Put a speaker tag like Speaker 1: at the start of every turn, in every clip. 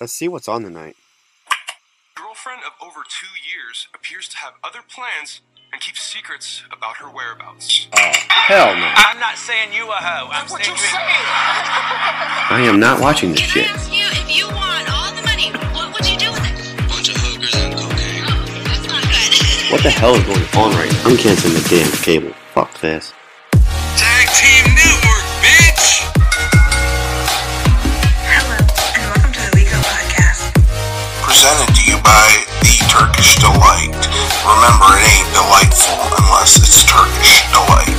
Speaker 1: Let's see what's on tonight.
Speaker 2: Girlfriend of over two years appears to have other plans and keeps secrets about her whereabouts.
Speaker 1: Hell no.
Speaker 3: I'm not saying you a hoe. I'm
Speaker 4: What
Speaker 3: saying
Speaker 4: you
Speaker 3: you-
Speaker 4: saying?
Speaker 1: I am not watching this
Speaker 5: Can I
Speaker 1: shit.
Speaker 5: ask you if you want all the money, what would you do with it?
Speaker 6: Bunch of hookers and cocaine.
Speaker 5: Oh, okay, that's not good.
Speaker 1: What the hell is going on right now? I'm canceling the damn cable. Fuck this.
Speaker 6: Tag Team Network, bitch!
Speaker 7: Hello, and welcome to the WeGo podcast.
Speaker 8: Presented to you by The Turkish Delight. Remember, it ain't delightful unless it's Turkish Delight.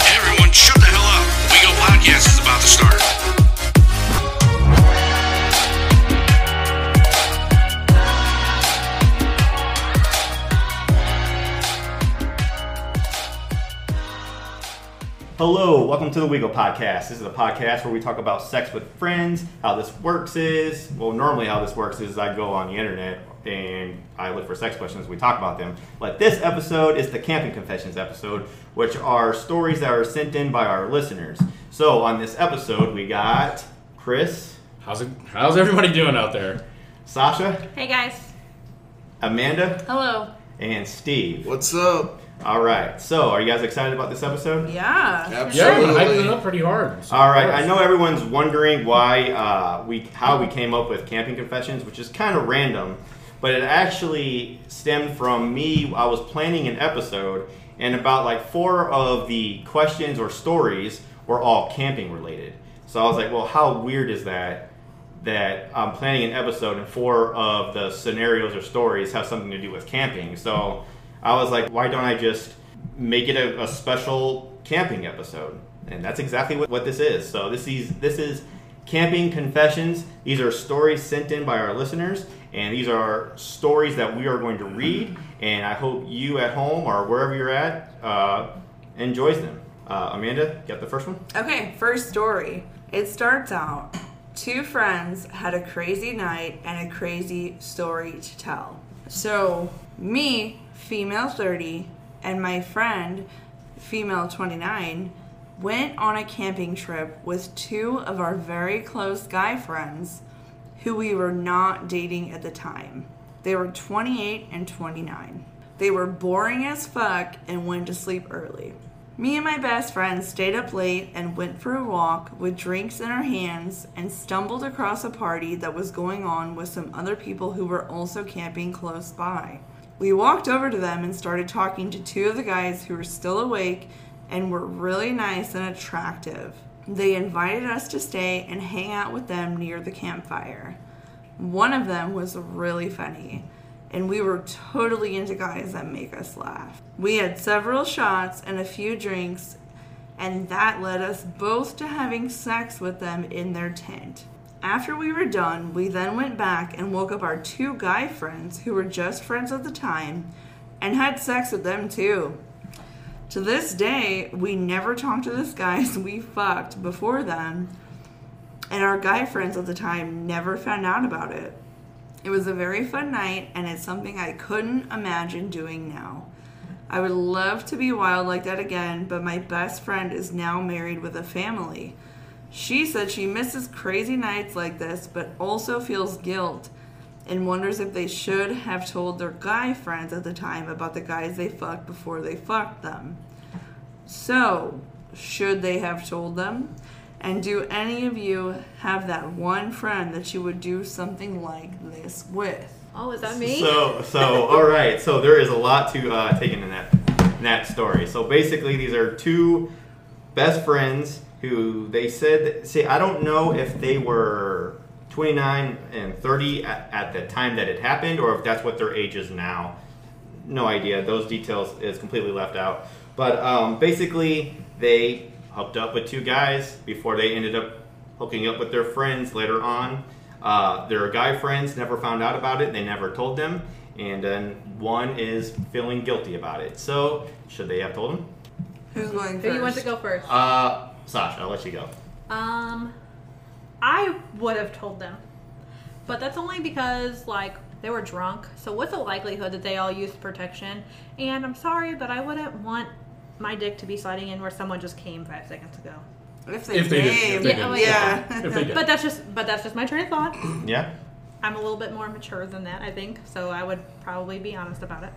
Speaker 6: Hey everyone, shut the hell up. We Go Podcast is about to start.
Speaker 9: Hello, welcome to the Wiggle Podcast. This is a podcast where we talk about sex with friends, how this works is, well, normally how this works is I go on the internet and I look for sex questions, we talk about them. But this episode is the Camping Confessions episode, which are stories that are sent in by our listeners. So on this episode, we got Chris,
Speaker 10: How's it, how's everybody doing out there?
Speaker 9: Sasha,
Speaker 4: Hey guys.
Speaker 9: Amanda,
Speaker 4: Hello.
Speaker 9: and Steve.
Speaker 11: What's up?
Speaker 9: All right, so are you guys excited about this episode?
Speaker 4: Yeah.
Speaker 10: Yeah, I've
Speaker 11: Absolutely.
Speaker 10: been hyping it up pretty hard. So
Speaker 9: All right,
Speaker 10: of course.
Speaker 9: I know everyone's wondering why uh, we how we came up with camping confessions, which is kind of random, but it actually stemmed from me. I was planning an episode, and about like four of the questions or stories were all camping related. So I was like, well, how weird is that? That I'm planning an episode, and four of the scenarios or stories have something to do with camping. So I was like, why don't I just make it a, a special camping episode? And that's exactly what, what this is. So this is this is camping confessions. These are stories sent in by our listeners, and these are stories that we are going to read. And I hope you at home or wherever you're at uh, enjoys them. Uh, Amanda, you got the first one.
Speaker 7: Okay, first story. It starts out two friends had a crazy night and a crazy story to tell. So, me, female 30, and my friend, female 29, went on a camping trip with two of our very close guy friends who we were not dating at the time. They were 28 and 29. They were boring as fuck and went to sleep early. Me and my best friend stayed up late and went for a walk with drinks in our hands and stumbled across a party that was going on with some other people who were also camping close by. We walked over to them and started talking to two of the guys who were still awake and were really nice and attractive. They invited us to stay and hang out with them near the campfire. One of them was really funny, and we were totally into guys that make us laugh. We had several shots and a few drinks, and that led us both to having sex with them in their tent. After we were done, we then went back and woke up our two guy friends who were just friends at the time and had sex with them too. To this day, we never talked to this guys we fucked before them, and our guy friends at the time never found out about it. It was a very fun night, and it's something I couldn't imagine doing now. I would love to be wild like that again, but my best friend is now married with a family. She said she misses crazy nights like this, but also feels guilt and wonders if they should have told their guy friends at the time about the guys they fucked before they fucked them. So, should they have told them? And do any of you have that one friend that you would do something like this with?
Speaker 4: Oh, is that me?
Speaker 9: So, so all right. So there is a lot to uh, take into that in that story. So basically, these are two best friends who they said. See, I don't know if they were 29 and 30 at, at the time that it happened, or if that's what their age is now. No idea. Those details is completely left out. But um, basically, they hooked up with two guys before they ended up hooking up with their friends later on. Uh, their guy friends never found out about it. They never told them. And then one is feeling guilty about it. So, should they have told him?
Speaker 7: Who's going
Speaker 4: Who
Speaker 7: first?
Speaker 4: do you want to go first?
Speaker 9: Uh, Sasha, I'll let you go.
Speaker 4: Um, I would have told them, but that's only because like they were drunk. So what's the likelihood that they all used protection? And I'm sorry, but I wouldn't want my dick to be sliding in where someone just came five seconds ago.
Speaker 7: If they,
Speaker 10: If they did.
Speaker 7: came.
Speaker 10: If they did.
Speaker 4: Yeah, oh,
Speaker 7: yeah.
Speaker 10: If they did.
Speaker 4: But that's just but that's just my train of thought.
Speaker 9: Yeah?
Speaker 4: I'm a little bit more mature than that, I think. So I would probably be honest about it.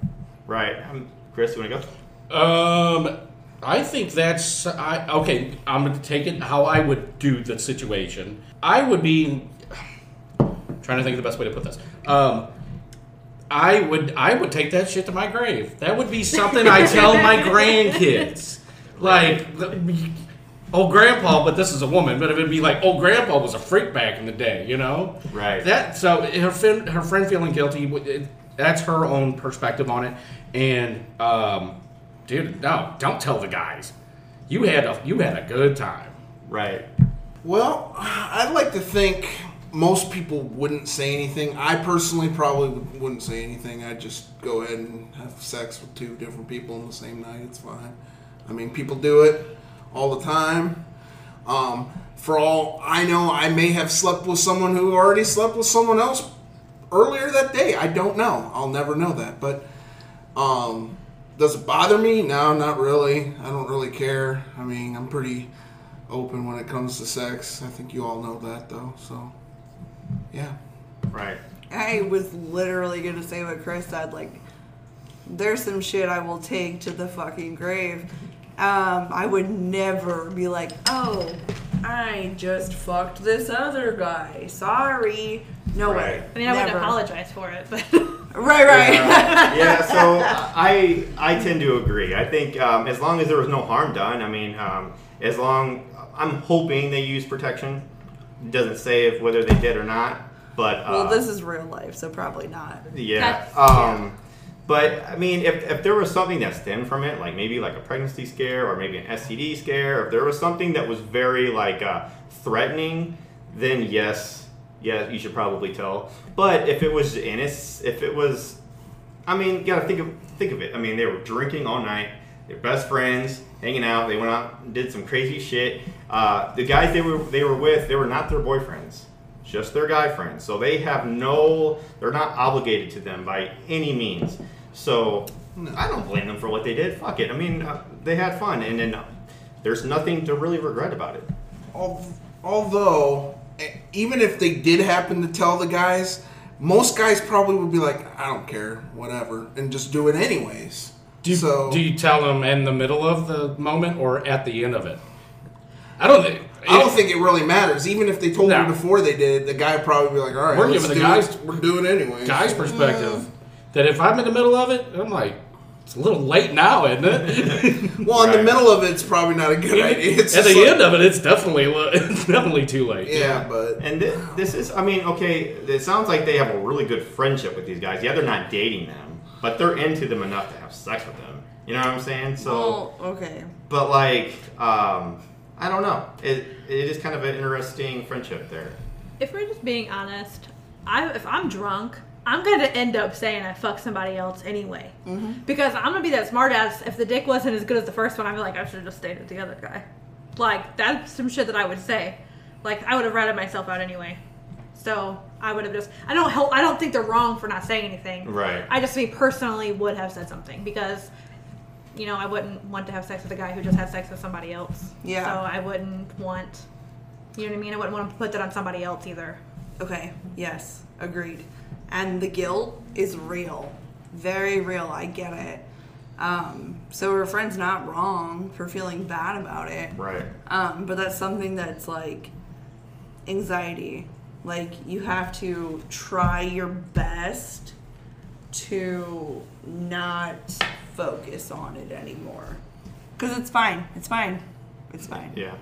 Speaker 9: Right. Um, Chris, you want to go?
Speaker 10: Um, I think that's I okay. I'm going to take it how I would do the situation. I would be trying to think of the best way to put this. Um, I would I would take that shit to my grave. That would be something I tell my grandkids. Like, the- oh grandpa, but this is a woman. But it would be like, oh grandpa was a freak back in the day, you know?
Speaker 9: Right.
Speaker 10: That so her fin- her friend feeling guilty. w- It, that's her own perspective on it. And um, dude, no, don't tell the guys. You had a you had a good time.
Speaker 9: Right.
Speaker 11: Well, I'd like to think most people wouldn't say anything. I personally probably would- wouldn't say anything. I'd just go ahead and have sex with two different people on the same night. It's fine. I mean, people do it all the time. Um, for all I know, I may have slept with someone who already slept with someone else earlier that day. I don't know. I'll never know that. But um, does it bother me? No, not really. I don't really care. I mean, I'm pretty open when it comes to sex. I think you all know that, though. So, yeah.
Speaker 9: Right.
Speaker 7: I was literally gonna say what Chris said. Like, there's some shit I will take to the fucking grave. Um, I would never be like, oh, I just fucked this other guy. Sorry. No way.
Speaker 4: I mean, I wouldn't
Speaker 7: Never.
Speaker 4: apologize for it, but
Speaker 7: Right, right.
Speaker 9: Yeah. yeah, so I I tend to agree. I think um, as long as there was no harm done, I mean, um, as long I'm hoping they use protection. It doesn't say if whether they did or not, but uh,
Speaker 7: Well, this is real life, so probably not.
Speaker 9: yeah.
Speaker 4: That's-
Speaker 9: Um, but I mean, if, if there was something that stemmed from it, like maybe like a pregnancy scare or maybe an STD scare, if there was something that was very like uh, threatening, then yes, yeah, you should probably tell. But if it was innocent, if it was, I mean, you gotta think of think of it. I mean, they were drinking all night. They're best friends, hanging out. They went out, and did some crazy shit. Uh, the guys they were they were with, they were not their boyfriends, just their guy friends. So they have no, they're not obligated to them by any means. So I don't blame them for what they did. Fuck it. I mean, uh, they had fun, and then uh, there's nothing to really regret about it.
Speaker 11: Al- Although, e- even if they did happen to tell the guys, most guys probably would be like, I don't care, whatever, and just do it anyways.
Speaker 10: Do you,
Speaker 11: so,
Speaker 10: do you tell them in the middle of the moment or at the end of it? I don't think.
Speaker 11: I don't think it really matters. Even if they told
Speaker 10: No.
Speaker 11: you before they did, the guy would probably be like, all right,
Speaker 10: We're
Speaker 11: let's
Speaker 10: giving the
Speaker 11: do
Speaker 10: guys-
Speaker 11: it. We're doing it anyways.
Speaker 10: guy's perspective that if I'm in the middle of it, I'm like, it's a little late now, isn't it?
Speaker 11: Well, in
Speaker 9: Right.
Speaker 11: the middle of it's probably not a good idea. It's
Speaker 10: At
Speaker 11: just
Speaker 10: the
Speaker 11: like-
Speaker 10: end of it, it's definitely li- it's definitely too late.
Speaker 11: Yeah, but
Speaker 9: And this, this is, I mean, okay, it sounds like they have a really good friendship with these guys. Yeah, they're not dating them, but they're into them enough to have sex with them. You know what I'm saying? So,
Speaker 7: Well, okay.
Speaker 9: but like, um, I don't know. It, it is kind of an interesting friendship there.
Speaker 4: if we're just being honest, I if I'm drunk, I'm gonna end up saying I fucked somebody else anyway, because I'm gonna be that smartass. If the dick wasn't as good as the first one, I'm like I should have just stayed with the other guy. Like that's some shit that I would say. Like I would have ratted myself out anyway. So I would have just. I don't help. I don't think they're wrong for not saying anything.
Speaker 9: Right.
Speaker 4: I just me personally would have said something because. You know, I wouldn't want to have sex with a guy who just had sex with somebody else.
Speaker 7: Yeah.
Speaker 4: So I wouldn't want, you know what I mean? I wouldn't want to put that on somebody else either.
Speaker 7: Okay, yes, agreed. And the guilt is real, very real. I get it. Um, so her friend's not wrong for feeling bad about it.
Speaker 9: Right.
Speaker 7: Um, but that's something that's like anxiety. Like you have to try your best to not focus on it anymore. Cause it's fine. It's fine. It's fine.
Speaker 9: Yeah.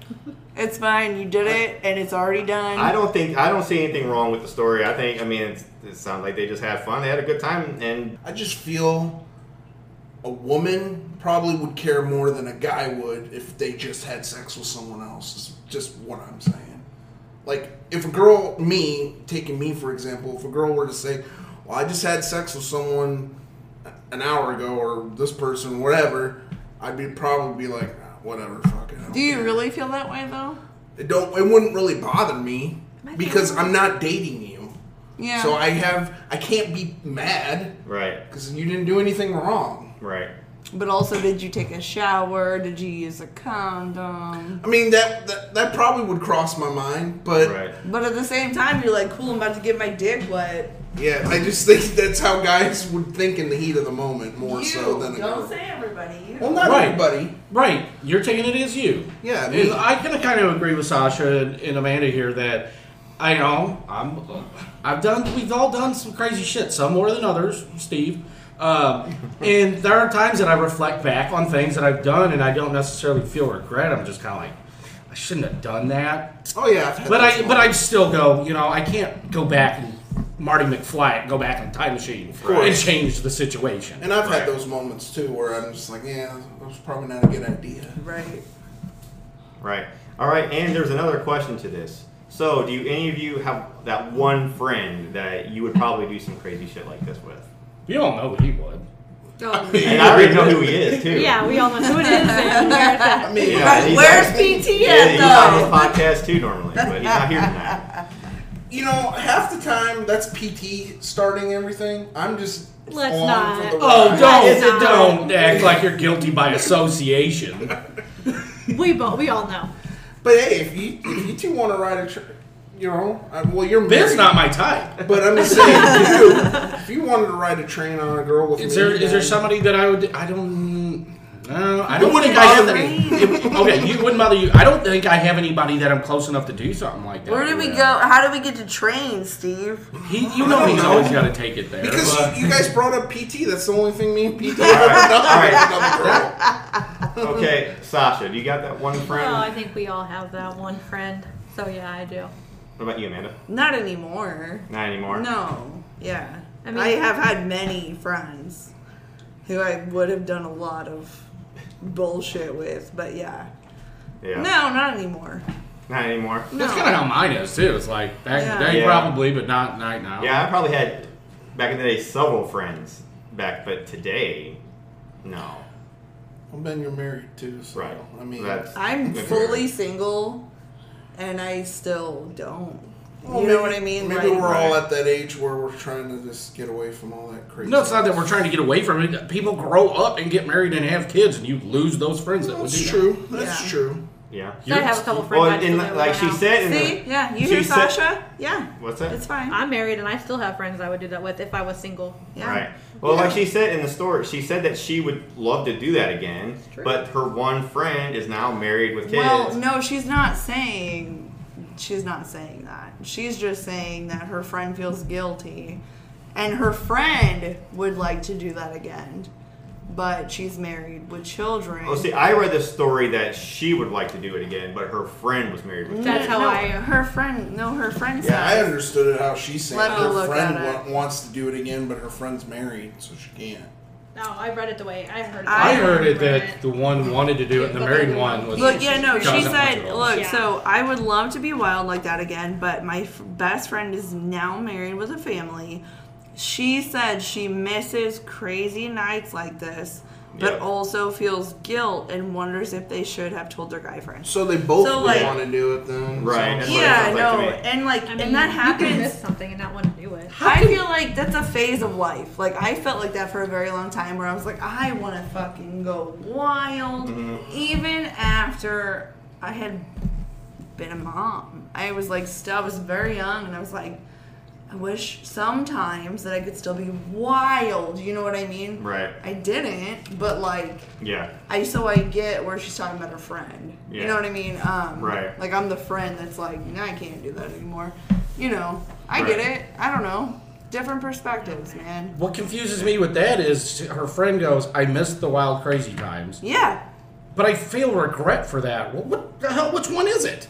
Speaker 7: It's fine. You did it, and it's already done.
Speaker 9: I don't think I don't see anything wrong with the story. I think I mean it's, it sounds like they just had fun. They had a good time, and
Speaker 11: I just feel a woman probably would care more than a guy would if they just had sex with someone else. Is just what I'm saying. Like, if a girl, me, taking me for example, if a girl were to say, Well, I just had sex with someone an hour ago or this person, whatever, I'd be probably be like, "Ah, Whatever, fuck it. I don't
Speaker 7: Do you
Speaker 11: care."
Speaker 7: really feel that way though?
Speaker 11: It, don't, it wouldn't really bother me
Speaker 4: My
Speaker 11: because
Speaker 4: family-
Speaker 11: I'm not dating you.
Speaker 7: Yeah.
Speaker 11: So I have, I can't be mad
Speaker 9: right,
Speaker 11: because you didn't do anything wrong.
Speaker 9: right.
Speaker 7: But also, did you take a shower? Did you use a condom?
Speaker 11: I mean that that, that probably would cross my mind, but
Speaker 7: But at the same time, you're like, cool, I'm about to get my dick wet.
Speaker 11: yeah, I just think that's how guys would think in the heat of the moment more so than a girl.
Speaker 7: Don't say everybody. You.
Speaker 11: Well, not
Speaker 10: Right.
Speaker 11: everybody.
Speaker 10: Right. You're taking it as you.
Speaker 11: Yeah, I
Speaker 10: I,
Speaker 11: mean-
Speaker 10: I kind of kind of agree with Sasha and, and Amanda here that I know I'm I've done we've all done some crazy shit, some more than others, Steve. Um, and there are times that I reflect back on things that I've done and I don't necessarily feel regret. I'm just kind of like I shouldn't have done that.
Speaker 11: Oh yeah, I've had
Speaker 10: But
Speaker 11: those
Speaker 10: I but I still go, you know, I can't go back and Marty McFly it, go back in the time machine
Speaker 11: course.
Speaker 10: and change the situation.
Speaker 11: And I've had those moments too where I'm just like, yeah, that was probably not a good idea.
Speaker 7: Right.
Speaker 9: Right. All right. And there's another question to this. So, do you, any of you have that one friend that you would probably do some crazy shit like this with?
Speaker 10: You all know that he would.
Speaker 9: And I already know who he is too.
Speaker 4: Yeah, we all know who it is. And where it's at.
Speaker 9: Yeah, he's
Speaker 7: Where's
Speaker 9: on-
Speaker 7: PT
Speaker 9: Yeah,
Speaker 7: at
Speaker 9: he's on this
Speaker 7: though?
Speaker 9: podcast too normally, but he's not here tonight.
Speaker 11: You know, half the time that's PT starting everything. I'm just
Speaker 4: Let's
Speaker 11: along
Speaker 4: not.
Speaker 11: For the
Speaker 10: Oh,
Speaker 11: ride.
Speaker 4: Yes,
Speaker 10: don't
Speaker 4: it
Speaker 10: don't act like you're guilty by association.
Speaker 4: We both, we all know.
Speaker 11: But hey, if you if you two want to ride a tr your own, I, well, you're
Speaker 10: Ben's
Speaker 11: married,
Speaker 10: not my type.
Speaker 11: But I'm just saying, you, if you wanted to ride a train on a girl with
Speaker 10: Is
Speaker 11: me,
Speaker 10: there is there
Speaker 11: then-
Speaker 10: somebody that I would? I don't. No, I
Speaker 11: It
Speaker 10: don't
Speaker 11: wouldn't
Speaker 10: think I have
Speaker 11: bother
Speaker 10: any. it- okay, you wouldn't bother you. I don't think I have anybody that I'm close enough to do something like that.
Speaker 7: Where did we go? How did we get to train, Steve?
Speaker 10: He, you know, he's
Speaker 11: know.
Speaker 10: always got to take it there.
Speaker 11: Because
Speaker 10: but-
Speaker 11: you, you guys brought up PT, that's the only thing me and PT have ever done with another girl.
Speaker 9: Okay, Sasha, do you got that one friend?
Speaker 4: Oh, I think we all have that one friend. So yeah, I do.
Speaker 9: What about you, Amanda?
Speaker 7: Not anymore.
Speaker 9: Not anymore.
Speaker 7: No. Yeah. I,
Speaker 4: I mean-
Speaker 7: have had many friends who I would have done a lot of bullshit with, but yeah.
Speaker 9: Yeah.
Speaker 7: No, not anymore.
Speaker 9: Not anymore.
Speaker 10: that's kind of how mine is too. It's like back in the
Speaker 7: Yeah.
Speaker 10: day,
Speaker 9: Yeah.
Speaker 10: probably, but not right now.
Speaker 9: Yeah, I probably had back in the day several friends back, but today, no.
Speaker 11: Well, Ben, you're married too, so
Speaker 9: Right.
Speaker 11: I mean,
Speaker 9: That's-
Speaker 7: I'm
Speaker 9: Maybe.
Speaker 7: fully single and I still don't.
Speaker 11: Well,
Speaker 7: you
Speaker 11: maybe-
Speaker 7: know what I mean?
Speaker 11: Maybe
Speaker 7: Like-
Speaker 11: we're all at that age where we're trying to just get away from all that crazy.
Speaker 10: No, it's not that we're trying to get away from it. People grow up and get married and have kids, and you lose those friends that would do
Speaker 11: That's
Speaker 10: that.
Speaker 11: true. That's true.
Speaker 9: Yeah.
Speaker 4: So I have a couple friends.
Speaker 9: Well,
Speaker 4: I still
Speaker 9: and
Speaker 4: live
Speaker 9: like
Speaker 4: with
Speaker 9: she
Speaker 4: now.
Speaker 9: said, in
Speaker 7: See?
Speaker 9: the,
Speaker 7: Yeah. You
Speaker 9: she
Speaker 7: hear
Speaker 9: said-
Speaker 7: Sasha? Yeah.
Speaker 9: What's that?
Speaker 7: It's fine.
Speaker 4: I'm married and I still have friends I would do that with if I was single.
Speaker 7: yeah.
Speaker 9: Right. Well, like she said in the story, she said that she would love to do that again,
Speaker 4: true.
Speaker 9: but her one friend is now married with kids.
Speaker 7: Well, no, she's not saying she's not saying that. She's just saying that her friend feels guilty and her friend would like to do that again. But she's married with children.
Speaker 9: Oh, see, I read the story that she would like to do it again, but her friend was married with
Speaker 4: That's
Speaker 9: kids.
Speaker 4: how
Speaker 7: no,
Speaker 4: I-
Speaker 7: her friend no her friend
Speaker 11: Yeah, I
Speaker 7: says
Speaker 11: understood it how she's saying.
Speaker 7: Let me
Speaker 11: her
Speaker 7: look
Speaker 11: friend
Speaker 7: at it.
Speaker 11: wa- wants to do it again, but her friend's married, so she can't.
Speaker 4: No, I read it the way I heard it.
Speaker 10: I
Speaker 7: I
Speaker 10: heard it
Speaker 4: read
Speaker 10: that the one wanted to do it, and the married one was.
Speaker 7: Look, yeah, no, she
Speaker 10: doesn't want
Speaker 7: said,
Speaker 10: to.
Speaker 7: look,
Speaker 4: Yeah.
Speaker 7: so I would love to be wild like that again, but my f- best friend is now married with a family. She said she misses crazy nights like this, but
Speaker 9: Yeah.
Speaker 7: also feels guilt and wonders if they should have told their guy friend.
Speaker 11: So they both
Speaker 7: So, like-
Speaker 11: want to do it then.
Speaker 9: Right.
Speaker 11: so-
Speaker 9: what it
Speaker 7: yeah,
Speaker 9: sounds like
Speaker 7: no,
Speaker 9: to me.
Speaker 7: and like,
Speaker 4: I mean,
Speaker 7: and that
Speaker 4: You can
Speaker 7: happens.
Speaker 4: miss something and not want to do it.
Speaker 7: I feel like that's a phase of life. Like I felt like that for a very long time, where I was like, I want to fucking go wild, even after I had been a mom. I was like, still, I was very young, and I was like, I wish sometimes that I could still be wild. You know what I mean?
Speaker 9: Right.
Speaker 7: I didn't, but like,
Speaker 9: Yeah.
Speaker 7: I so I get where she's talking about her friend. You
Speaker 9: Yeah.
Speaker 7: know what I mean? Um,
Speaker 9: Right.
Speaker 7: Like I'm the friend that's like, nah, I can't do that anymore. You know, I get
Speaker 9: Right.
Speaker 7: it. I don't know. Different perspectives, man.
Speaker 10: What confuses me with that is her friend goes, "I missed the wild crazy times,
Speaker 7: Yeah.
Speaker 10: but I feel regret for that." Well, what the hell? Which one is it?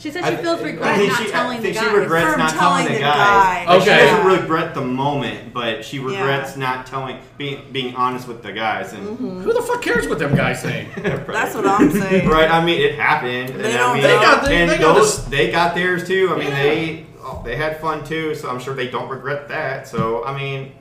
Speaker 4: She said
Speaker 9: I-
Speaker 4: she feels
Speaker 9: I
Speaker 4: regret
Speaker 9: think
Speaker 4: not
Speaker 9: she- I
Speaker 4: telling the
Speaker 9: think
Speaker 4: guy.
Speaker 9: She regrets
Speaker 7: From
Speaker 9: not
Speaker 7: telling
Speaker 9: telling the
Speaker 7: the
Speaker 9: guy.
Speaker 7: guy.
Speaker 9: Like, She
Speaker 10: Okay.
Speaker 9: doesn't
Speaker 7: Yeah.
Speaker 9: regret the moment, but she regrets not telling, being being honest with the guys. And
Speaker 10: Who the fuck cares what them guys think?
Speaker 7: Mm-hmm. That's what I'm saying.
Speaker 9: right, I mean, it happened. And
Speaker 7: They
Speaker 9: I
Speaker 7: don't
Speaker 9: mean,
Speaker 7: know. They
Speaker 10: got the-
Speaker 9: and
Speaker 10: they got
Speaker 9: those
Speaker 10: this-
Speaker 9: they got theirs too. I mean, they oh, they had fun too, so I'm sure they don't regret that. So I mean,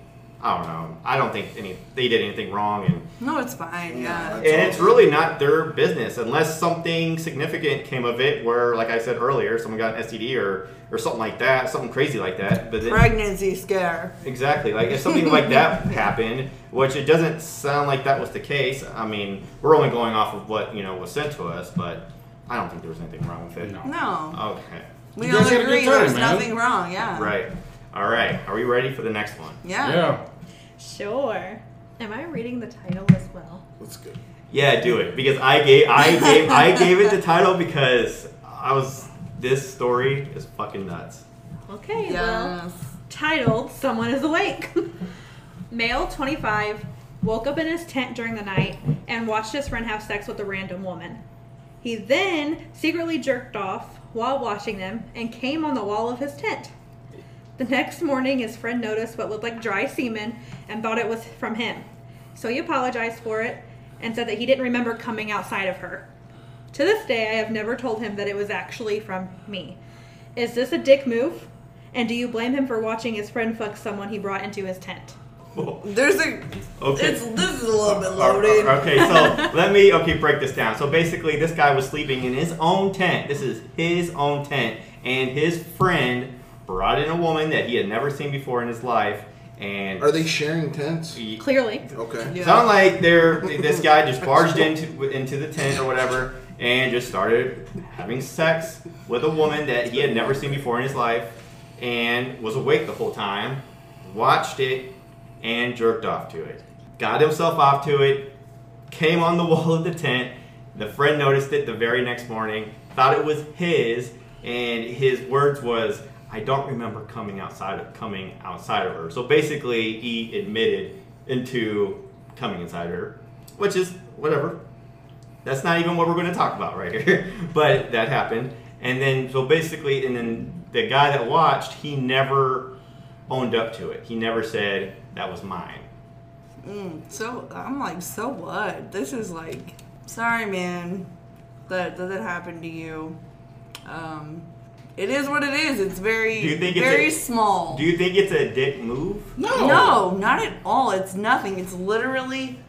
Speaker 9: I don't know. I don't think any they did anything wrong, and
Speaker 7: No, it's fine. Yeah.
Speaker 9: and it's really not their business unless something significant came of it, where like I said earlier, someone got an STD or or something like that, something crazy like that. But then,
Speaker 7: pregnancy scare.
Speaker 9: Exactly. Like if something like that happened, which it doesn't sound like that was the case. I mean, we're only going off of what you know was sent to us, but I don't think there was anything wrong with it.
Speaker 7: No.
Speaker 9: Okay.
Speaker 7: We
Speaker 9: Oh. You
Speaker 7: all
Speaker 9: guys had a good
Speaker 7: agree
Speaker 9: time,
Speaker 7: there's
Speaker 9: man.
Speaker 7: nothing wrong. Yeah.
Speaker 9: Right. All right. Are we ready for the next one?
Speaker 7: Yeah.
Speaker 4: Sure. Am I reading the title as well?
Speaker 11: That's good.
Speaker 9: Yeah, do it because I gave I gave I gave it the title because I was this story is fucking nuts.
Speaker 4: Okay, well, titled Someone is Awake. Male, 25, woke up in his tent during the night and watched his friend have sex with a random woman. He then secretly jerked off while watching them and came on the wall of his tent. The next morning, his friend noticed what looked like dry semen and thought it was from him. So he apologized for it and said that he didn't remember coming outside of her. To this day, I have never told him that it was actually from me. Is this a dick move? And do you blame him for watching his friend fuck someone he brought into his tent?
Speaker 7: There's a.
Speaker 9: Okay.
Speaker 7: It's this is a little bit
Speaker 9: Or- or-
Speaker 7: loaded.
Speaker 9: Oh, Okay, so let me okay break this down. So basically, this guy was sleeping in his own tent. This is his own tent, and his friend brought in a woman that he had never seen before in his life. And
Speaker 11: Are they sharing tents?
Speaker 4: Clearly.
Speaker 11: Okay.
Speaker 9: Sound like they're this guy just barged into into the tent or whatever and just started having sex with a woman that he had never seen before in his life and was awake the whole time, watched it and jerked off to it. Got himself off to it, came on the wall of the tent. The friend noticed it the very next morning, thought it was his, and his words was, "I don't remember coming outside of coming outside of her." So basically, he admitted into coming inside her, which is whatever. That's not even what we're going to talk about right here, but that happened. And then, so basically, and then the guy that watched, he never owned up to it. He never said that was mine.
Speaker 7: Mm, so I'm like, so what? This is like, sorry, man, that that, that happened to you. Um, it is what it is. It's very,
Speaker 9: Do you think
Speaker 7: very
Speaker 9: it's a,
Speaker 7: small.
Speaker 9: Do you think it's a dick move?
Speaker 7: no, not at all. It's nothing. It's literally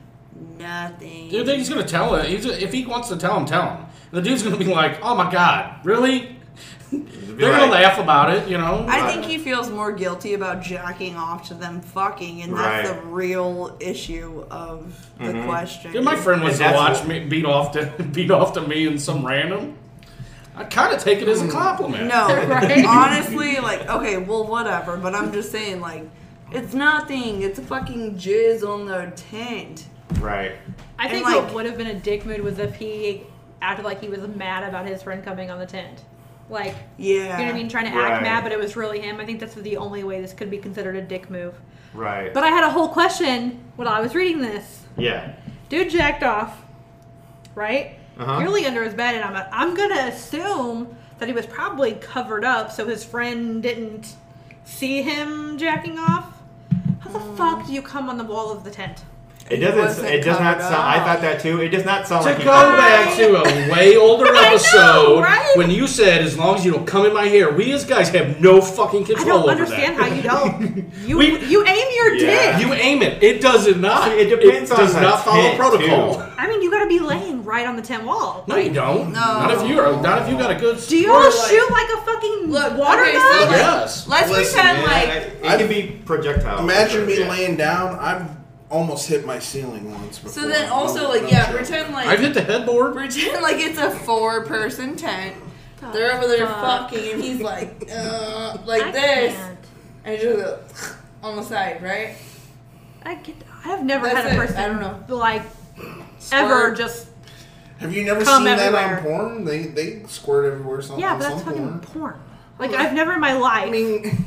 Speaker 7: nothing.
Speaker 10: Dude, then he's gonna tell it. He's, if he wants to tell him, tell him. The dude's gonna be like, "Oh my god, really?" They're
Speaker 9: right.
Speaker 10: gonna laugh about it, you know.
Speaker 7: I think he feels more guilty about jacking off to them fucking, and that's
Speaker 10: Right.
Speaker 7: the real issue of the
Speaker 9: Mm-hmm.
Speaker 10: Mhm.
Speaker 7: question.
Speaker 10: Dude, my friend wants
Speaker 7: And
Speaker 10: to
Speaker 7: that's what-
Speaker 10: watch me beat off to beat off to me and some random. I kind of take it as
Speaker 4: Mm.
Speaker 10: a compliment.
Speaker 7: No, honestly, like, okay, well, whatever. But I'm just saying, like, it's nothing. It's a fucking jizz on the tent.
Speaker 9: Right.
Speaker 4: I
Speaker 7: And,
Speaker 4: think
Speaker 7: like-
Speaker 4: what would have been a dick mood was if he acted like he was mad about his friend coming on the tent. Like,
Speaker 7: Yeah.
Speaker 4: you know what I mean? Trying to
Speaker 9: Right.
Speaker 4: act mad, but it was really him. I think that's the only way this could be considered a dick move.
Speaker 9: Right.
Speaker 4: But I had a whole question while I was reading this.
Speaker 9: yeah.
Speaker 4: Dude jacked off, right?
Speaker 9: Uh-huh.
Speaker 4: Nearly under his bed, and I'm I'm gonna assume that he was probably covered up, so his friend didn't see him jacking off. How the
Speaker 7: Hmm.
Speaker 4: fuck do you come on the wall of the tent?
Speaker 9: It doesn't.
Speaker 4: wasn't
Speaker 9: It does not
Speaker 4: covered
Speaker 9: sound. I thought that too. It does not sound
Speaker 10: To
Speaker 9: like he-
Speaker 10: go back to a way older episode
Speaker 4: right?
Speaker 10: when you said, "As long as you don't come in my hair," we as guys have no fucking
Speaker 4: I
Speaker 10: control
Speaker 4: don't
Speaker 10: over that.
Speaker 4: understand how you don't. You you aim your dick.
Speaker 10: You aim it. It does it not.
Speaker 9: See, it depends on
Speaker 10: does
Speaker 9: the
Speaker 10: not follow
Speaker 9: tent,
Speaker 10: protocol.
Speaker 9: too.
Speaker 4: I mean, you gotta be laying right on the tent wall.
Speaker 10: No, you don't.
Speaker 4: No.
Speaker 10: Not if you're. Not if you got a good.
Speaker 4: Do you all shoot like a fucking water
Speaker 7: okay, so
Speaker 4: gun?
Speaker 7: let's-
Speaker 10: Yes.
Speaker 7: Let's
Speaker 11: Listen,
Speaker 7: pretend
Speaker 11: man,
Speaker 7: like
Speaker 11: I-
Speaker 9: It can be projectile.
Speaker 11: Imagine me
Speaker 9: Yeah.
Speaker 11: laying down. I've almost hit my ceiling once. Before.
Speaker 7: So then also like
Speaker 11: No
Speaker 7: yeah,
Speaker 11: joke.
Speaker 7: pretend like
Speaker 10: headboard.
Speaker 7: pretend like it's a four person tent. They're over there
Speaker 4: fuck.
Speaker 7: fucking and he's like uh, like
Speaker 4: I
Speaker 7: this
Speaker 4: can't.
Speaker 7: and just go, on the side, right?
Speaker 4: I get. I have never
Speaker 7: That's
Speaker 4: had a
Speaker 7: it.
Speaker 4: person
Speaker 7: I don't know.
Speaker 4: like
Speaker 7: Squirt.
Speaker 4: ever just
Speaker 11: Have you never
Speaker 4: Come
Speaker 11: seen that on
Speaker 4: everywhere.
Speaker 11: porn? They they squirt everywhere. Some,
Speaker 4: yeah, but
Speaker 11: some
Speaker 4: that's fucking
Speaker 11: porn.
Speaker 4: porn. Like I've never in my life had
Speaker 10: You've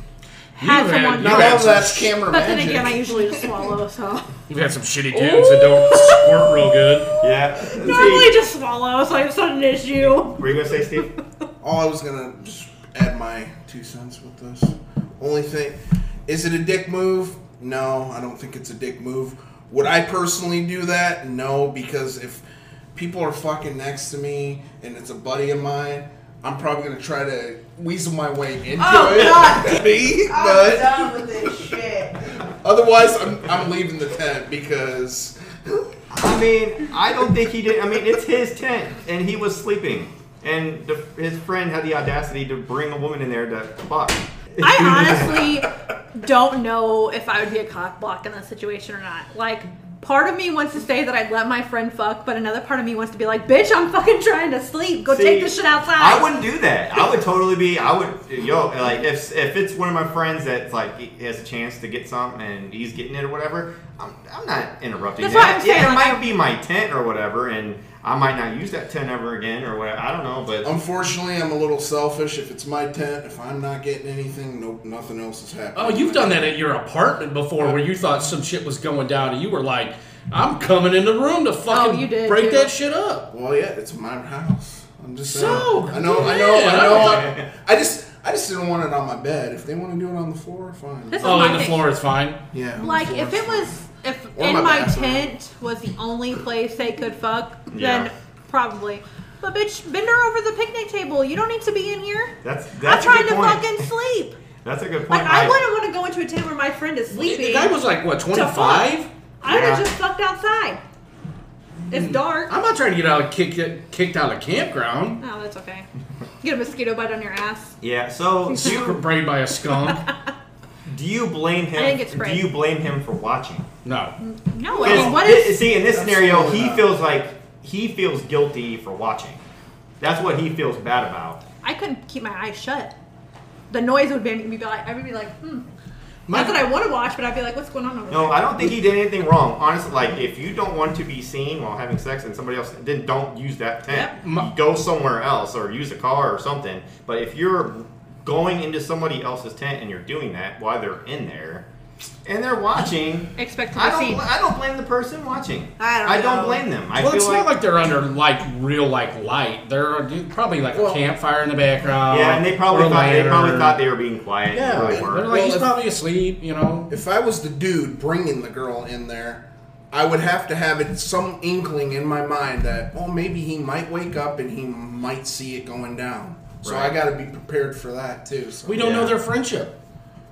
Speaker 10: had-
Speaker 4: someone.
Speaker 10: you've Not had all some that's sh-
Speaker 11: camera
Speaker 4: But then
Speaker 10: magic.
Speaker 4: again, I usually just swallow. So
Speaker 10: You've had some shitty dudes that don't squirt real good.
Speaker 9: Yeah.
Speaker 4: normally just swallow. So it's not an issue.
Speaker 9: Were you gonna say, Steve?
Speaker 11: All I was gonna just add my two cents with this. Only thing, is it a dick move? No, I don't think it's a dick move. Would I personally do that? No, because if people are fucking next to me and it's a buddy of mine, I'm probably gonna try to weasel my way into
Speaker 7: Oh,
Speaker 11: it.
Speaker 7: God. Oh,
Speaker 11: Me,
Speaker 7: I'm
Speaker 11: but
Speaker 7: done with this shit.
Speaker 11: Otherwise, I'm, I'm leaving the tent because
Speaker 9: I mean, I don't think he did. I mean, it's his tent, and he was sleeping. And the, his friend had the audacity to bring a woman in there to fuck.
Speaker 4: I honestly don't know if I would be a cock block in that situation or not. Like, part of me wants to say that I let my friend fuck, but another part of me wants to be like, bitch, I'm fucking trying to sleep. Go
Speaker 9: See,
Speaker 4: take this shit outside.
Speaker 9: I wouldn't do that. I would totally be. I would yo like if if it's one of my friends that's like he has a chance to get something and he's getting it or whatever. I'm, I'm not interrupting
Speaker 4: That's
Speaker 9: that.
Speaker 4: what I'm saying,
Speaker 9: Yeah, it
Speaker 4: like,
Speaker 9: might be my tent or whatever, and I might not use that tent ever again or whatever. I don't know, but
Speaker 11: Oh. unfortunately, I'm a little selfish. If it's my tent, if I'm not getting anything, nope, nothing else is happening.
Speaker 10: Oh, you've done that at your apartment before, where you thought some shit was going down, and you were like, "I'm coming in the
Speaker 9: Oh,
Speaker 10: room to fucking
Speaker 4: you did,
Speaker 10: break
Speaker 4: too.
Speaker 10: that shit up."
Speaker 11: Well, yeah, it's my house. I'm just
Speaker 10: So,
Speaker 11: saying. I know, I know, I know. I just, I just didn't want it on my bed. If they want to do it on the floor, fine.
Speaker 4: This is
Speaker 10: Oh,
Speaker 4: my
Speaker 10: and the
Speaker 4: thing.
Speaker 10: floor is fine.
Speaker 11: Yeah.
Speaker 4: Like, if it was, if
Speaker 11: Or
Speaker 4: in
Speaker 11: my
Speaker 4: my,
Speaker 11: bathroom.
Speaker 4: tent was the only place they could fuck,
Speaker 9: Yeah.
Speaker 4: then probably. But bitch, bend her over the picnic table. You don't need to be in here.
Speaker 9: that's that's
Speaker 4: I'm
Speaker 9: a
Speaker 4: trying
Speaker 9: good
Speaker 4: to
Speaker 9: point.
Speaker 4: fucking sleep.
Speaker 9: that's a good point.
Speaker 4: Like, I
Speaker 9: Mike.
Speaker 4: wouldn't want to go into a tent where my friend is sleeping.
Speaker 10: The guy was like, what, 25?
Speaker 4: I would have
Speaker 9: Yeah. Hmm.
Speaker 4: just fucked outside. It's dark.
Speaker 10: I'm not trying to get out of kick, get kicked out of campground.
Speaker 4: Oh, that's okay. Get a mosquito bite on your ass.
Speaker 9: Yeah. So do you,
Speaker 10: Sprayed by a skunk.
Speaker 9: do you blame him?
Speaker 4: I didn't get sprayed.
Speaker 9: do you blame him for watching?
Speaker 10: No.
Speaker 4: No, I
Speaker 9: Because
Speaker 4: mean, what
Speaker 9: thi-
Speaker 4: is?
Speaker 9: see in this scenario,
Speaker 11: Absolutely
Speaker 9: he
Speaker 11: not.
Speaker 9: feels like he feels guilty for watching. That's what he feels bad about.
Speaker 4: I couldn't keep my eyes shut. The noise would make me be like, I would be like, hmm. Not that I want to watch, but I'd be like, what's going on over
Speaker 9: No, I don't think he did anything wrong. Honestly, like if you don't want to be seen while having sex and somebody else, then don't use that tent.
Speaker 10: Yep. My-
Speaker 9: Go somewhere else or use a car or something. But if you're going into somebody else's tent and you're doing that while they're in there and they're watching,
Speaker 4: there? Expect to
Speaker 9: I
Speaker 4: be
Speaker 9: don't.
Speaker 4: seen.
Speaker 9: bl- I don't blame the person watching.
Speaker 7: I don't know.
Speaker 9: blame them. I
Speaker 10: Well,
Speaker 9: feel
Speaker 10: it's
Speaker 9: like,
Speaker 10: not like they're under like real like light. They're uh, probably like
Speaker 11: Well-
Speaker 10: a campfire in the background.
Speaker 9: yeah, and they probably
Speaker 10: or a
Speaker 9: thought they probably
Speaker 10: lantern.
Speaker 9: thought they were being quiet.
Speaker 11: Yeah,
Speaker 9: Yeah, really
Speaker 11: they-
Speaker 9: weren't.
Speaker 10: They're like,
Speaker 11: Well,
Speaker 10: he's
Speaker 11: if-
Speaker 10: probably asleep, you know.
Speaker 11: If I was the dude bringing the girl in there, I would have to have it some inkling in my mind that, well, maybe he might wake up and he might see it going down. So
Speaker 9: Right.
Speaker 11: I got to be prepared for that too. So.
Speaker 10: We don't
Speaker 9: Yeah.
Speaker 10: know their friendship.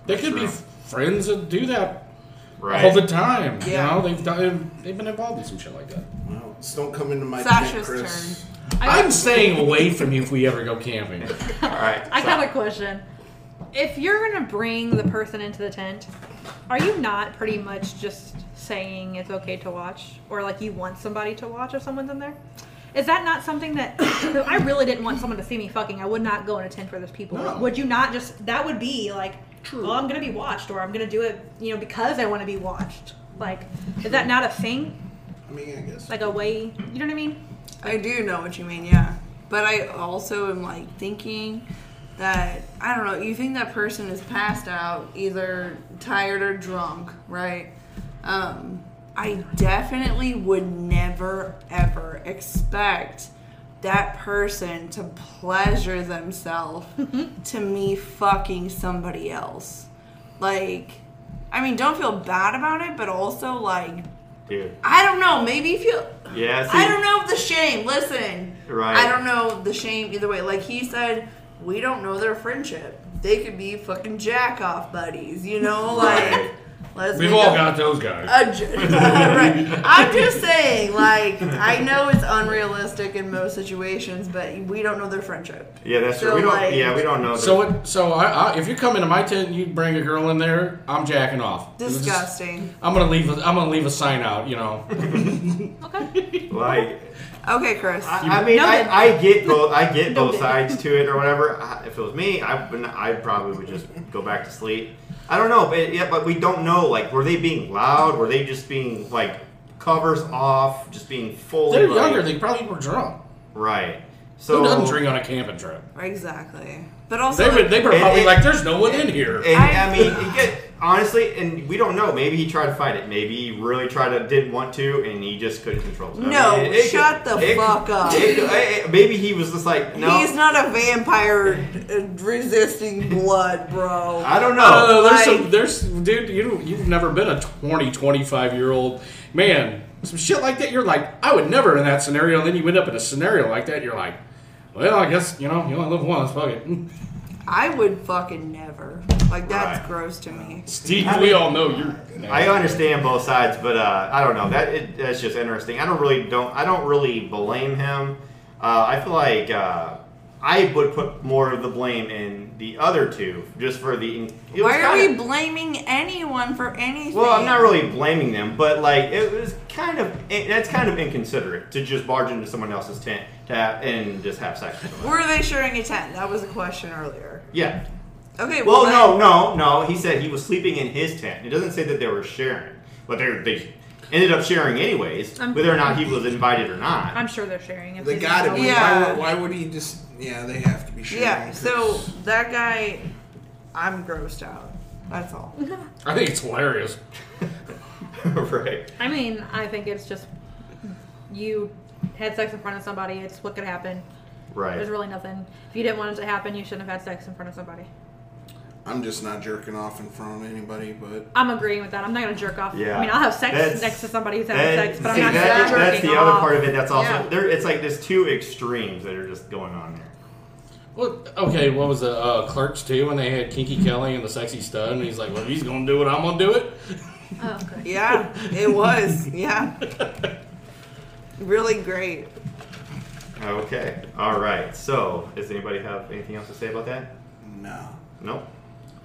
Speaker 10: They could be
Speaker 9: true.
Speaker 10: f- friends that do that
Speaker 9: right.
Speaker 10: all the time.
Speaker 7: Yeah.
Speaker 10: You know, they've done, they've been involved in some shit like that.
Speaker 11: No, just don't come into my tent,
Speaker 7: Sasha's
Speaker 11: Chris.
Speaker 7: turn.
Speaker 4: I-
Speaker 10: I'm staying away from you if we ever go camping.
Speaker 9: All right.
Speaker 4: I
Speaker 9: so-
Speaker 4: got a question. If you're gonna bring the person into the tent, are you not pretty much just saying it's okay to watch, or like you want somebody to watch if someone's in there? Is that not something that if I really didn't want someone to see me fucking? I would not go in a tent where there's people.
Speaker 10: No.
Speaker 4: Would you not just? That would be like, well, I'm gonna be watched, or I'm gonna do it, you know, because I want to be watched. Like, is that not a thing?
Speaker 11: I mean, I guess.
Speaker 4: Like a way, you know what I mean?
Speaker 7: I do know what you mean, yeah. But I also am like thinking that I don't know. You think that person is passed out, either tired or drunk, right? Um, I definitely would never ever expect that person to pleasure themselves to me fucking somebody else. Like, I mean, don't feel bad about it, but also like,
Speaker 9: dude.
Speaker 7: I don't know. Maybe feel.
Speaker 9: Yeah. See,
Speaker 7: I don't know the shame. Listen,
Speaker 9: Right.
Speaker 7: I don't know the shame either way. Like he said, we don't know their friendship. They could be fucking jack off buddies, you know? Like,
Speaker 9: Right.
Speaker 7: let's
Speaker 10: We've
Speaker 7: make
Speaker 10: all
Speaker 7: a-
Speaker 10: got those guys.
Speaker 7: a j- right. I'm just saying, like, I know it's unrealistic in most situations, but we don't know their friendship.
Speaker 9: Yeah, that's
Speaker 7: So,
Speaker 9: true. We don't.
Speaker 7: like-
Speaker 9: yeah, we don't know.
Speaker 10: So
Speaker 9: that-
Speaker 10: it, so I, I, if you come into my tent and you bring a girl in there, I'm jacking off. It was just-
Speaker 7: Disgusting.
Speaker 10: I'm gonna leave. A, I'm gonna leave a sign out. You know.
Speaker 4: Okay.
Speaker 9: like,
Speaker 7: Okay, Chris.
Speaker 9: I, I mean,
Speaker 4: No,
Speaker 9: I,
Speaker 4: then-
Speaker 9: I get both. I get
Speaker 4: No,
Speaker 9: both
Speaker 4: then.
Speaker 9: sides to it or whatever. I, if it was me, I would. not- I probably would just go back to sleep. I don't know, but yeah, but we don't know. Like, were they being loud? Were they just being like covers off? Just being fully.
Speaker 10: They're
Speaker 9: like-
Speaker 10: younger. They probably were drunk.
Speaker 9: right. So
Speaker 10: Who doesn't drink on a camping trip?
Speaker 7: exactly. But also,
Speaker 10: They were. They were
Speaker 9: And-
Speaker 10: probably
Speaker 9: and-
Speaker 10: like, "There's no one in here."
Speaker 9: And I,
Speaker 7: I-
Speaker 9: mean, it get, honestly, and we don't know. Maybe he tried to fight it. Maybe he really tried to didn't want to, and he just couldn't control. himself.
Speaker 7: No,
Speaker 9: I mean, it- it
Speaker 7: shut the
Speaker 9: could- it could-
Speaker 7: fuck up.
Speaker 9: it could- it- maybe he was just like, no,
Speaker 7: he's not a vampire uh, resisting blood, bro.
Speaker 9: I don't know.
Speaker 10: Uh, there's
Speaker 7: like-
Speaker 10: some. There's dude. You you've never been a 20, 25 year old man. Some shit like that. You're like, I would never in that scenario. And then you end up in a scenario like that. You're like, well, I guess you know you only live once. Fuck it.
Speaker 7: I would fucking never. Like that's gross to me.
Speaker 10: Steve, we all know you're.
Speaker 9: I understand both sides, but uh, I don't know. That it, that's just interesting. I don't really don't. I don't really blame him. Uh, I feel like uh, I would put more of the blame in the other two, just for the. it was
Speaker 7: Why are we
Speaker 9: kinda-
Speaker 7: blaming anyone for anything?
Speaker 9: Well, I'm not really blaming them, but like it was kind of it, that's kind of inconsiderate to just barge into someone else's tent to have, and just have sex. With them.
Speaker 7: Were they sharing a tent? That was a question earlier.
Speaker 9: Yeah.
Speaker 7: Okay.
Speaker 9: Well,
Speaker 7: Well, then-
Speaker 9: no, no, no. He said he was sleeping in his tent. It doesn't say that they were sharing, but they they ended up sharing anyways,
Speaker 4: I'm-
Speaker 9: whether or not he was invited or not.
Speaker 4: I'm sure they're sharing it.
Speaker 11: They got it.
Speaker 7: Yeah.
Speaker 11: Why, would, why would he just? Yeah, they have to be sharing.
Speaker 7: Yeah.
Speaker 11: 'cause-
Speaker 7: So that guy, I'm grossed out. That's all.
Speaker 10: I think it's hilarious.
Speaker 9: right.
Speaker 4: I mean, I think it's just you had sex in front of somebody. It's what could happen. There's
Speaker 9: Right.
Speaker 4: really nothing. If you didn't want it to happen, you shouldn't have had sex in front of somebody.
Speaker 11: I'm just not jerking off in front of anybody, but
Speaker 4: I'm agreeing with that. I'm not gonna jerk off.
Speaker 9: Yeah.
Speaker 4: I mean, I'll have sex
Speaker 9: That's-
Speaker 4: next to somebody who's having
Speaker 9: That-
Speaker 4: sex, but
Speaker 9: see,
Speaker 4: I'm not
Speaker 9: that-
Speaker 4: jerking
Speaker 9: that's the
Speaker 4: off.
Speaker 9: other part of it. That's also
Speaker 4: Yeah.
Speaker 9: there. It's like there's two extremes that are just going on there.
Speaker 10: Well, okay, what was the uh, Clerks too? When they had Kinky Kelly and the sexy stud, and he's like, "Well, if he's gonna do it. I'm gonna do it."
Speaker 4: Oh, okay.
Speaker 7: Yeah, it was. Yeah. Really great.
Speaker 9: Okay. All right. So, does anybody have anything else to say about that?
Speaker 11: no.
Speaker 9: Nope.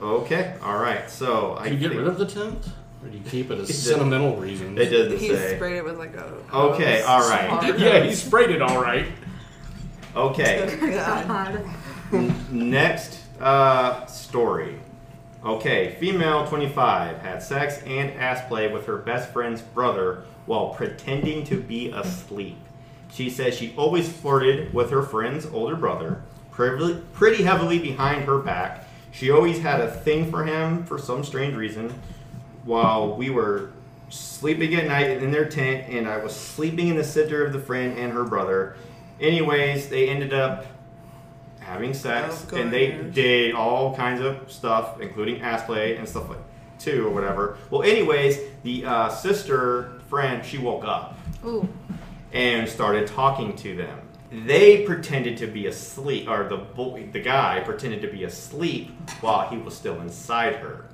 Speaker 9: Okay. All right. So I
Speaker 10: Do you get
Speaker 9: think
Speaker 10: rid of the tent, or do you keep it as
Speaker 9: It did-
Speaker 10: sentimental reasons?
Speaker 9: it doesn't
Speaker 7: He
Speaker 9: say.
Speaker 7: sprayed it with like a.
Speaker 9: Okay, all right.
Speaker 10: Yeah, he sprayed it all right.
Speaker 9: Okay.
Speaker 7: God.
Speaker 9: Next uh, story. Okay, female 25 had sex and ass play with her best friend's brother while pretending to be asleep. She says she always flirted with her friend's older brother, privi- pretty heavily behind her back. She always had a thing for him for some strange reason. While we were sleeping at night in their tent, and I was sleeping in the center of the friend and her brother. Anyways, they ended up having sex,
Speaker 7: Oh,
Speaker 9: and they
Speaker 7: gosh.
Speaker 9: did all kinds of stuff, including ass play and stuff like two or whatever. Well, anyways, the uh, sister friend she woke up
Speaker 4: Ooh.
Speaker 9: and started talking to them. They pretended to be asleep, or the boy, the guy pretended to be asleep while he was still inside her.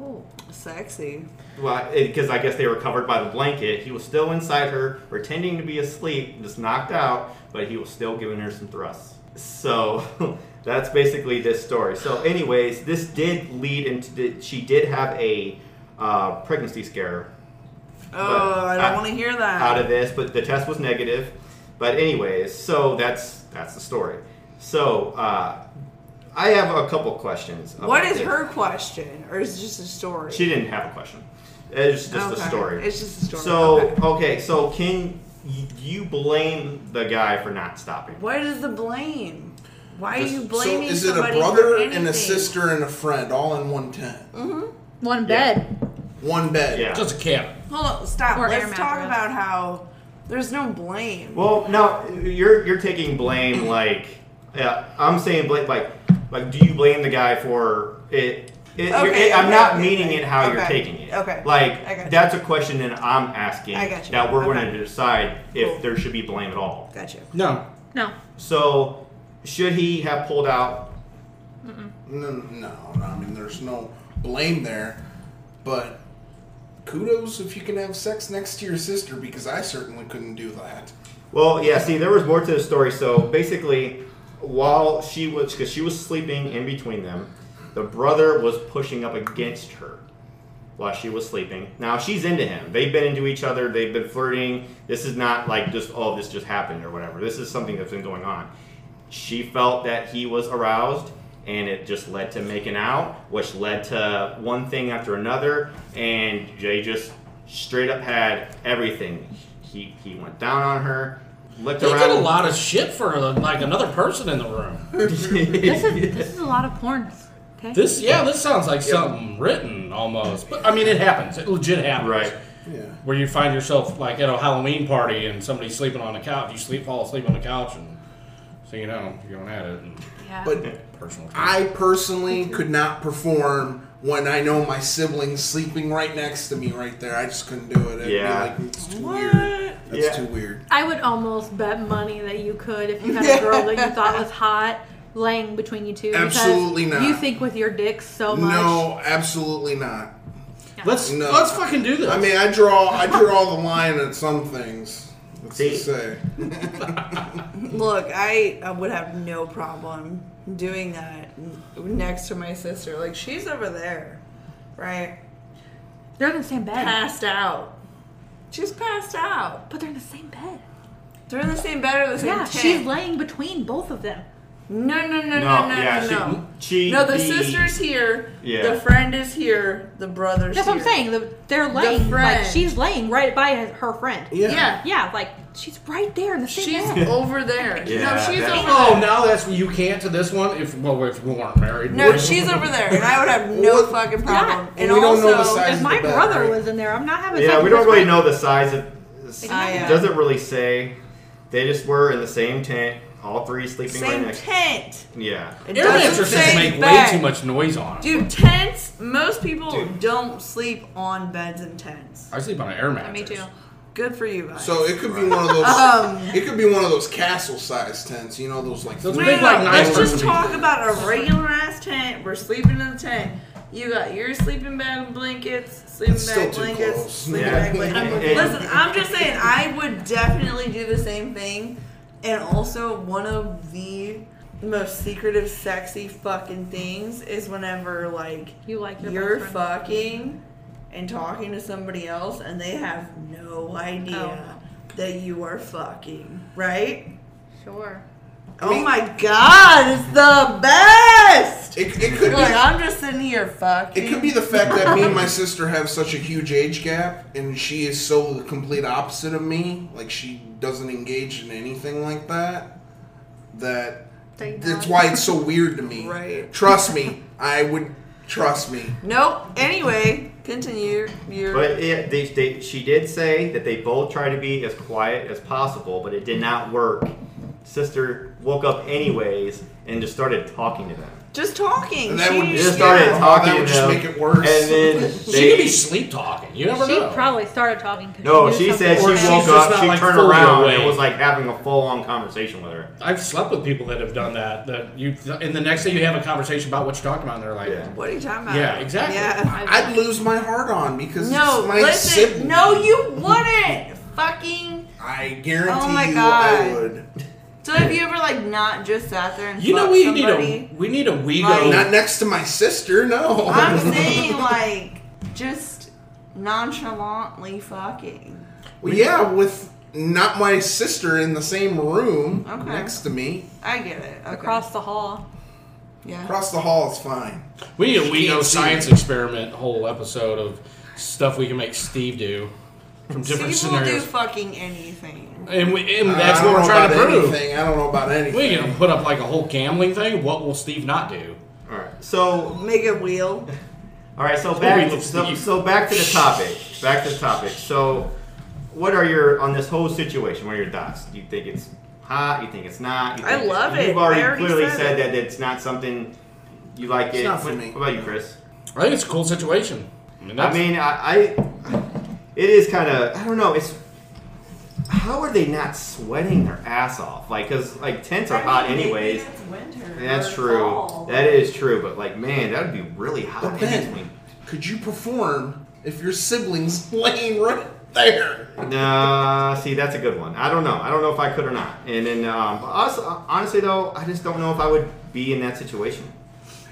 Speaker 4: Ooh.
Speaker 7: Sexy.
Speaker 9: Well, because I guess they were covered by the blanket. He was still inside her, pretending to be asleep, just knocked out, but he was still giving her some thrusts. So that's basically this story. So, anyways, this did lead into the, she did have a uh, pregnancy scare
Speaker 7: Oh, I
Speaker 9: I-
Speaker 7: don't want to hear that.
Speaker 9: out of this, but the test was negative. But anyways, so that's that's the story. So uh, I have a couple questions. about
Speaker 7: What is
Speaker 9: this.
Speaker 7: her question, or is it just a story?
Speaker 9: She didn't have a question. It's just
Speaker 7: Okay.
Speaker 9: a story.
Speaker 7: It's just a story.
Speaker 9: So
Speaker 7: Okay.
Speaker 9: okay. so can y- you blame the guy for not stopping?
Speaker 7: What is the blame? Why are you
Speaker 11: Just-
Speaker 7: blaming
Speaker 11: so is it a
Speaker 7: somebody
Speaker 11: brother
Speaker 7: for
Speaker 11: and
Speaker 7: anything? Mm-hmm.
Speaker 11: a sister and a friend all in one tent,
Speaker 4: One
Speaker 9: Yeah.
Speaker 4: bed.
Speaker 11: one bed?
Speaker 9: Yeah.
Speaker 10: Just a cap.
Speaker 7: Hold on, stop.
Speaker 4: Or air
Speaker 7: Let's talk
Speaker 4: mattress.
Speaker 7: about how there's no blame.
Speaker 9: Well, no, you're you're taking blame like yeah, I'm saying blame like like do you blame the guy for it? it, you're-
Speaker 7: Okay,
Speaker 9: it- I'm
Speaker 7: okay,
Speaker 9: not
Speaker 7: okay,
Speaker 9: meaning
Speaker 7: okay.
Speaker 9: it how you're
Speaker 7: Okay,
Speaker 9: taking it.
Speaker 7: okay.
Speaker 9: Like
Speaker 7: I got you.
Speaker 9: that's a question that I'm asking
Speaker 7: I got you.
Speaker 9: that we're going
Speaker 7: Okay.
Speaker 9: to decide if
Speaker 7: Cool.
Speaker 9: there should be blame at all.
Speaker 7: Gotcha.
Speaker 10: No,
Speaker 4: No.
Speaker 9: So should he have pulled out?
Speaker 11: No, no, no, I mean, there's no blame there, but kudos if you can have sex next to your sister because I certainly couldn't do that.
Speaker 9: Well, yeah. See, there was more to the story. So basically, while she was because she was sleeping in between them, the brother was pushing up against her while she was sleeping. Now she's into him. They've been into each other. They've been flirting. This is not like just oh this just happened or whatever. This is something that's been going on. She felt that he was aroused. And it just led to making out, which led to one thing after another, and Jay just straight up had everything. He he went down on her, looked
Speaker 10: they
Speaker 9: around.
Speaker 10: get a lot of shit for like another person in the room.
Speaker 4: This is this is a lot of porns. Okay.
Speaker 10: This, yeah, this sounds like something written almost. But I mean, it happens. It legit happens.
Speaker 9: Right.
Speaker 11: Yeah.
Speaker 10: Where you find yourself like at a Halloween party and somebody's sleeping on the couch. You sleep, fall asleep on the couch, and so you know you're going at it. And
Speaker 4: yeah.
Speaker 11: But
Speaker 10: personal.
Speaker 11: I personally could not perform when I know my sibling's sleeping right next to me right there. I just couldn't do it. It'd be
Speaker 9: Yeah.
Speaker 11: like, it's too
Speaker 7: What?
Speaker 11: weird. That's
Speaker 9: Yeah.
Speaker 11: too weird.
Speaker 4: I would almost bet money that you could if you had a girl that you thought was hot laying between you two. because
Speaker 11: Absolutely not.
Speaker 4: You think with your dick so much.
Speaker 11: No, absolutely not.
Speaker 10: Let's let's fucking do this.
Speaker 11: I mean, I draw I draw the line at some things. Let's just say.
Speaker 7: Look, I, I would have no problem doing that n- next to my sister. Like she's over there, right?
Speaker 4: They're in the same bed.
Speaker 7: Passed out. She's passed out.
Speaker 4: But they're in the same bed.
Speaker 7: They're in the same bed or the same
Speaker 4: yeah,
Speaker 7: tent.
Speaker 4: she's laying between both of them.
Speaker 7: No, no, no, no, no,
Speaker 9: No,
Speaker 7: no,
Speaker 9: yeah, she-
Speaker 7: no.
Speaker 9: she-
Speaker 7: no, the
Speaker 9: the-
Speaker 7: sister's here.
Speaker 9: Yeah.
Speaker 7: The friend is here. The brother's
Speaker 4: That's
Speaker 7: here.
Speaker 4: what I'm saying. The, they're laying. like
Speaker 7: friend.
Speaker 4: she's laying right by his- her friend.
Speaker 11: Yeah.
Speaker 7: Yeah.
Speaker 4: Yeah, like she's right there in the same
Speaker 7: She's
Speaker 4: bed.
Speaker 7: over there. no,
Speaker 10: Yeah,
Speaker 7: she's
Speaker 10: that-
Speaker 7: over
Speaker 10: Oh,
Speaker 7: there.
Speaker 10: now that's you can't to this one if well if we weren't married.
Speaker 7: No, she's over there, and I would have no fucking problem.
Speaker 4: Yeah.
Speaker 7: And
Speaker 11: We don't
Speaker 7: also,
Speaker 11: know the size
Speaker 4: If
Speaker 11: of
Speaker 4: my
Speaker 11: the bed,
Speaker 4: brother
Speaker 11: right?
Speaker 4: was in there, I'm not having. sex
Speaker 9: Yeah, we
Speaker 4: with
Speaker 9: don't
Speaker 4: his
Speaker 9: really
Speaker 4: friend.
Speaker 9: know the size of.
Speaker 7: yeah.
Speaker 9: It doesn't really say. They just were in the same tent, all three sleeping right
Speaker 7: same
Speaker 9: next.
Speaker 7: tent.
Speaker 9: Yeah.
Speaker 7: It
Speaker 10: Air
Speaker 7: doesn't
Speaker 10: mattresses
Speaker 7: say
Speaker 10: make
Speaker 7: bed.
Speaker 10: way too much noise on. 'em.
Speaker 7: Dude, tents. Most people
Speaker 11: Dude.
Speaker 7: don't sleep on beds and tents.
Speaker 10: I sleep on an air mattress.
Speaker 4: Me too.
Speaker 7: Good for you guys.
Speaker 11: So it could be one of those.
Speaker 7: Um.
Speaker 11: it could be one of those castle-sized tents. You know those like.
Speaker 10: Those
Speaker 7: no,
Speaker 10: big,
Speaker 7: no,
Speaker 10: like,
Speaker 7: no,
Speaker 10: nice
Speaker 7: let's just
Speaker 10: ones.
Speaker 7: talk about a regular ass tent. We're sleeping in the tent. You got your sleeping bag and blankets, sleeping
Speaker 11: It's still
Speaker 7: bag
Speaker 11: too
Speaker 7: blankets,
Speaker 11: close.
Speaker 7: sleeping
Speaker 9: Yeah.
Speaker 7: bag blankets.
Speaker 9: And-
Speaker 7: Listen, I'm just saying, I would definitely do the same thing. And also, one of the most secretive, sexy fucking things is whenever like
Speaker 4: You like your
Speaker 7: you're
Speaker 4: best friend.
Speaker 7: fucking and talking to somebody else, and they have no idea
Speaker 4: Oh.
Speaker 7: that you are fucking, right?
Speaker 4: Sure.
Speaker 7: Oh my god, it's the best!
Speaker 11: It, it could
Speaker 7: You're like,
Speaker 11: be.
Speaker 7: I'm just sitting here fucking.
Speaker 11: It could be the fact that me and my sister have such a huge age gap, and she is so the complete opposite of me. Like she doesn't engage in anything like that. That
Speaker 4: They
Speaker 11: that's
Speaker 4: know.
Speaker 11: why it's so weird to me.
Speaker 7: Right.
Speaker 11: Trust me, I would trust me.
Speaker 7: Nope. Anyway, continue. You're.
Speaker 9: But it, they, they, she did say that they both tried to be as quiet as possible, but it did not work. Sister woke up anyways and just started talking to them.
Speaker 7: just talking.
Speaker 11: And that would
Speaker 9: They
Speaker 7: She-
Speaker 9: just started
Speaker 11: Yeah.
Speaker 9: talking
Speaker 11: That would
Speaker 9: to
Speaker 11: just
Speaker 9: them,
Speaker 11: make it worse.
Speaker 9: And then they,
Speaker 10: She could be sleep talking. You never
Speaker 4: She
Speaker 10: know.
Speaker 4: probably started talking. 'cause
Speaker 9: no,
Speaker 4: knew
Speaker 9: she
Speaker 4: something
Speaker 9: said she
Speaker 10: Or
Speaker 4: was
Speaker 10: she's
Speaker 9: woke
Speaker 4: wrong.
Speaker 10: just
Speaker 9: up,
Speaker 10: not,
Speaker 9: she
Speaker 10: like,
Speaker 9: turned
Speaker 10: fully
Speaker 9: around, and
Speaker 10: awake.
Speaker 9: it was like having a full-on conversation with her.
Speaker 10: I've slept with people that have done that. That you and the next day you have a conversation about what you're talking about, and they're like,
Speaker 9: Yeah.
Speaker 7: What are you talking about?
Speaker 10: Yeah, exactly.
Speaker 7: Yeah.
Speaker 11: I'd lose my heart on because
Speaker 7: No,
Speaker 11: it's my
Speaker 7: listen.
Speaker 11: sibling.
Speaker 7: No, you wouldn't. fucking.
Speaker 11: I guarantee
Speaker 7: Oh my
Speaker 11: you,
Speaker 7: God.
Speaker 11: I would.
Speaker 7: So have you ever like not just sat there and
Speaker 10: "You know,
Speaker 7: fucked
Speaker 10: we
Speaker 7: somebody?
Speaker 10: need a we need a we
Speaker 7: Like-
Speaker 10: go."
Speaker 11: Not next to my sister. No.
Speaker 7: I'm saying like just nonchalantly fucking.
Speaker 11: Well, yeah, with not my sister in the same room
Speaker 7: Okay.
Speaker 11: next to me.
Speaker 7: I get it. Okay.
Speaker 4: across the hall.
Speaker 7: Yeah.
Speaker 11: Across the hall is fine.
Speaker 10: We need a we go
Speaker 11: can't see.
Speaker 10: science experiment whole episode of stuff we can make Steve do from different
Speaker 7: Steve will do
Speaker 10: scenarios,
Speaker 7: fucking anything.
Speaker 10: and, we, and
Speaker 11: Uh,
Speaker 10: that's
Speaker 11: I don't
Speaker 10: what we're
Speaker 11: know
Speaker 10: trying to
Speaker 11: about
Speaker 10: prove.
Speaker 11: Anything. I don't know about anything.
Speaker 10: We can put up like a whole gambling thing. What will Steve not do?
Speaker 9: All right, so
Speaker 7: Make a wheel.
Speaker 9: All right, so
Speaker 10: we
Speaker 9: back
Speaker 10: can
Speaker 9: so,
Speaker 10: see.
Speaker 9: so back to the topic. Back to the topic. So, what are your on this whole situation? What are your thoughts? Do you think it's hot? You think it's not? You
Speaker 7: I
Speaker 9: think
Speaker 7: love it.
Speaker 9: You've
Speaker 7: I
Speaker 9: already,
Speaker 7: already
Speaker 9: clearly
Speaker 7: said
Speaker 9: said, that it's not something you like.
Speaker 11: It's
Speaker 9: it.
Speaker 11: not for
Speaker 9: what,
Speaker 11: me.
Speaker 9: what about you, Chris?
Speaker 10: I think it's a cool situation. I mean, that's,
Speaker 9: I mean, I, I it is kind of I don't know. It's how are they not sweating their ass off? Like, cause like tents are hot anyways. That's true. That is true. But like, man, that would be really hot.
Speaker 11: But then, could you perform if your sibling's laying right there?
Speaker 9: Nah, see, that's a good one. I don't know. I don't know if I could or not. And then, um, us, honestly though, I just don't know if I would be in that situation.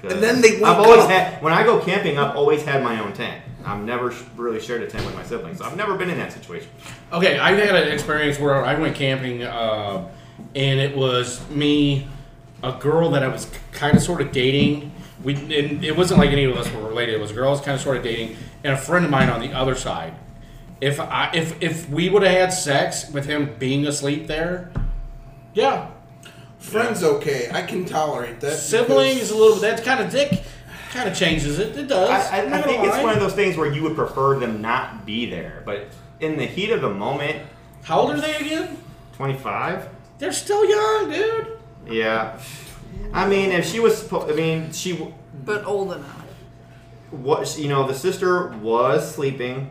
Speaker 9: 'Cause
Speaker 11: And then they wake
Speaker 9: I've always
Speaker 11: up.
Speaker 9: had when I go camping. I've always had my own tent. I've never sh- really shared a tent with my siblings. So I've never been in that situation.
Speaker 10: Okay, I had an experience where I went camping, uh, and it was me, a girl that I was kind of sort of dating. We and it wasn't like any of us were related. It was a girl I was kind of sort of dating, and a friend of mine on the other side. If I if if we would have had sex with him being asleep there, yeah,
Speaker 11: Friends, okay, I can tolerate that.
Speaker 10: siblings
Speaker 11: because-
Speaker 10: a little bit. That kind of dick kind of changes it. It does.
Speaker 9: I,
Speaker 10: I'm
Speaker 9: I, I
Speaker 10: not
Speaker 9: think
Speaker 10: gonna
Speaker 9: it's
Speaker 10: lie.
Speaker 9: one of those things where you would prefer them not be there, but in the heat of the moment,
Speaker 10: How old are they again?
Speaker 9: twenty five.
Speaker 10: They're still young, dude.
Speaker 9: Yeah, I mean, if she was, suppo- I mean, she w-
Speaker 7: But old enough.
Speaker 9: was you know the sister was sleeping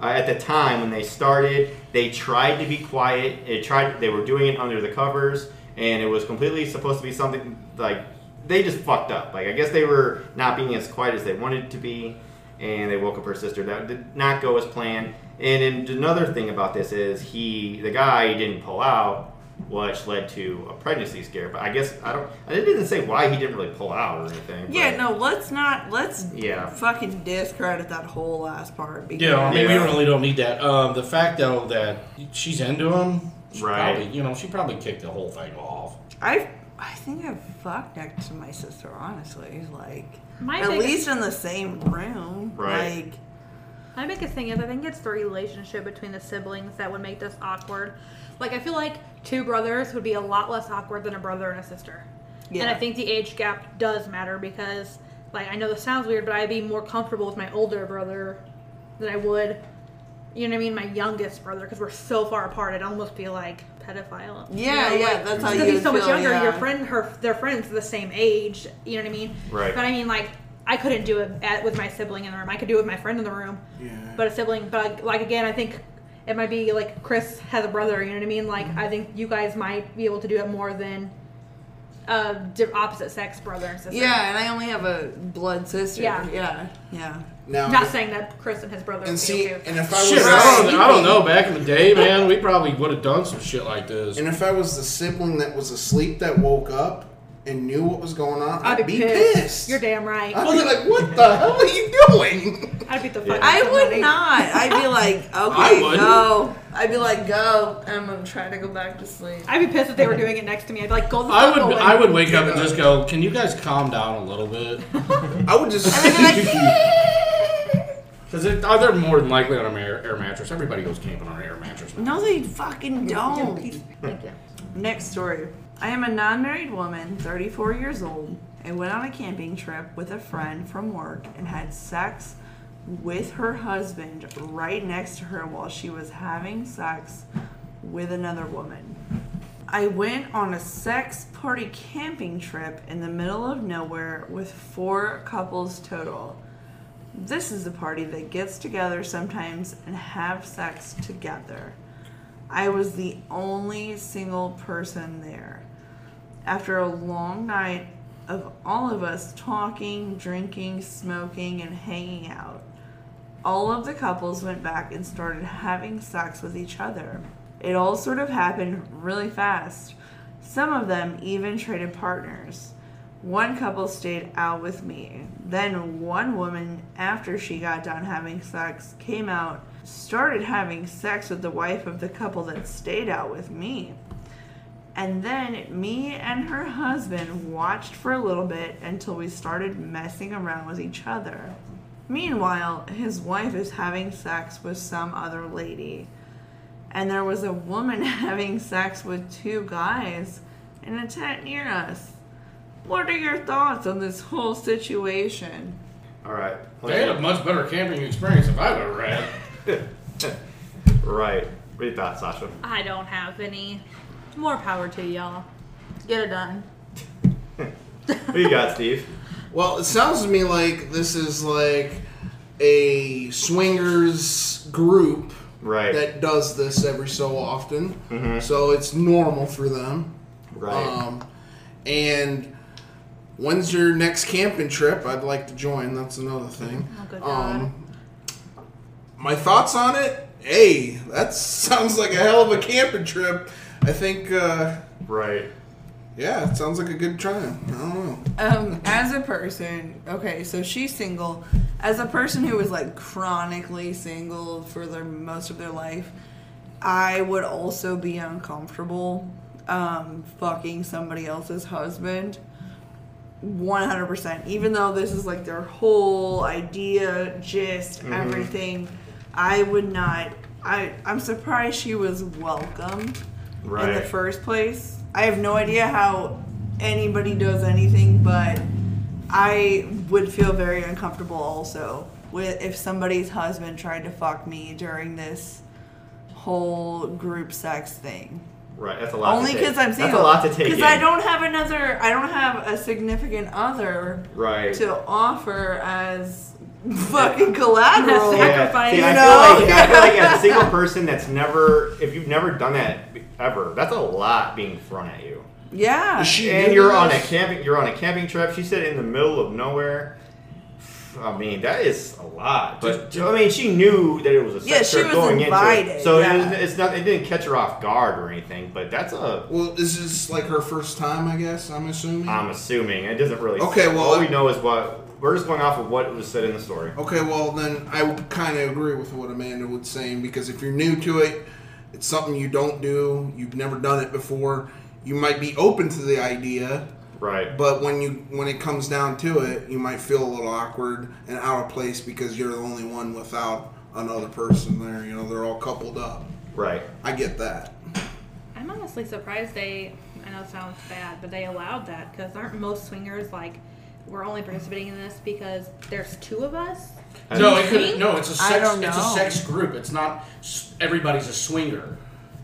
Speaker 9: uh, at the time when they started they tried to be quiet it tried they were doing it under the covers and it was completely supposed to be something like they just fucked up. Like I guess they were not being as quiet as they wanted to be, and they woke up her sister. That did not go as planned. And then another thing about this is he, the guy, didn't pull out, which led to a pregnancy scare. But I guess I don't. It didn't say why he didn't really pull out or anything. but-
Speaker 7: Yeah, no, let's not let's
Speaker 9: Yeah.
Speaker 7: fucking discredit that whole last part because
Speaker 10: Yeah, I mean, we really don't need that. Um, the fact though that she's into him, she
Speaker 9: Right.
Speaker 10: Probably, you know, she probably kicked the whole thing off.
Speaker 7: I I think I fucked next to my sister, honestly. Like
Speaker 4: My
Speaker 7: at
Speaker 4: biggest-
Speaker 7: least in the same room.
Speaker 9: Right.
Speaker 7: Like
Speaker 4: My biggest thing is I think it's the relationship between the siblings that would make this awkward. Like I feel like two brothers would be a lot less awkward than a brother and a sister. And I
Speaker 7: Yeah.
Speaker 4: think the age gap does matter because like I know this sounds weird, but I'd be more comfortable with my older brother than I would you know what I mean, my youngest brother because we're so far apart. I'd almost be like pedophile.
Speaker 7: Yeah,
Speaker 4: You know,
Speaker 7: yeah,
Speaker 4: like,
Speaker 7: that's how
Speaker 4: because
Speaker 7: Oh, you
Speaker 4: he's so
Speaker 7: would
Speaker 4: much
Speaker 7: feel,
Speaker 4: younger.
Speaker 7: yeah.
Speaker 4: Your friend, her, their friends the same age. You know what I mean?
Speaker 9: Right.
Speaker 4: But I mean, like, I couldn't do it at, with my sibling in the room. I could do it with my friend in the room.
Speaker 11: Yeah.
Speaker 4: But a sibling, but like, like, again, I think it might be like Chris has a brother. You know what I mean? Like, I think you guys might be able to do it more than uh, di- opposite sex brother and sister.
Speaker 7: Yeah, and I only have a blood sister.
Speaker 4: Yeah.
Speaker 7: Yeah. Yeah.
Speaker 11: Now,
Speaker 4: Not saying that Chris and his brother.
Speaker 11: and
Speaker 4: would
Speaker 11: see,
Speaker 4: be okay.
Speaker 11: and if I was
Speaker 10: Shit, I don't, I don't
Speaker 11: sleeping-
Speaker 10: know. Back in the day, man, we probably would have done some shit like this.
Speaker 11: And if I was the sibling that was asleep that woke up and knew what was going on,
Speaker 4: I'd be pissed. You're damn right.
Speaker 11: I'd be like, what the hell are you doing?
Speaker 4: I'd beat the fuck.
Speaker 7: I would not. I'd be like, okay,
Speaker 11: would.
Speaker 7: go. I'd be like, go. and I'm gonna try to go back to sleep.
Speaker 4: I'd be pissed if they were doing it next to me. I'd be like, go. The
Speaker 10: I
Speaker 4: fuck
Speaker 10: would
Speaker 4: away.
Speaker 10: I would wake up and just go, "Can you guys calm down a little bit?"
Speaker 11: I would just.
Speaker 7: And I'd be like,
Speaker 10: Because uh, they're more than likely on an air, air mattress. Everybody goes camping on an air mattress.
Speaker 7: No, they fucking don't.
Speaker 4: Thank you.
Speaker 7: Next story. I am a non married woman, 34 years old. I went on a camping trip with a friend from work and had sex with her husband right next to her while she was having sex with another woman. I went on a sex party camping trip in the middle of nowhere with four couples total. This is a party that gets together sometimes and have sex together. I was the only single person there. After a long night of all of us talking, drinking, smoking, and hanging out, all of the couples went back and started having sex with each other. It all sort of happened really fast. Some of them even traded partners. One couple stayed out with me. Then one woman, after she got done having sex, came out, started having sex with the wife of the couple that stayed out with me. And then me and her husband watched for a little bit until we started messing around with each other. Meanwhile, his wife is having sex with some other lady. And there was a woman having sex with two guys in a tent near us. What are your thoughts on this whole situation?
Speaker 9: All right.
Speaker 10: They had a much better camping experience if I would have read.
Speaker 9: right. What do you thought, Sasha?
Speaker 4: I don't have any. More power to y'all. Get it done.
Speaker 9: What you got, Steve?
Speaker 11: Well, it sounds to me like this is like a swingers group
Speaker 9: Right. Mm-hmm.
Speaker 11: that does this every so often. So it's normal for them.
Speaker 9: Right.
Speaker 11: Um, and when's your next camping trip? I'd like to join. That's another thing.
Speaker 4: Oh, good
Speaker 11: um, my thoughts on it? Hey, that sounds like a hell of a camping trip. I think, uh,
Speaker 9: right.
Speaker 11: yeah, it sounds like a good time. I don't know.
Speaker 7: Um, as a person, okay, so she's single. As a person who was like chronically single for their most of their life, I would also be uncomfortable um, fucking somebody else's husband. 100%. Even though this is like their whole idea, gist, everything, I would not. I, I'm surprised she was welcomed in the
Speaker 9: Right.
Speaker 7: first place. I have no idea how anybody does anything, but I would feel very uncomfortable also with if somebody's husband tried to fuck me during this whole group sex thing.
Speaker 9: Right. That's a lot.
Speaker 7: Only
Speaker 9: to
Speaker 7: because
Speaker 9: take.
Speaker 7: I'm single.
Speaker 9: That's a lot to take.
Speaker 7: Because I
Speaker 9: in.
Speaker 7: don't have another. I don't have a significant other
Speaker 9: Right.
Speaker 7: to offer as fucking collateral.
Speaker 9: Yeah.
Speaker 4: Sacrifice.
Speaker 9: See, I,
Speaker 7: No.
Speaker 9: feel like, I feel like as a single person that's never, if you've never done that ever, that's a lot being thrown at you.
Speaker 7: Yeah.
Speaker 11: Is she
Speaker 9: and
Speaker 11: new
Speaker 9: you're
Speaker 11: to
Speaker 9: on a
Speaker 11: this?
Speaker 9: camping. You're on a camping trip. She said in the middle of nowhere. I mean, that is a lot. But I mean, she knew that it was a sex
Speaker 7: Yeah, she
Speaker 9: trip
Speaker 7: was
Speaker 9: going into
Speaker 7: invited,
Speaker 9: it, so
Speaker 7: yeah.
Speaker 9: it, was, it's not. It didn't catch her off guard or anything. But that's a.
Speaker 11: Well, this is like her first time, I guess. I'm assuming.
Speaker 9: I'm assuming it doesn't really.
Speaker 11: Okay, well,
Speaker 9: all we
Speaker 11: I-
Speaker 9: know is what we're just going off of what was said in the story.
Speaker 11: Okay, well then I would kind of agree with what Amanda was saying because if you're new to it, it's something you don't do, you've never done it before. You might be open to the idea,
Speaker 9: Right.
Speaker 11: but when you when it comes down to it, you might feel a little awkward and out of place because you're the only one without another person there. You know, they're all coupled up.
Speaker 9: Right.
Speaker 11: I get that.
Speaker 4: I'm honestly surprised they. I know it sounds bad, but they allowed that because aren't most swingers like we're only participating in this because there's two of us?
Speaker 10: No, it could no. It's a
Speaker 7: I
Speaker 10: sex.
Speaker 7: don't
Speaker 10: It's a
Speaker 7: know.
Speaker 10: sex group. It's not s- everybody's a swinger.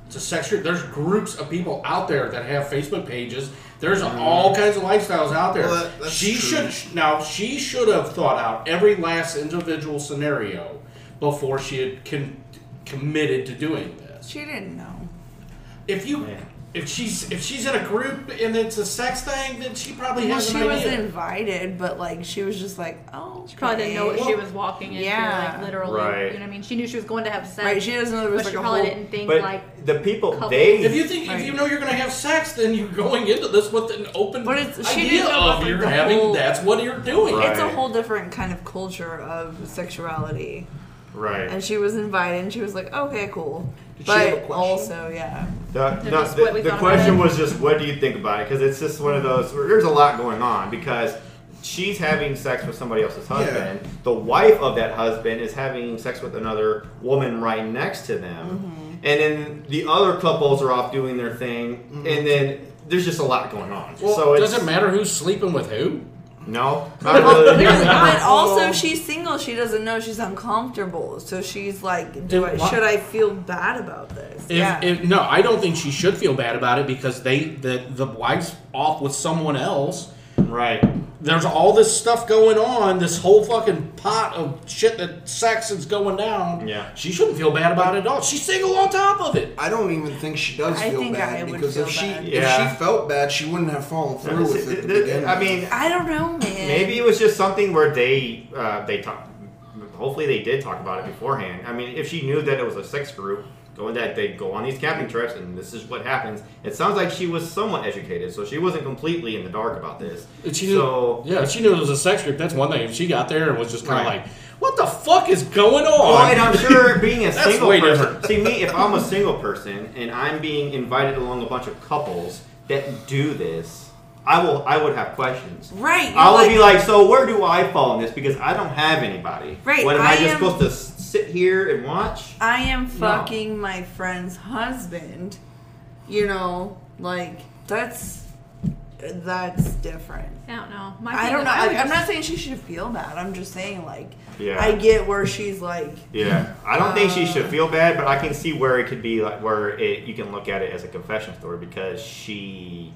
Speaker 10: It's a sex group. There's groups of people out there that have Facebook pages. There's all kinds of lifestyles out there.
Speaker 11: Mm. Well, that- that's
Speaker 10: she
Speaker 11: true.
Speaker 10: should now. She should have thought out every last individual scenario before she had con- committed to doing this.
Speaker 7: She didn't know.
Speaker 10: If you. If she's if she's in a group and it's a sex thing, then she probably
Speaker 7: Well,
Speaker 10: has
Speaker 7: she
Speaker 10: an
Speaker 7: was
Speaker 10: idea.
Speaker 7: invited, but like she was just like, oh,
Speaker 4: She probably didn't know what
Speaker 7: okay.
Speaker 4: she was walking into,
Speaker 7: Yeah.
Speaker 4: like literally.
Speaker 9: Right.
Speaker 4: You know what I mean? She knew she was going to have sex.
Speaker 7: Right, she doesn't know there was,
Speaker 4: but she
Speaker 7: like, a
Speaker 4: probably
Speaker 7: whole-
Speaker 4: didn't think
Speaker 9: But
Speaker 4: like
Speaker 9: the people
Speaker 4: couple-
Speaker 9: they
Speaker 10: If you think
Speaker 7: Right.
Speaker 10: if you know you're gonna have sex, then you're going into this with an open
Speaker 7: But it's- she
Speaker 10: idea
Speaker 7: didn't know
Speaker 10: of
Speaker 7: about
Speaker 10: you're
Speaker 7: the
Speaker 10: having
Speaker 7: whole-
Speaker 10: that's what you're doing.
Speaker 9: Right.
Speaker 7: It's a whole different kind of culture of sexuality.
Speaker 9: right.
Speaker 7: And she was invited, and she was like, okay, cool.
Speaker 11: Did she have a
Speaker 7: But
Speaker 11: question?
Speaker 7: also, yeah.
Speaker 9: The, no,
Speaker 4: just what
Speaker 9: the,
Speaker 4: we
Speaker 9: the
Speaker 4: thought about
Speaker 9: question
Speaker 4: it.
Speaker 9: was just what do you think about it? Because it's just one of those. There's a lot going on because she's having sex with somebody else's husband. The wife of that husband is having sex with another woman right next to them,
Speaker 4: Mm-hmm.
Speaker 9: and then the other couples are off doing their thing,
Speaker 11: Mm-hmm.
Speaker 9: and then there's just a lot going on.
Speaker 10: Well,
Speaker 9: so it's,
Speaker 10: does it matter who's sleeping with who?
Speaker 9: No, not really.
Speaker 7: But also, she's single. She doesn't know she's uncomfortable. So she's like, do I,
Speaker 10: Why-
Speaker 7: should I feel bad about this?
Speaker 10: If,
Speaker 7: yeah.
Speaker 10: if, no, I don't think she should feel bad about it because they the the wife's off with someone else.
Speaker 9: right.
Speaker 10: There's all this stuff going on. This whole fucking pot of shit that sex is going down.
Speaker 9: Yeah.
Speaker 10: she shouldn't feel bad about it at all. She's single on top of it.
Speaker 11: I don't even think she does
Speaker 7: I
Speaker 11: feel
Speaker 7: think I
Speaker 11: bad
Speaker 7: would
Speaker 11: because if
Speaker 7: feel
Speaker 11: she
Speaker 7: bad.
Speaker 11: if
Speaker 9: Yeah.
Speaker 11: she felt bad, she wouldn't have followed through with it. at the beginning.
Speaker 9: I mean,
Speaker 7: I don't know, man.
Speaker 9: Maybe it was just something where they uh, they talked. Hopefully, they did talk about it beforehand. I mean, if she knew that it was a sex group, going that they go on these camping trips and this is what happens. It sounds like she was somewhat educated, so she wasn't completely in the dark about this.
Speaker 10: If she knew,
Speaker 9: so
Speaker 10: yeah, if she knew it was a sex group, that's one thing. If she got there and was just kind of
Speaker 9: Right.
Speaker 10: like, "What the fuck is going on?"
Speaker 9: Well, Oh, and I'm sure being a
Speaker 10: That's
Speaker 9: single
Speaker 10: way
Speaker 9: person.
Speaker 10: different.
Speaker 9: See, me, if I'm a single person and I'm being invited along a bunch of couples that do this, I will. I would have questions.
Speaker 7: Right.
Speaker 9: I
Speaker 7: you're
Speaker 9: would be like, so where do I fall in this? Because I don't have anybody.
Speaker 7: Right,
Speaker 9: What am I,
Speaker 7: I
Speaker 9: just
Speaker 7: am-
Speaker 9: supposed to s- sit here and watch?
Speaker 7: I am fucking my friend's husband. You know, like that's that's different.
Speaker 4: I don't know. My
Speaker 7: I
Speaker 4: thing
Speaker 7: don't
Speaker 4: is,
Speaker 7: know.
Speaker 4: would
Speaker 7: Like, I'm
Speaker 4: just-
Speaker 7: not saying she should feel bad. I'm just saying like
Speaker 9: Yeah.
Speaker 7: I get where she's like
Speaker 9: Yeah, I don't think she should feel bad, but I can see where it could be like where it you can look at it as a confession story because she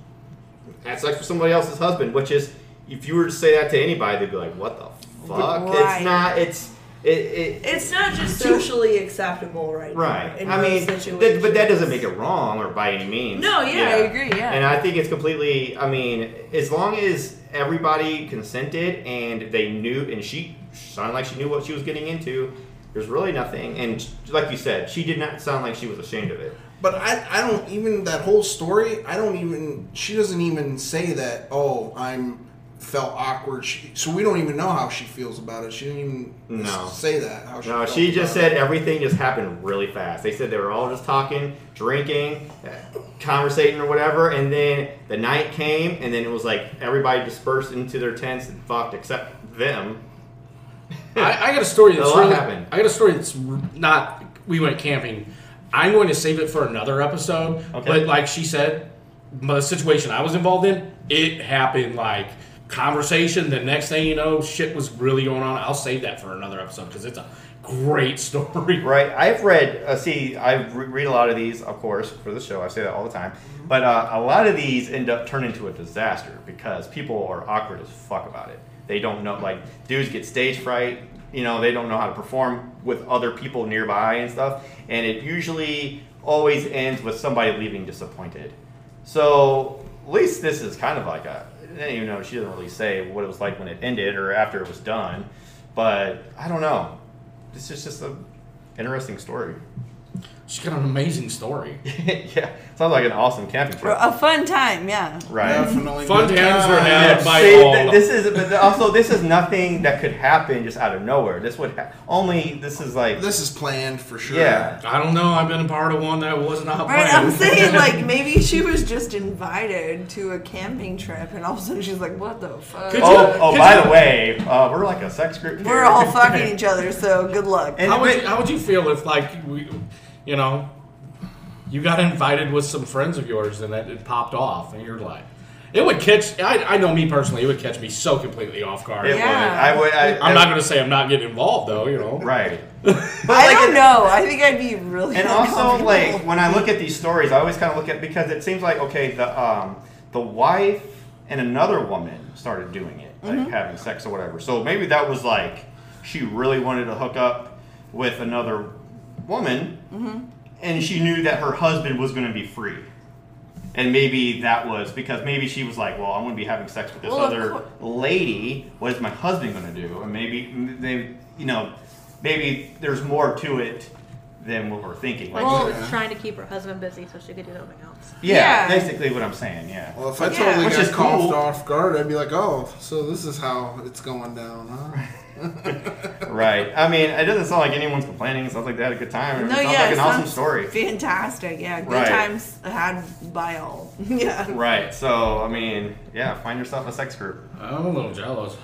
Speaker 9: had sex with somebody else's husband, which is if you were to say that to anybody, they'd be like, "What the fuck?"
Speaker 7: Right.
Speaker 9: It's not. It's it. it
Speaker 7: it's not just socially acceptable right now
Speaker 9: Right.
Speaker 7: in
Speaker 9: I
Speaker 7: her
Speaker 9: mean, that,
Speaker 7: situation.
Speaker 9: but that doesn't make it wrong or by any means.
Speaker 7: No, yeah, I agree, yeah.
Speaker 9: And I think it's completely. I mean, as long as everybody consented and they knew, and she sounded like she knew what she was getting into. There's really nothing, and like you said, she did not sound like she was ashamed of it.
Speaker 11: But I, I don't even that whole story. I don't even. She doesn't even say that. Oh, I'm felt awkward. She, so we don't even know how she feels about it. She didn't even
Speaker 9: No.
Speaker 11: say that. How she
Speaker 9: No,
Speaker 11: felt
Speaker 9: she just
Speaker 11: about
Speaker 9: said everything just happened really fast. They said they were all just talking, drinking, uh, conversating or whatever, and then the night came, and then it was like everybody dispersed into their tents and fucked except them.
Speaker 10: I, I got a story that's
Speaker 9: A lot
Speaker 10: really.
Speaker 9: happened.
Speaker 10: I got a story that's r- not. We went camping. I'm going to save it for another episode.
Speaker 9: Okay.
Speaker 10: But like she said, the situation I was involved in, it happened like conversation. The next thing you know, shit was really going on. I'll save that for another episode because it's a great story.
Speaker 9: Right. I've read. Uh, see, I re- read a lot of these, of course, for the show. I say that all the time. But uh, a lot of these end up turning into a disaster because people are awkward as fuck about it. They don't know. Like dudes get stage fright. You know, they don't know how to perform with other people nearby and stuff. And it usually always ends with somebody leaving disappointed. So at least this is kind of like a. I didn't even know she doesn't really say what it was like when it ended or after it was done, but I don't know. This is just a interesting story.
Speaker 10: She's got an amazing story.
Speaker 9: yeah, sounds like an awesome camping trip.
Speaker 7: A fun time, yeah.
Speaker 9: Right.
Speaker 11: Definitely
Speaker 10: Fun
Speaker 11: good
Speaker 10: times were
Speaker 11: times.
Speaker 10: had
Speaker 9: Yeah,
Speaker 10: by
Speaker 9: see,
Speaker 10: all.
Speaker 9: th- this is, but th- also this is nothing that could happen just out of nowhere. This would ha- only. This is like.
Speaker 11: This is planned for sure.
Speaker 9: Yeah.
Speaker 10: I don't know. I've been a part of one that was not
Speaker 7: Right, I'm
Speaker 10: planned.
Speaker 7: saying like maybe she was just invited to a camping trip, and all of a sudden she's like, "What the fuck?
Speaker 10: Could
Speaker 9: Oh, oh
Speaker 10: Could
Speaker 9: by
Speaker 10: you-
Speaker 9: the way, uh, we're like a sex group. here.
Speaker 7: We're all fucking each other, so good luck."
Speaker 9: And-
Speaker 10: how would you, how would you feel if like we, you know, you got invited with some friends of yours and that it popped off and you're like, it would catch. I, I know me personally, it would catch me so completely off guard.
Speaker 9: It
Speaker 7: Yeah.
Speaker 9: would. I would. I,
Speaker 10: I'm not going to say I'm not getting involved though. You know,
Speaker 9: Right. But
Speaker 7: I
Speaker 9: like,
Speaker 7: don't
Speaker 9: it-
Speaker 7: know. I think I'd be really
Speaker 9: And also,
Speaker 7: uncomfortable.
Speaker 9: like when I look at these stories, I always kind of look at because it seems like okay, the um, the wife and another woman started doing it, like
Speaker 7: Mm-hmm.
Speaker 9: having sex or whatever. So maybe that was like she really wanted to hook up with another woman,
Speaker 7: Mm-hmm.
Speaker 9: and she knew that her husband was going to be free. And maybe that was because maybe she was like, "Well, I'm going to be having sex with this
Speaker 7: Well, of
Speaker 9: other
Speaker 7: cour-
Speaker 9: lady. What is my husband going to do?" And maybe they, you know, maybe there's more to it than what we're thinking. Like,
Speaker 4: Well,
Speaker 11: yeah.
Speaker 4: she's trying to keep her husband busy so she could do something else.
Speaker 7: Yeah.
Speaker 9: yeah, basically what I'm saying. Yeah.
Speaker 11: Well, if I
Speaker 7: Yeah.
Speaker 11: totally
Speaker 9: Which
Speaker 11: got
Speaker 9: is
Speaker 11: caught
Speaker 9: cool.
Speaker 11: off guard, I'd be like, oh, so this is how it's going down, huh?
Speaker 9: right. I mean, it doesn't sound like anyone's complaining. It sounds like they had a good time. It
Speaker 7: no,
Speaker 9: sounds
Speaker 7: yeah,
Speaker 9: like
Speaker 7: it
Speaker 9: an awesome
Speaker 7: sounds
Speaker 9: story.
Speaker 7: Fantastic, yeah. Good
Speaker 9: Right.
Speaker 7: times had by all. yeah.
Speaker 9: Right. So, I mean, yeah, find yourself a sex group.
Speaker 10: I'm a little jealous.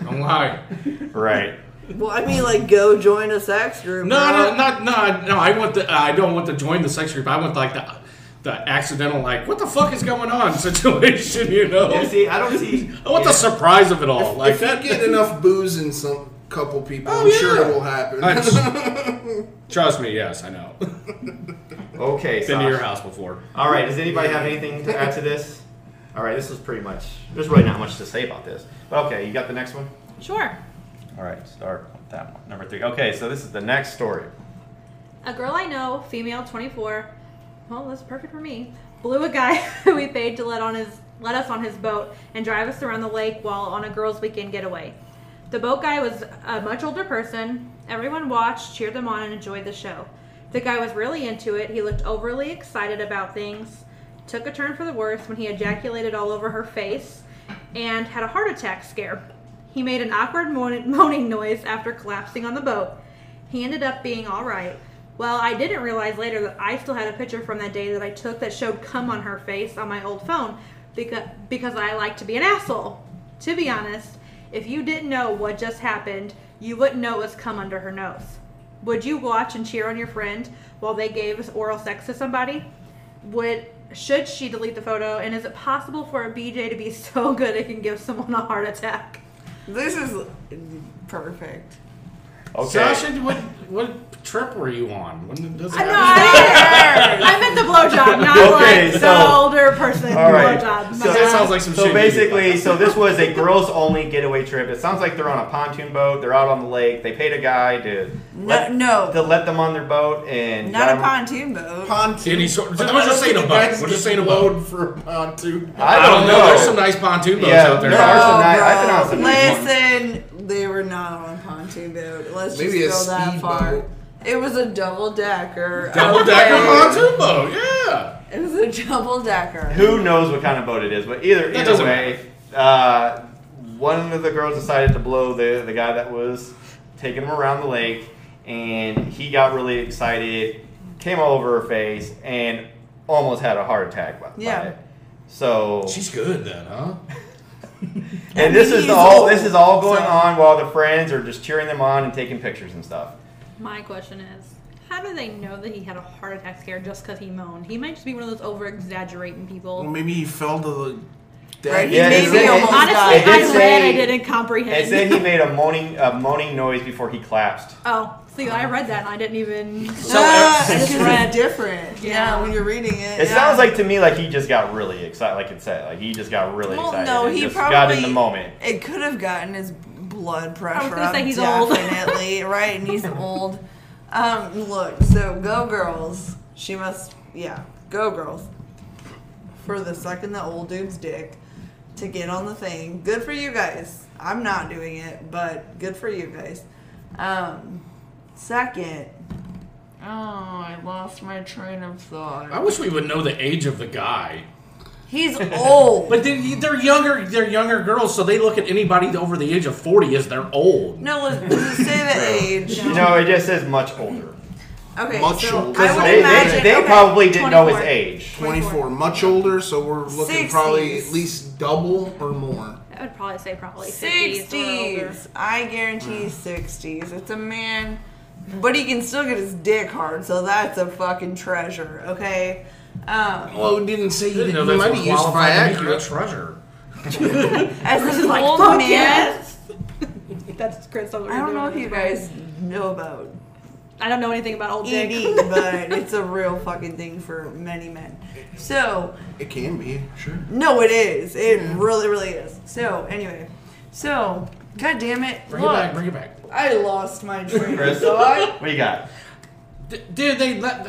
Speaker 10: I don't lie.
Speaker 9: Right.
Speaker 7: Well, I mean, like go join a sex group.
Speaker 10: No,
Speaker 7: bro.
Speaker 10: no, not no, no. I want the. I don't want to join the sex group. I want like the, the accidental like, what the fuck is going on situation. You know.
Speaker 9: yeah, see, I don't see.
Speaker 10: I want
Speaker 9: yeah.
Speaker 10: the surprise of it all. like
Speaker 11: if
Speaker 10: that.
Speaker 11: you get enough booze in some couple people,
Speaker 10: Oh,
Speaker 11: I'm sure
Speaker 10: yeah.
Speaker 11: it will happen.
Speaker 10: I just- trust me. Yes, I know.
Speaker 9: Okay.
Speaker 10: Been to your
Speaker 9: Sasha.
Speaker 10: house before.
Speaker 9: All right. Does anybody have anything to add to this? All right. This was pretty much. There's really not much to say about this. But okay, you got the next one.
Speaker 4: Sure.
Speaker 9: All right. Start with that one. Number three. Okay. So this is the next story.
Speaker 4: A girl I know, female, 24. Well, that's perfect for me. Blew a guy who we paid to let on his let us on his boat and drive us around the lake while on a girls' weekend getaway. The boat guy was a much older person. Everyone watched, cheered them on, and enjoyed the show. The guy was really into it. He looked overly excited about things. Took a turn for the worse when he ejaculated all over her face and had a heart attack scare. He made an awkward moan- moaning noise after collapsing on the boat. He ended up being all right. Well, I didn't realize later that I still had a picture from that day that I took that showed cum on her face on my old phone because because I like to be an asshole. To be honest, if you didn't know what just happened, you wouldn't know it was cum under her nose. Would you watch and cheer on your friend while they gave oral sex to somebody? Would should she delete the photo? And is it possible for a BJ to be so good it can give someone a heart attack?
Speaker 7: This is perfect.
Speaker 9: Okay.
Speaker 10: Sasha, what what trip were you on? When does
Speaker 4: I know.
Speaker 10: happen?
Speaker 4: I, I meant the blowjob, not
Speaker 9: Okay,
Speaker 4: like
Speaker 9: so-
Speaker 4: the older person
Speaker 9: All right.
Speaker 4: blowjob.
Speaker 9: So-
Speaker 10: that sounds like some
Speaker 9: So
Speaker 10: shit.
Speaker 9: basically, so this was a girls only getaway trip. It sounds like they're on a pontoon boat. They're out on the lake. They paid a guy to
Speaker 7: No,
Speaker 9: let,
Speaker 7: no.
Speaker 9: to let them on their boat and
Speaker 7: Not a
Speaker 9: drive-
Speaker 7: pontoon boat.
Speaker 11: pontoon.
Speaker 10: Any sort-
Speaker 11: But
Speaker 10: we're
Speaker 11: I don't
Speaker 10: just saying
Speaker 11: think
Speaker 10: a
Speaker 11: you
Speaker 10: boat.
Speaker 11: guys
Speaker 10: We're just
Speaker 11: get
Speaker 10: saying a boat.
Speaker 11: load for a pontoon.
Speaker 9: I
Speaker 10: I
Speaker 9: don't,
Speaker 10: don't know. There's some nice pontoon boats
Speaker 9: Yeah,
Speaker 10: out there.
Speaker 9: there are some- I- I've been on
Speaker 7: bro.
Speaker 9: some
Speaker 7: Listen, they were not on a pontoon boat. Let's
Speaker 11: Maybe
Speaker 7: just
Speaker 11: a
Speaker 7: go that
Speaker 11: speedboat.
Speaker 7: far. It was a double decker.
Speaker 10: Double decker pontoon boat. Yeah.
Speaker 7: It was a double decker.
Speaker 9: Who knows what kind of boat it is? But either
Speaker 10: That
Speaker 9: either
Speaker 10: doesn't
Speaker 9: way, uh, one of the girls decided to blow the the guy that was taking him around the lake, and he got really excited, came all over her face, and almost had a heart attack. By, by
Speaker 7: Yeah.
Speaker 9: it. So
Speaker 10: She's good then, huh?
Speaker 9: And this is
Speaker 7: he's
Speaker 9: all
Speaker 7: old,
Speaker 9: this is all going
Speaker 7: so-
Speaker 9: on while the friends are just cheering them on and taking pictures and stuff.
Speaker 4: My question is, how do they know that he had a heart attack scare just because he moaned? He might just be one of those over exaggerating people.
Speaker 11: Well,
Speaker 9: Mm.
Speaker 11: maybe he fell to the deck.
Speaker 7: Right, he
Speaker 9: Yeah,
Speaker 7: maybe
Speaker 9: it's-
Speaker 7: almost
Speaker 4: Honestly,
Speaker 9: It
Speaker 7: died.
Speaker 9: did
Speaker 4: I read,
Speaker 9: say-
Speaker 4: I didn't
Speaker 9: And
Speaker 4: comprehend.
Speaker 9: then he made a moaning a moaning noise before he collapsed.
Speaker 4: oh, see, I read that and I didn't even.
Speaker 10: So
Speaker 7: Ah,
Speaker 10: ev-
Speaker 7: it's
Speaker 10: so-
Speaker 7: just different. Yeah.
Speaker 4: Yeah.
Speaker 7: when you're reading it.
Speaker 9: It
Speaker 7: yeah.
Speaker 9: sounds like to me like he just got really excited, like it said, like he just got really
Speaker 7: Well,
Speaker 9: excited.
Speaker 7: no,
Speaker 9: and
Speaker 7: he
Speaker 9: just
Speaker 7: probably
Speaker 9: got in the moment.
Speaker 7: It could have gotten his blood pressure
Speaker 4: was gonna
Speaker 7: up.
Speaker 4: say he's old.
Speaker 7: definitely right, and he's old. Um, look, so go girls. She must, yeah, go girls. for the sucking the old dude's dick to get on the thing. Good for you guys. I'm not doing it, but good for you guys. Um, second. Oh, I lost my train of thought.
Speaker 10: I wish we would know the age of the guy.
Speaker 7: He's old.
Speaker 10: but they, they're younger. They're younger girls, so they look at anybody over the age of forty as they're old.
Speaker 7: No, let's, let's say the age.
Speaker 9: No, it just says much older.
Speaker 7: Okay,
Speaker 11: Much
Speaker 7: so
Speaker 11: older.
Speaker 7: I would
Speaker 9: They,
Speaker 7: imagine.
Speaker 9: they, they
Speaker 7: okay,
Speaker 9: probably didn't know his
Speaker 7: 24.
Speaker 9: age.
Speaker 11: 24, much older, so we're looking probably at
Speaker 7: 60s.
Speaker 11: least double or more.
Speaker 4: I would probably say probably 60s. Or older.
Speaker 7: 60s. I guarantee
Speaker 9: Mm.
Speaker 7: 60s. It's a man, but he can still get his dick hard, so that's a fucking treasure, okay? Um,
Speaker 11: Well, it didn't say you
Speaker 10: Didn't know
Speaker 11: didn't. You
Speaker 10: that's
Speaker 11: might have used
Speaker 10: qualified to be a
Speaker 11: Viagra.
Speaker 10: treasure.
Speaker 7: as an
Speaker 4: Like,
Speaker 7: old
Speaker 4: fuck
Speaker 7: man,
Speaker 4: yes. That's Chris.
Speaker 7: I don't know if you guys know about
Speaker 4: I don't know anything about old
Speaker 10: E
Speaker 7: ED,
Speaker 4: dick.
Speaker 7: but it's a real fucking thing for many men. So,
Speaker 11: It can be, sure.
Speaker 7: no, it is. It really, really is. So, anyway. So, god damn it.
Speaker 10: Bring
Speaker 7: look,
Speaker 10: it back. Bring it back.
Speaker 7: I lost my train of
Speaker 9: Chris.
Speaker 7: thought.
Speaker 9: What you got?
Speaker 10: D- dude, they let,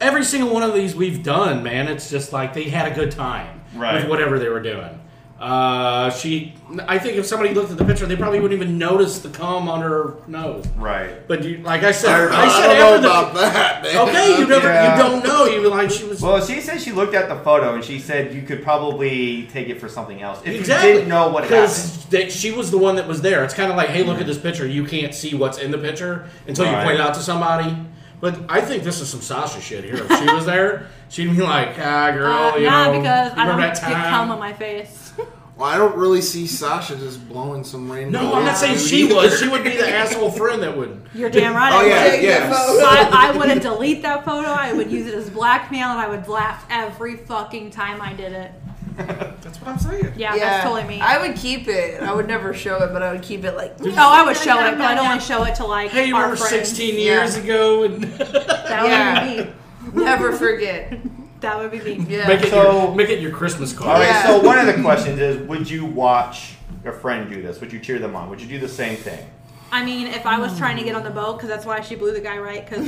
Speaker 10: every single one of these we've done, man. It's just like they had a good time
Speaker 9: Right.
Speaker 10: with whatever they were doing. Uh, she, I think if somebody looked at the picture, they probably wouldn't even notice the comb on her nose.
Speaker 9: Right.
Speaker 10: But you, like I said, I,
Speaker 11: I
Speaker 10: said
Speaker 11: don't
Speaker 10: after
Speaker 11: know
Speaker 10: the-
Speaker 11: about that, man.
Speaker 10: Okay, you never,
Speaker 9: Yeah.
Speaker 10: you don't know. You were like she was.
Speaker 9: Well, she said she looked at the photo and she said you could probably take it for something else if
Speaker 10: Exactly.
Speaker 9: you didn't know what happened.
Speaker 10: Because that- she was the one that was there. It's kind of like, hey, look at this picture. You can't see what's in the picture until you
Speaker 9: Right.
Speaker 10: point it out to somebody. But I think this is some Sasha shit here. If she was there, she'd be like, ah, girl,
Speaker 4: Uh,
Speaker 10: you
Speaker 4: nah,
Speaker 10: know,
Speaker 4: because
Speaker 10: you
Speaker 4: I don't
Speaker 10: remember
Speaker 4: get
Speaker 10: that time?
Speaker 4: cum on my face.
Speaker 11: Well, I don't really see Sasha just blowing some rain.
Speaker 10: no, I'm not saying she was. She would be the asshole friend that would.
Speaker 4: You're damn right.
Speaker 11: Oh
Speaker 4: I
Speaker 11: yeah,
Speaker 4: would.
Speaker 11: yes.
Speaker 4: I, I wouldn't delete that photo. I would use it as blackmail, and I would laugh every fucking time I did it.
Speaker 10: That's what I'm saying.
Speaker 4: Yeah, that's totally me.
Speaker 7: I would keep it. I would never show it, but I would keep it like.
Speaker 4: oh, I would show it, but I'd only show it to like
Speaker 10: Hey, you
Speaker 4: our
Speaker 10: remember
Speaker 4: friends.
Speaker 10: 16 years ago? And
Speaker 4: That would be me.
Speaker 7: Never forget.
Speaker 4: That would be me.
Speaker 7: Yeah.
Speaker 10: make, it
Speaker 9: So-
Speaker 10: your, make it your Christmas card.
Speaker 9: All right.
Speaker 7: Yeah.
Speaker 9: So one of the questions is: Would you watch your friend do this? Would you cheer them on? Would you do the same thing?
Speaker 4: I mean, if I was trying to get on the boat, because that's why she blew the guy right, because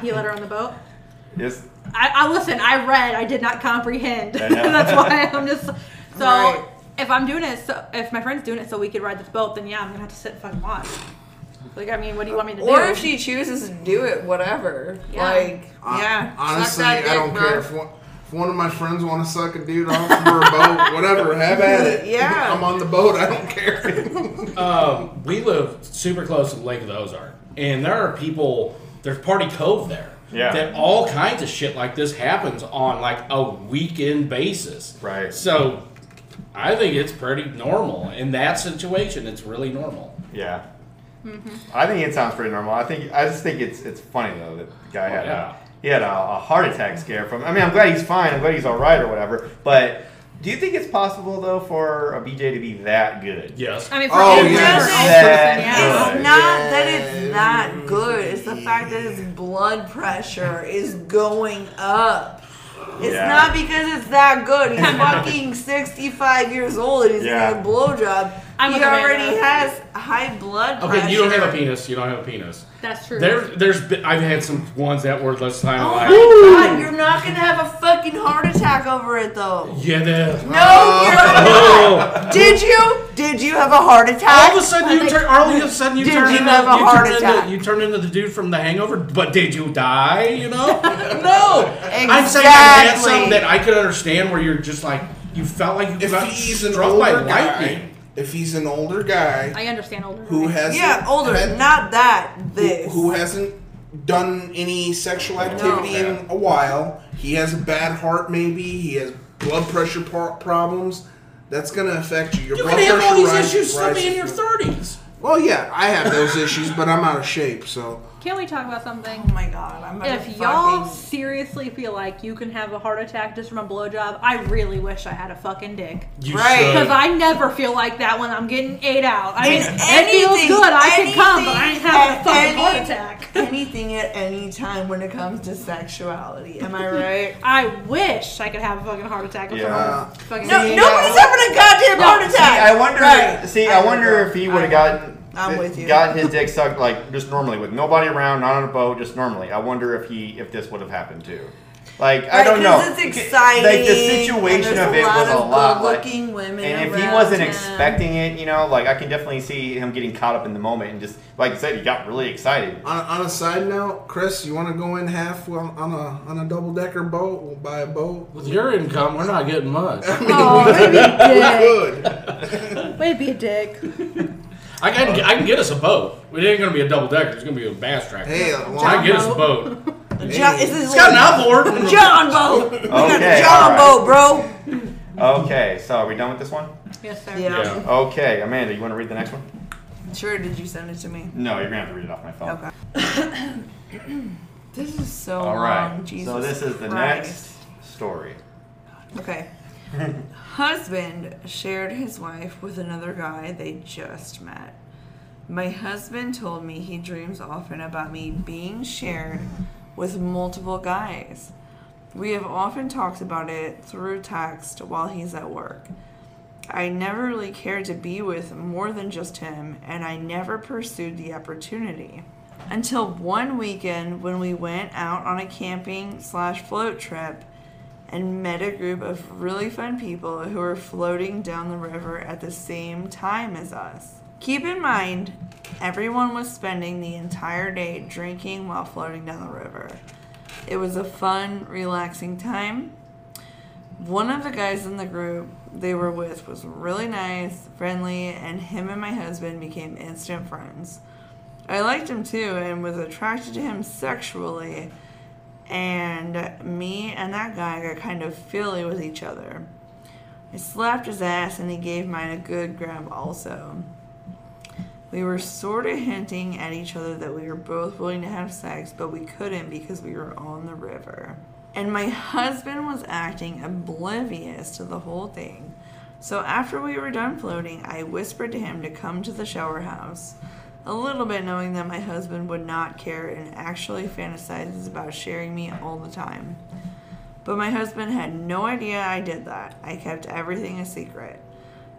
Speaker 4: he let her on the boat.
Speaker 9: Yes.
Speaker 4: I, I listen. I read. I did not comprehend.
Speaker 9: I know.
Speaker 4: That's why I'm just so.
Speaker 7: Right.
Speaker 4: If I'm doing it, so if my friend's doing it, so we could ride this boat, then yeah, I'm gonna have to sit and fucking watch. Like, I mean, what do you want me to
Speaker 7: Or
Speaker 4: do?
Speaker 7: if she chooses to do it, whatever.
Speaker 4: Yeah.
Speaker 7: Like,
Speaker 11: Hon-
Speaker 7: yeah.
Speaker 11: Honestly,
Speaker 7: suck that
Speaker 11: I don't
Speaker 7: dick,
Speaker 11: care
Speaker 7: bro.
Speaker 11: if one, if one of my friends want to suck a dude off for a boat, whatever. Have at it.
Speaker 7: Yeah.
Speaker 11: I'm on the boat. I don't care.
Speaker 10: um, we live super close to the Lake of the Ozark, and there are people. There's Party Cove there.
Speaker 9: Yeah.
Speaker 10: That all kinds of shit like this happens on like a weekend basis.
Speaker 9: Right.
Speaker 10: So, I think it's pretty normal in that situation. It's really normal.
Speaker 9: Yeah. I think it sounds pretty normal. I think I just think it's it's funny though that the guy
Speaker 10: Oh,
Speaker 9: had
Speaker 10: yeah.
Speaker 9: a, he had a, a heart attack scare from. I mean, I'm glad he's fine. I'm glad he's all right or whatever. But do you think it's possible though for a BJ to be that good?
Speaker 10: Yes.
Speaker 4: I mean, for
Speaker 11: Oh,
Speaker 4: any
Speaker 11: yes.
Speaker 4: general
Speaker 9: That
Speaker 7: It's not that it's
Speaker 9: good.
Speaker 4: person, yeah.
Speaker 7: not good. It's the fact that his blood pressure is going up. It's
Speaker 9: Yeah.
Speaker 7: not because it's that good. He's fucking 65 years old and he's
Speaker 9: Yeah.
Speaker 7: getting a blowjob.
Speaker 4: I'm
Speaker 7: he
Speaker 4: with Amanda.
Speaker 7: already has high blood pressure.
Speaker 10: Okay, you don't have a penis. You don't have a penis.
Speaker 4: That's true.
Speaker 10: There, there's. Been, I've had some ones that were less than
Speaker 7: Oh my
Speaker 10: like.
Speaker 7: god, you're not gonna have a fucking heart attack over it though.
Speaker 10: Yeah. the-
Speaker 7: No,
Speaker 9: Oh.
Speaker 7: you're not. Did you? Did you have a heart attack?
Speaker 10: All of a sudden you turn. All of a sudden you
Speaker 7: Did
Speaker 10: turn
Speaker 7: you
Speaker 10: into
Speaker 7: have a
Speaker 10: you
Speaker 7: heart
Speaker 10: turn
Speaker 7: attack?
Speaker 10: into you turn into the dude from The Hangover. But did you die? You know? no. I'm saying that's something that I could understand where you're just like you felt like you got
Speaker 11: if he's an
Speaker 10: struck by
Speaker 11: older guy,
Speaker 10: lightning.
Speaker 11: if he's an older guy
Speaker 4: I understand older.
Speaker 11: who
Speaker 4: women.
Speaker 11: has
Speaker 7: Yeah, older,
Speaker 11: had-
Speaker 7: not that.
Speaker 11: who,
Speaker 7: This.
Speaker 11: who hasn't done any sexual activity in a while. He has a bad heart, maybe. He has blood pressure par- problems. That's going to affect you. Your
Speaker 10: You
Speaker 11: blood
Speaker 10: can have all
Speaker 11: pressure
Speaker 10: these
Speaker 11: rise-
Speaker 10: issues
Speaker 11: rises.
Speaker 10: something in your thirties.
Speaker 11: Well, yeah, I have those issues, but I'm out of shape, so.
Speaker 4: Can we talk about something?
Speaker 7: Oh my god, I'm gonna
Speaker 4: If y'all
Speaker 7: fucking-
Speaker 4: seriously feel like you can have a heart attack just from a blowjob, I really wish I had a fucking dick.
Speaker 10: You
Speaker 7: Right.
Speaker 10: should.
Speaker 4: Because I never feel like that when I'm getting ate out. I mean,
Speaker 7: It's
Speaker 4: it feels
Speaker 7: anything-
Speaker 4: good. I can come, but I ain't
Speaker 7: anything
Speaker 4: having a
Speaker 7: at
Speaker 4: fucking
Speaker 7: any-
Speaker 4: heart attack.
Speaker 7: anything at any time when it comes to sexuality. Am I right?
Speaker 4: I wish I could have a fucking heart attack.
Speaker 9: Yeah.
Speaker 11: Uh,
Speaker 4: With fucking
Speaker 7: no,
Speaker 11: See,
Speaker 7: nobody's
Speaker 11: now-
Speaker 7: having a goddamn heart
Speaker 9: See,
Speaker 7: attack.
Speaker 9: I wonder.
Speaker 7: Right.
Speaker 9: See, I,
Speaker 7: I
Speaker 9: wonder
Speaker 7: agree.
Speaker 9: if he would
Speaker 7: I
Speaker 9: have gotten.
Speaker 7: I'm with you.
Speaker 9: Gotten his dick sucked like just normally with nobody around, not on a boat, just normally. I wonder if he if this would have happened too. Like I
Speaker 7: Right, 'cause
Speaker 9: don't know.
Speaker 7: it's exciting,
Speaker 9: Like the
Speaker 7: and
Speaker 9: situation
Speaker 7: there's
Speaker 9: of
Speaker 7: a
Speaker 9: it
Speaker 7: lot
Speaker 9: was a
Speaker 7: of
Speaker 9: lot. Like,
Speaker 7: good-looking women
Speaker 9: and if he
Speaker 7: around
Speaker 9: wasn't
Speaker 7: him.
Speaker 9: expecting it, you know, like I can definitely see him getting caught up in the moment and just like I said, he got really excited.
Speaker 11: On, on a side note, Chris, you want to go in half on, on a on a double decker boat? We'll buy a boat.
Speaker 10: With your income, we're not getting much. I
Speaker 4: Way to be a dick.
Speaker 10: can, I can get us a boat. It ain't gonna be a double decker. It's gonna be a bass tractor.
Speaker 11: Hey, a
Speaker 10: I can
Speaker 11: long
Speaker 10: get us a boat.
Speaker 7: John, is this
Speaker 10: It's got an outboard.
Speaker 7: A John boat. We got
Speaker 9: Okay,
Speaker 7: a John
Speaker 9: all
Speaker 7: boat, bro.
Speaker 9: bro. Okay, so are we done with this one?
Speaker 4: Yes, sir.
Speaker 7: Yeah.
Speaker 9: Okay, Amanda, you want to read the next one?
Speaker 7: Sure, did you send it to me?
Speaker 9: No, you're gonna have to read it off my phone. Okay.
Speaker 7: This is so
Speaker 9: All right.
Speaker 7: long. Jesus
Speaker 9: so this is the
Speaker 7: Christ.
Speaker 9: next story.
Speaker 7: Okay. husband shared his wife with another guy they just met. My husband told me he dreams often about me being shared with multiple guys. We have often talked about it through text while he's at work. I never really cared to be with more than just him, and I never pursued the opportunity. Until one weekend when we went out on a camping slash float trip and met a group of really fun people who were floating down the river at the same time as us. Keep in mind, everyone was spending the entire day drinking while floating down the river. It was a fun, relaxing time. One of the guys in the group they were with was really nice, friendly, and him and my husband became instant friends. I liked him too and was attracted to him sexually, and me and that guy got kind of feely with each other. I slapped his ass and he gave mine a good grab also. We were sort of hinting at each other that we were both willing to have sex, but we couldn't because we were on the river. And my husband was acting oblivious to the whole thing. So after we were done floating, I whispered to him to come to the shower house. A little bit knowing that my husband would not care and actually fantasizes about sharing me all the time. But my husband had no idea I did that. I kept everything a secret.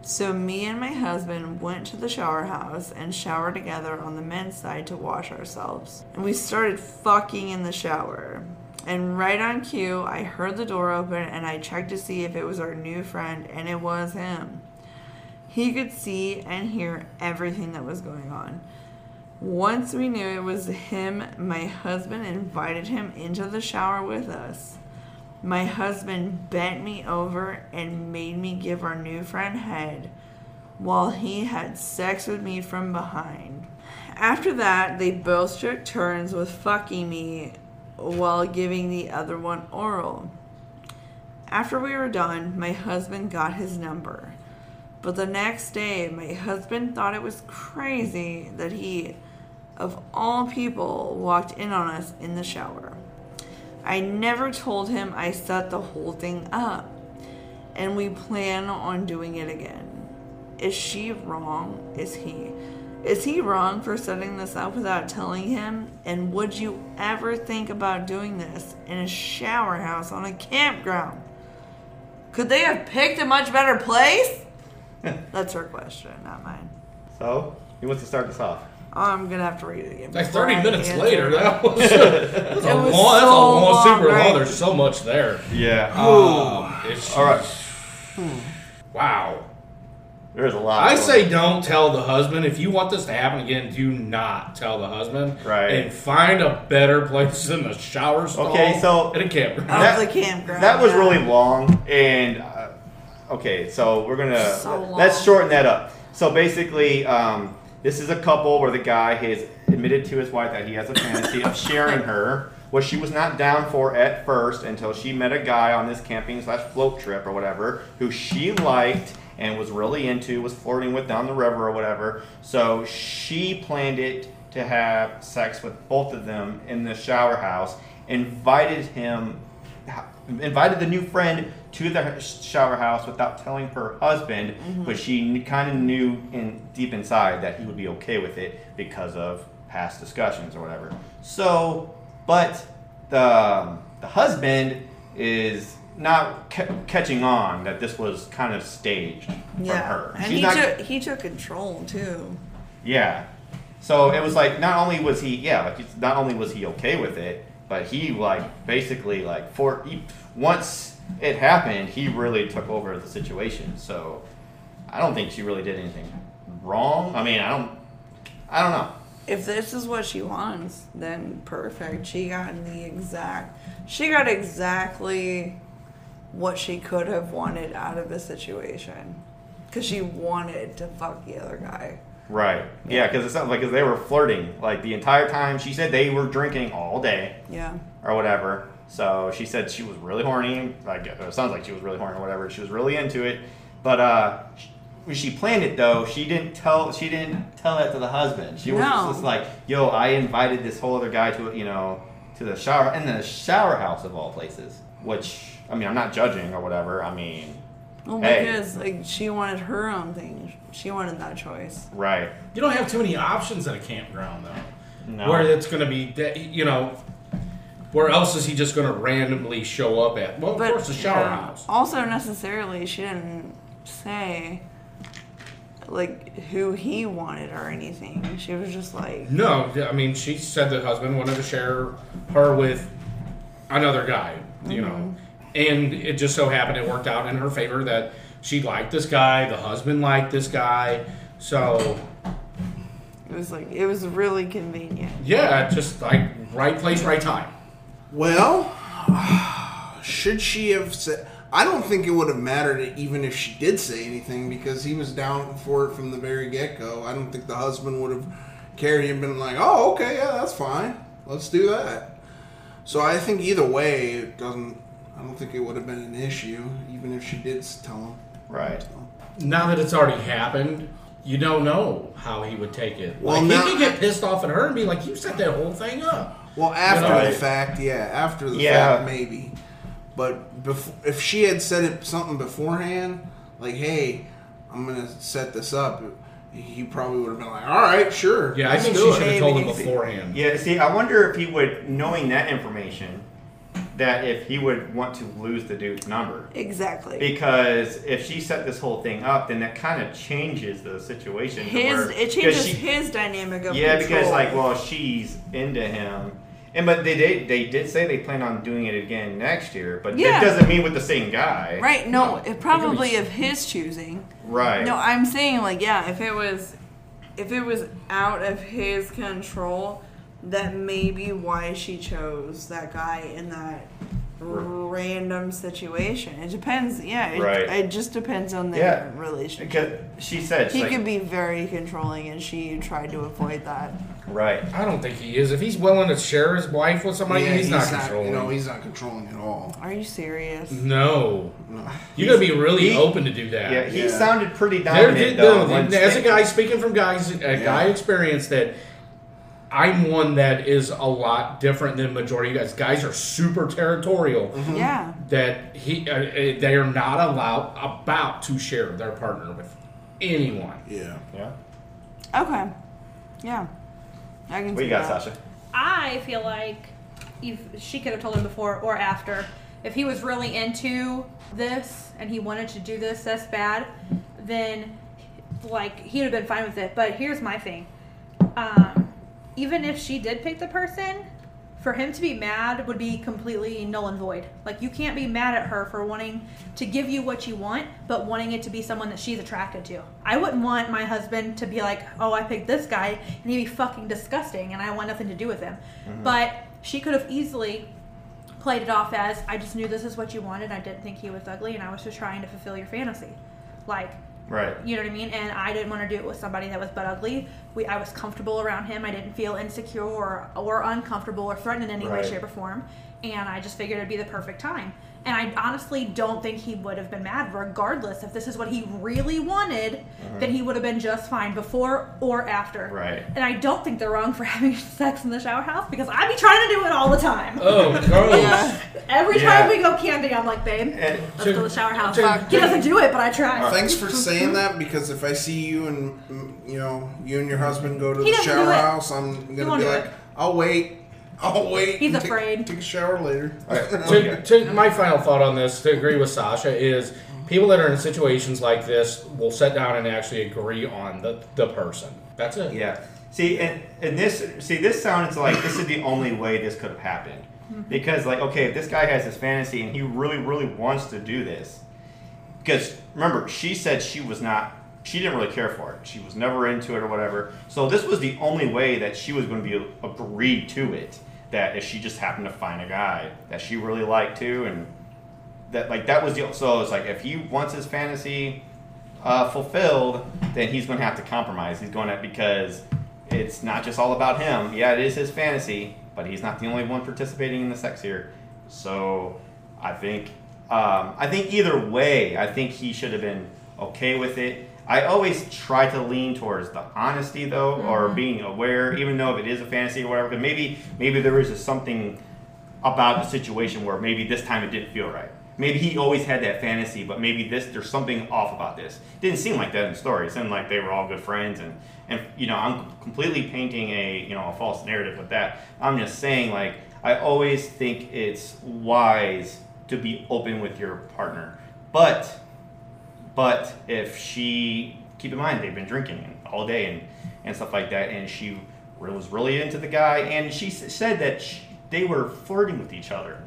Speaker 7: So me and my husband went to the shower house and showered together on the men's side to wash ourselves. And we started fucking in the shower. And right on cue, I heard the door open and I checked to see if it was our new friend, and it was him. He could see and hear everything that was going on. Once we knew it was him, my husband invited him into the shower with us. My husband bent me over and made me give our new friend head while he had sex with me from behind. After that, they both took turns with fucking me while giving the other one oral. After we were done, my husband got his number. But the next day, my husband thought it was crazy that he, of all people, walked in on us in the shower. I never told him I set the whole thing up, and we plan on doing it again. Is she wrong? Is he? Is he wrong for setting this up without telling him? And would you ever think about doing this in a shower house on a campground? Could they have picked a much better place? That's her question, not mine.
Speaker 9: So he wants to start this off.
Speaker 7: I'm gonna have to read it again.
Speaker 10: Like
Speaker 7: before
Speaker 10: 30
Speaker 7: I
Speaker 10: minutes
Speaker 7: answer.
Speaker 10: later, that was, that was a
Speaker 7: It was
Speaker 10: long, that's a
Speaker 7: so
Speaker 10: long,
Speaker 7: long,
Speaker 10: super
Speaker 7: right?
Speaker 10: long. There's so much there.
Speaker 9: Yeah. uh,
Speaker 10: Um, it's,
Speaker 9: All right.
Speaker 10: Wow.
Speaker 9: There's a lot.
Speaker 10: I
Speaker 9: going
Speaker 10: say don't tell the husband. If you want this to happen again, do not tell the husband.
Speaker 9: Right.
Speaker 10: And find a better place than a shower stall.
Speaker 9: Okay, so-
Speaker 10: at a campground.
Speaker 9: That-
Speaker 7: Of the campground.
Speaker 9: That was
Speaker 7: yeah.
Speaker 9: really long, and uh, okay, so we're gonna
Speaker 7: So long.
Speaker 9: let's shorten that up. So basically, um, this is a couple where the guy has admitted to his wife that he has a fantasy of sharing her, what she was not down for at first until she met a guy on this camping slash float trip or whatever who she liked and was really into, was flirting with down the river or whatever. So she planned it to have sex with both of them in the shower house, invited him invited the new friend to the shower house without telling her husband,
Speaker 7: Mm-hmm.
Speaker 9: but she kind of knew in deep inside that he would be okay with it because of past discussions or whatever. So, but the um, the husband is not ca- catching on that this was kind of staged
Speaker 7: yeah.
Speaker 9: from her.
Speaker 7: And
Speaker 9: She's
Speaker 7: he
Speaker 9: not-
Speaker 7: took he took control too.
Speaker 9: yeah. So it was like not only was he yeah like it's- not only was he okay with it, But he like basically like for he, once it happened, he really took over the situation. So I don't think she really did anything wrong. I mean, I don't. I don't know.
Speaker 7: If this is what she wants, then perfect. She got the exact. She got exactly what she could have wanted out of the situation, because she wanted to fuck the other guy.
Speaker 9: Right. Yeah, because it sounds like 'cause they were flirting like the entire time. She said they were drinking all day
Speaker 7: Yeah.
Speaker 9: or whatever. So she said she was really horny. Like it sounds like she was really horny or whatever. She was really into it, but uh, she, when she planned it though. She didn't tell. She didn't tell that to the husband. She was
Speaker 7: No.
Speaker 9: just like, "Yo, I invited this whole other guy to you know to the shower and the shower house of all places." Which I mean, I'm not judging or whatever. I mean,
Speaker 7: Well,
Speaker 9: Hey.
Speaker 7: because Oh like she wanted her own thing. She wanted that choice.
Speaker 9: right?
Speaker 10: You don't have too many options at a campground though.
Speaker 9: No.
Speaker 10: Where it's going to be, de- you know, where else is he just going to randomly show up at? Well, of course, the shower
Speaker 7: yeah.
Speaker 10: house.
Speaker 7: Also, necessarily, she didn't say like who he wanted or anything. She was just like,
Speaker 10: No, I mean, she said the husband wanted to share her with another guy, you know.
Speaker 11: Mm-hmm.
Speaker 10: And it just so happened it worked out in her favor that she liked this guy, the husband liked this guy. So,
Speaker 7: it was like it was really convenient.
Speaker 10: yeah, just like right place, right time.
Speaker 11: Well, should she have said? I don't think it would have mattered even if she did say anything because he was down for it from the very get go. I don't think the husband would have carried him and been like, "Oh, okay, yeah, that's fine. Let's do that." So I think either way, it doesn't. I don't think it would have been an issue even if she did s- tell him.
Speaker 9: Right.
Speaker 10: Now that it's already happened, you don't know how he would take it.
Speaker 11: Well,
Speaker 10: Well, like,
Speaker 11: now-
Speaker 10: he could get pissed off at her and be like, "You set that whole thing up."
Speaker 11: Well, after
Speaker 10: Right.
Speaker 11: the fact, yeah, after the
Speaker 10: Yeah.
Speaker 11: fact, maybe. But before, if she had said it something beforehand, like, "Hey, I'm gonna set this up," he probably would have been like, "All right, sure."
Speaker 10: Yeah, I
Speaker 11: let's
Speaker 10: think
Speaker 11: do
Speaker 10: she
Speaker 11: it."
Speaker 10: should have told him beforehand.
Speaker 9: Yeah, see, I wonder if he would, knowing that information, that if he would want to lose the dude's number.
Speaker 7: Exactly.
Speaker 9: Because if she set this whole thing up, then that kind of changes the situation. to
Speaker 7: his
Speaker 9: where-
Speaker 7: it
Speaker 9: 'cause
Speaker 7: changes
Speaker 9: she-
Speaker 7: his dynamic of
Speaker 9: Yeah,
Speaker 7: control.
Speaker 9: because like, well, she's into him, and but they did they did say they plan on doing it again next year, but
Speaker 7: Yeah.
Speaker 9: it doesn't mean with the same guy,
Speaker 7: right? No, it probably
Speaker 9: be-
Speaker 7: of his choosing.
Speaker 9: Right.
Speaker 7: No, I'm saying like yeah, if it was, if it was out of his control, that may be why she chose that guy in that random situation. It depends. Yeah, it,
Speaker 9: Right.
Speaker 7: it just depends on
Speaker 9: Yeah.
Speaker 7: their relationship.
Speaker 9: Because she said she's
Speaker 7: he
Speaker 9: like,
Speaker 7: could be very controlling, and she tried to avoid that.
Speaker 9: right.
Speaker 10: I don't think he is. If he's willing to share his wife with somebody,
Speaker 11: Yeah,
Speaker 10: he's, not
Speaker 11: he's not-
Speaker 10: controlling.
Speaker 11: no, he's not controlling at all.
Speaker 7: Are you serious?
Speaker 9: Mm-hmm.
Speaker 10: No, you gotta be really
Speaker 9: He-
Speaker 10: open to do that.
Speaker 9: Yeah, he sounded pretty
Speaker 10: There
Speaker 9: dominant
Speaker 10: did-
Speaker 9: though.
Speaker 10: no,
Speaker 9: once
Speaker 10: as a
Speaker 9: they-
Speaker 10: guy speaking from guys, a guy experience that I'm one that is a lot different than majority of guys. Guys are super territorial.
Speaker 9: Mm-hmm.
Speaker 7: Yeah.
Speaker 10: that he uh, uh, they are not allowed about to share their partner with anyone.
Speaker 11: Yeah,
Speaker 9: yeah.
Speaker 7: Okay. Yeah. I can
Speaker 9: What
Speaker 7: see
Speaker 9: you got,
Speaker 7: that.
Speaker 9: Sasha?
Speaker 4: I feel like if she could have told him before or after. If he was really into this and he wanted to do this this bad, then like he'd have been fine with it. But here's my thing: um, even if she did pick the person, for him to be mad would be completely null and void. Like you can't be mad at her for wanting to give you what you want, but wanting it to be someone that she's attracted to. I wouldn't want my husband to be like, "Oh, I picked this guy," and he'd be fucking disgusting, and I want nothing to do with him.
Speaker 12: Mhm.
Speaker 4: But she could have easily played it off as, "I just knew this is what you wanted. I didn't think he was ugly, and I was just trying to fulfill your fantasy." Like
Speaker 9: Right.
Speaker 4: you know what I mean? And I didn't want to do it with somebody that was butt ugly. We, I was comfortable around him. I didn't feel insecure or, or uncomfortable or threatened in any
Speaker 12: Right.
Speaker 4: way, shape, or form. And I just figured it'd be the perfect time. And I honestly don't think he would have been mad, regardless if this is what he really wanted.
Speaker 12: Mhm.
Speaker 4: Then he would have been just fine before or after.
Speaker 12: Right.
Speaker 4: And I don't think they're wrong for having sex in the shower house because I be trying to do it all the time.
Speaker 10: Oh, gross.
Speaker 4: Every
Speaker 11: Yeah.
Speaker 4: time we go camping, I'm like, babe, let's go to the shower house.
Speaker 11: to-
Speaker 4: he doesn't do it, but I try.
Speaker 11: Thanks for saying that because if I see you and mm, you know you and your husband go to
Speaker 4: He
Speaker 11: the
Speaker 4: doesn't
Speaker 11: shower
Speaker 4: do it.
Speaker 11: house, I'm gonna
Speaker 4: won't
Speaker 11: be
Speaker 4: do
Speaker 11: like,
Speaker 4: it.
Speaker 11: "I'll wait, I'll wait."
Speaker 4: He's
Speaker 11: and take-
Speaker 4: afraid.
Speaker 11: Take a shower later.
Speaker 10: to, to- my final thought on this, to agree with Sasha, is people that are in situations like this will sit down and actually agree on the, the person. That's it.
Speaker 9: Yeah. See, and, and this see this sounds like this is the only way this could have happened
Speaker 4: Mhm.
Speaker 9: Because, like, okay, if this guy has this fantasy and he really, really wants to do this, because remember, she said she was not, she didn't really care for it. She was never into it or whatever. So this was the only way that she was going to be agreed to it. That if she just happened to find a guy that she really liked too, and that like that was the so it's like if he wants his fantasy uh, fulfilled, then he's going to have to compromise. He's going to because it's not just all about him. Yeah, it is his fantasy, but he's not the only one participating in the sex here. So I think um, I think either way, I think he should have been okay with it. I always try to lean towards the honesty though, or being aware, even though if it is a fantasy or whatever. Because maybe maybe there is just something about the situation where maybe this time it didn't feel right. Maybe he always had that fantasy, but maybe this there's something off about this. Didn't seem like that in the story. It seemed like they were all good friends, and and you know I'm completely painting a you know a false narrative with that. I'm just saying like I always think it's wise to be open with your partner, but but if she, keep in mind, they've been drinking all day and, and stuff like that, and she re- was really into the guy, and she s- said that sh they were flirting with each other.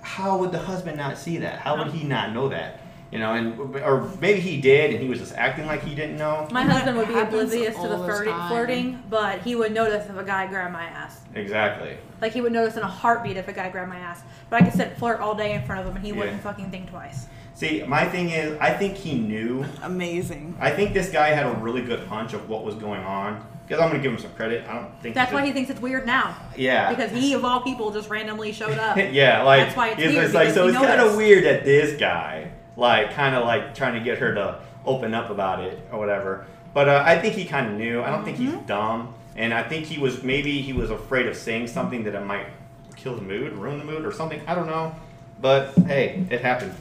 Speaker 9: How would the husband not see that? How would he not know that? You know, and or maybe he did, and he was just acting like he didn't know.
Speaker 4: My husband would be
Speaker 13: happens
Speaker 4: oblivious to the
Speaker 13: all the
Speaker 4: flirting,
Speaker 13: time.
Speaker 4: flirting, but he would notice if a guy grabbed my ass.
Speaker 9: Exactly.
Speaker 4: Like he would notice in a heartbeat if a guy grabbed my ass. But I could sit flirt all day in front of him and he
Speaker 9: Yeah.
Speaker 4: wouldn't fucking think twice.
Speaker 9: See, my thing is, I think he knew.
Speaker 13: Amazing.
Speaker 9: I think this guy had a really good hunch of what was going on. Because I'm gonna give him some credit. I don't think
Speaker 4: That's
Speaker 9: did-
Speaker 4: why he thinks it's weird now.
Speaker 9: Yeah.
Speaker 4: Because he of all people just randomly showed up.
Speaker 9: yeah, like
Speaker 4: that's why it's,
Speaker 9: it's,
Speaker 4: weird.
Speaker 9: it's like
Speaker 4: because
Speaker 9: so
Speaker 4: he
Speaker 9: it's kind of
Speaker 4: noticed.
Speaker 9: weird that this guy like kind of like trying to get her to open up about it or whatever. But uh, I think he kind of knew. I don't think
Speaker 4: Mm-hmm.
Speaker 9: he's dumb, and I think he was maybe he was afraid of saying something that it might kill the mood, ruin the mood, or something. I don't know. But hey, it happened,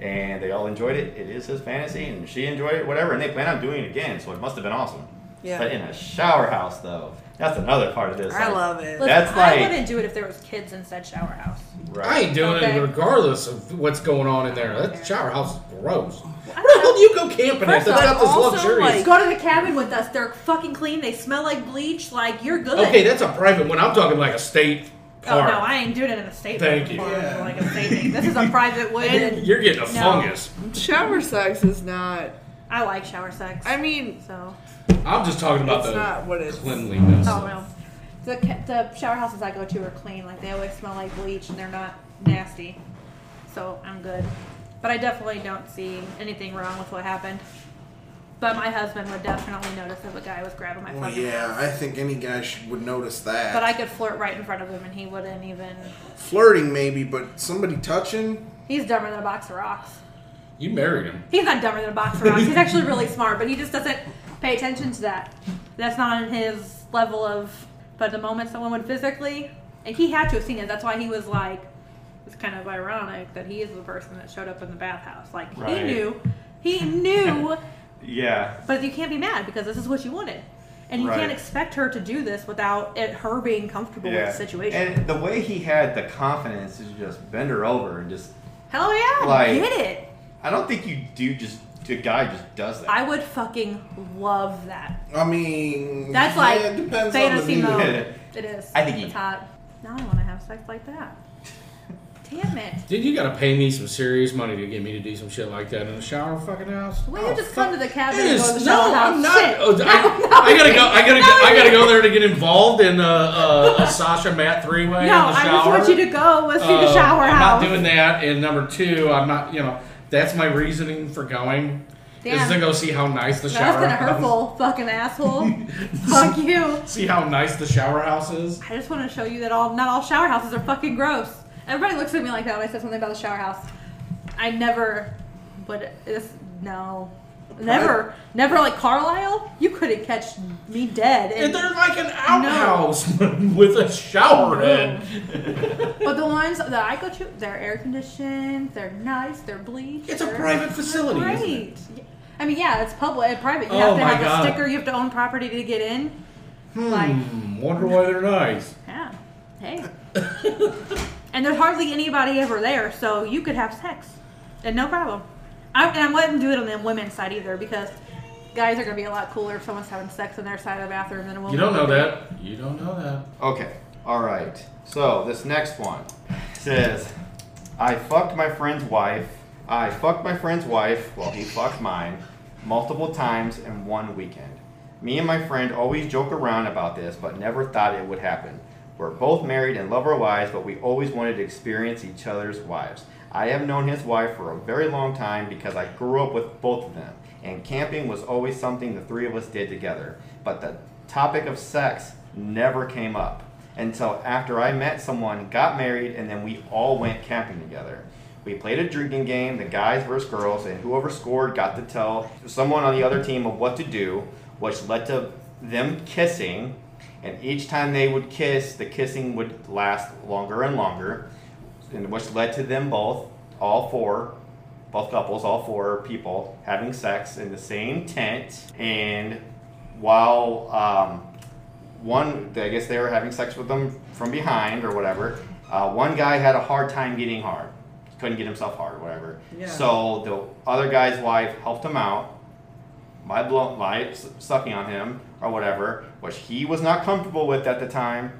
Speaker 9: and they all enjoyed it. It is his fantasy, and she enjoyed it, whatever. And they plan on doing it again, so it must have been awesome.
Speaker 13: Yeah.
Speaker 9: But in a shower house, though, that's another part of this.
Speaker 13: I
Speaker 9: like,
Speaker 13: love it.
Speaker 4: Listen,
Speaker 9: That's
Speaker 4: I
Speaker 9: like
Speaker 4: wouldn't do it if there was kids inside shower house.
Speaker 10: I ain't doing
Speaker 4: Okay.
Speaker 10: it regardless of what's going on in there. That shower house is gross. Where the hell do you go camping at? That's
Speaker 4: First of
Speaker 10: not
Speaker 4: all,
Speaker 10: this luxurious.
Speaker 4: go to the cabin with us. They're fucking clean. They smell like bleach. Like you're good.
Speaker 10: okay, that's a private one. I'm talking like a state
Speaker 4: Oh
Speaker 10: park.
Speaker 4: no, I ain't doing it in a state.
Speaker 10: Thank you.
Speaker 4: park, Like a state thing. This is a private way.
Speaker 10: You're getting a
Speaker 4: No.
Speaker 10: fungus.
Speaker 13: Shower sex is not.
Speaker 4: I like shower sex.
Speaker 13: I mean,
Speaker 4: so.
Speaker 10: I'm just talking about
Speaker 13: It's
Speaker 10: the
Speaker 13: not what it's-
Speaker 10: cleanliness.
Speaker 4: Oh no. The, ca- the shower houses I go to are clean. Like they always smell like bleach and they're not nasty. So I'm good. But I definitely don't see anything wrong with what happened. But my husband would definitely notice if a guy was grabbing my
Speaker 11: Well,
Speaker 4: fucking
Speaker 11: yeah,
Speaker 4: ass.
Speaker 11: I think any guy should, would notice that.
Speaker 4: But I could flirt right in front of him and he wouldn't even.
Speaker 11: flirting maybe, but somebody touching.
Speaker 4: He's dumber than a box of rocks.
Speaker 10: You married him.
Speaker 4: He's not dumber than a box of rocks. He's actually really smart, but he just doesn't pay attention to that. That's not in his level of. But the moment someone would physically, and he had to have seen it. That's why he was like, it's kind of ironic that he is the person that showed up in the bathhouse. Like
Speaker 9: Right.
Speaker 4: he knew, he knew,
Speaker 9: yeah.
Speaker 4: but you can't be mad because this is what you wanted, and you
Speaker 9: Right.
Speaker 4: can't expect her to do this without it, her being comfortable with the situation.
Speaker 9: And the way he had the confidence to just bend her over and just
Speaker 4: Hell yeah,
Speaker 9: Like-
Speaker 4: get it.
Speaker 9: I don't think you do just a guy just does that.
Speaker 4: I would fucking love that.
Speaker 11: I mean,
Speaker 4: That's
Speaker 11: yeah,
Speaker 4: like
Speaker 11: it depends
Speaker 4: fantasy
Speaker 11: on the
Speaker 4: mode.
Speaker 11: need.
Speaker 4: It is.
Speaker 10: I think he-
Speaker 4: it's hot. Now I want to have sex like that. Damn it!
Speaker 10: Dude, you gotta pay me some serious money to get me to do some shit like that in the shower fucking house.
Speaker 4: Will you just come to the cabin
Speaker 10: Oh, It
Speaker 4: and go
Speaker 10: is-
Speaker 4: to
Speaker 10: no,
Speaker 4: the shower house?
Speaker 10: I'm not.
Speaker 4: Shit.
Speaker 10: oh, I, I gotta go. I gotta. go, I gotta go there to get involved in uh, uh, a Sasha Matt three way.
Speaker 4: No,
Speaker 10: in the
Speaker 4: I
Speaker 10: shower.
Speaker 4: just want you to go. Let's see the
Speaker 10: Uh,
Speaker 4: shower
Speaker 10: I'm
Speaker 4: house.
Speaker 10: not doing that. And number two, I'm not. You know, that's my reasoning for going. Is
Speaker 4: Damn.
Speaker 10: to go see how nice the
Speaker 4: That's
Speaker 10: shower.
Speaker 4: gonna
Speaker 10: house-
Speaker 4: hurtful, fucking asshole. Fuck you.
Speaker 10: See how nice the shower house is.
Speaker 4: I just want to show you that all not all shower houses are fucking gross. Everybody looks at me like that when I said something about the shower house. I never would. This no, never, never like Carlisle. You couldn't catch me dead.
Speaker 10: And they're like an
Speaker 4: No.
Speaker 10: outhouse with a shower head.
Speaker 4: But the ones that I go to, they're air conditioned, they're nice, they're bleached.
Speaker 10: It's a
Speaker 4: they're-
Speaker 10: private facility,
Speaker 4: They're
Speaker 10: isn't
Speaker 4: great. I mean, yeah, it's public, uh, private. You
Speaker 10: Oh
Speaker 4: have to
Speaker 10: my
Speaker 4: have
Speaker 10: God.
Speaker 4: a sticker. You have to own property to get in. Like,
Speaker 10: Hmm, wonder why they're nice.
Speaker 4: yeah, hey. and there's hardly anybody ever there, so you could have sex, and no problem. I, and I wouldn't do it on the women's side either because guys are gonna be a lot cooler if someone's having sex on their side of the bathroom than a woman.
Speaker 10: You don't know
Speaker 4: would be.
Speaker 10: that. You don't know that.
Speaker 9: Okay. All right. So this next one says, "I fucked my friend's wife. I fucked my friend's wife. Well, he fucked mine multiple times in one weekend. Me and my friend always joke around about this, but never thought it would happen. We're both married and love our wives, but we always wanted to experience each other's wives. I have known his wife for a very long time because I grew up with both of them, and camping was always something the three of us did together. But the topic of sex never came up until after I met someone, got married, and then we all went camping together. We played a drinking game, the guys versus girls, and whoever scored got to tell someone on the other team of what to do, which led to them kissing. And each time they would kiss, the kissing would last longer and longer, and which led to them both, all four, both couples, all four people having sex in the same tent. And while um, one, I guess they were having sex with them from behind or whatever. Uh, one guy had a hard time getting hard, couldn't get himself hard, whatever.
Speaker 14: Yeah.
Speaker 9: So the other guy's wife helped him out by blow, by s- sucking on him or whatever, which he was not comfortable with at the time.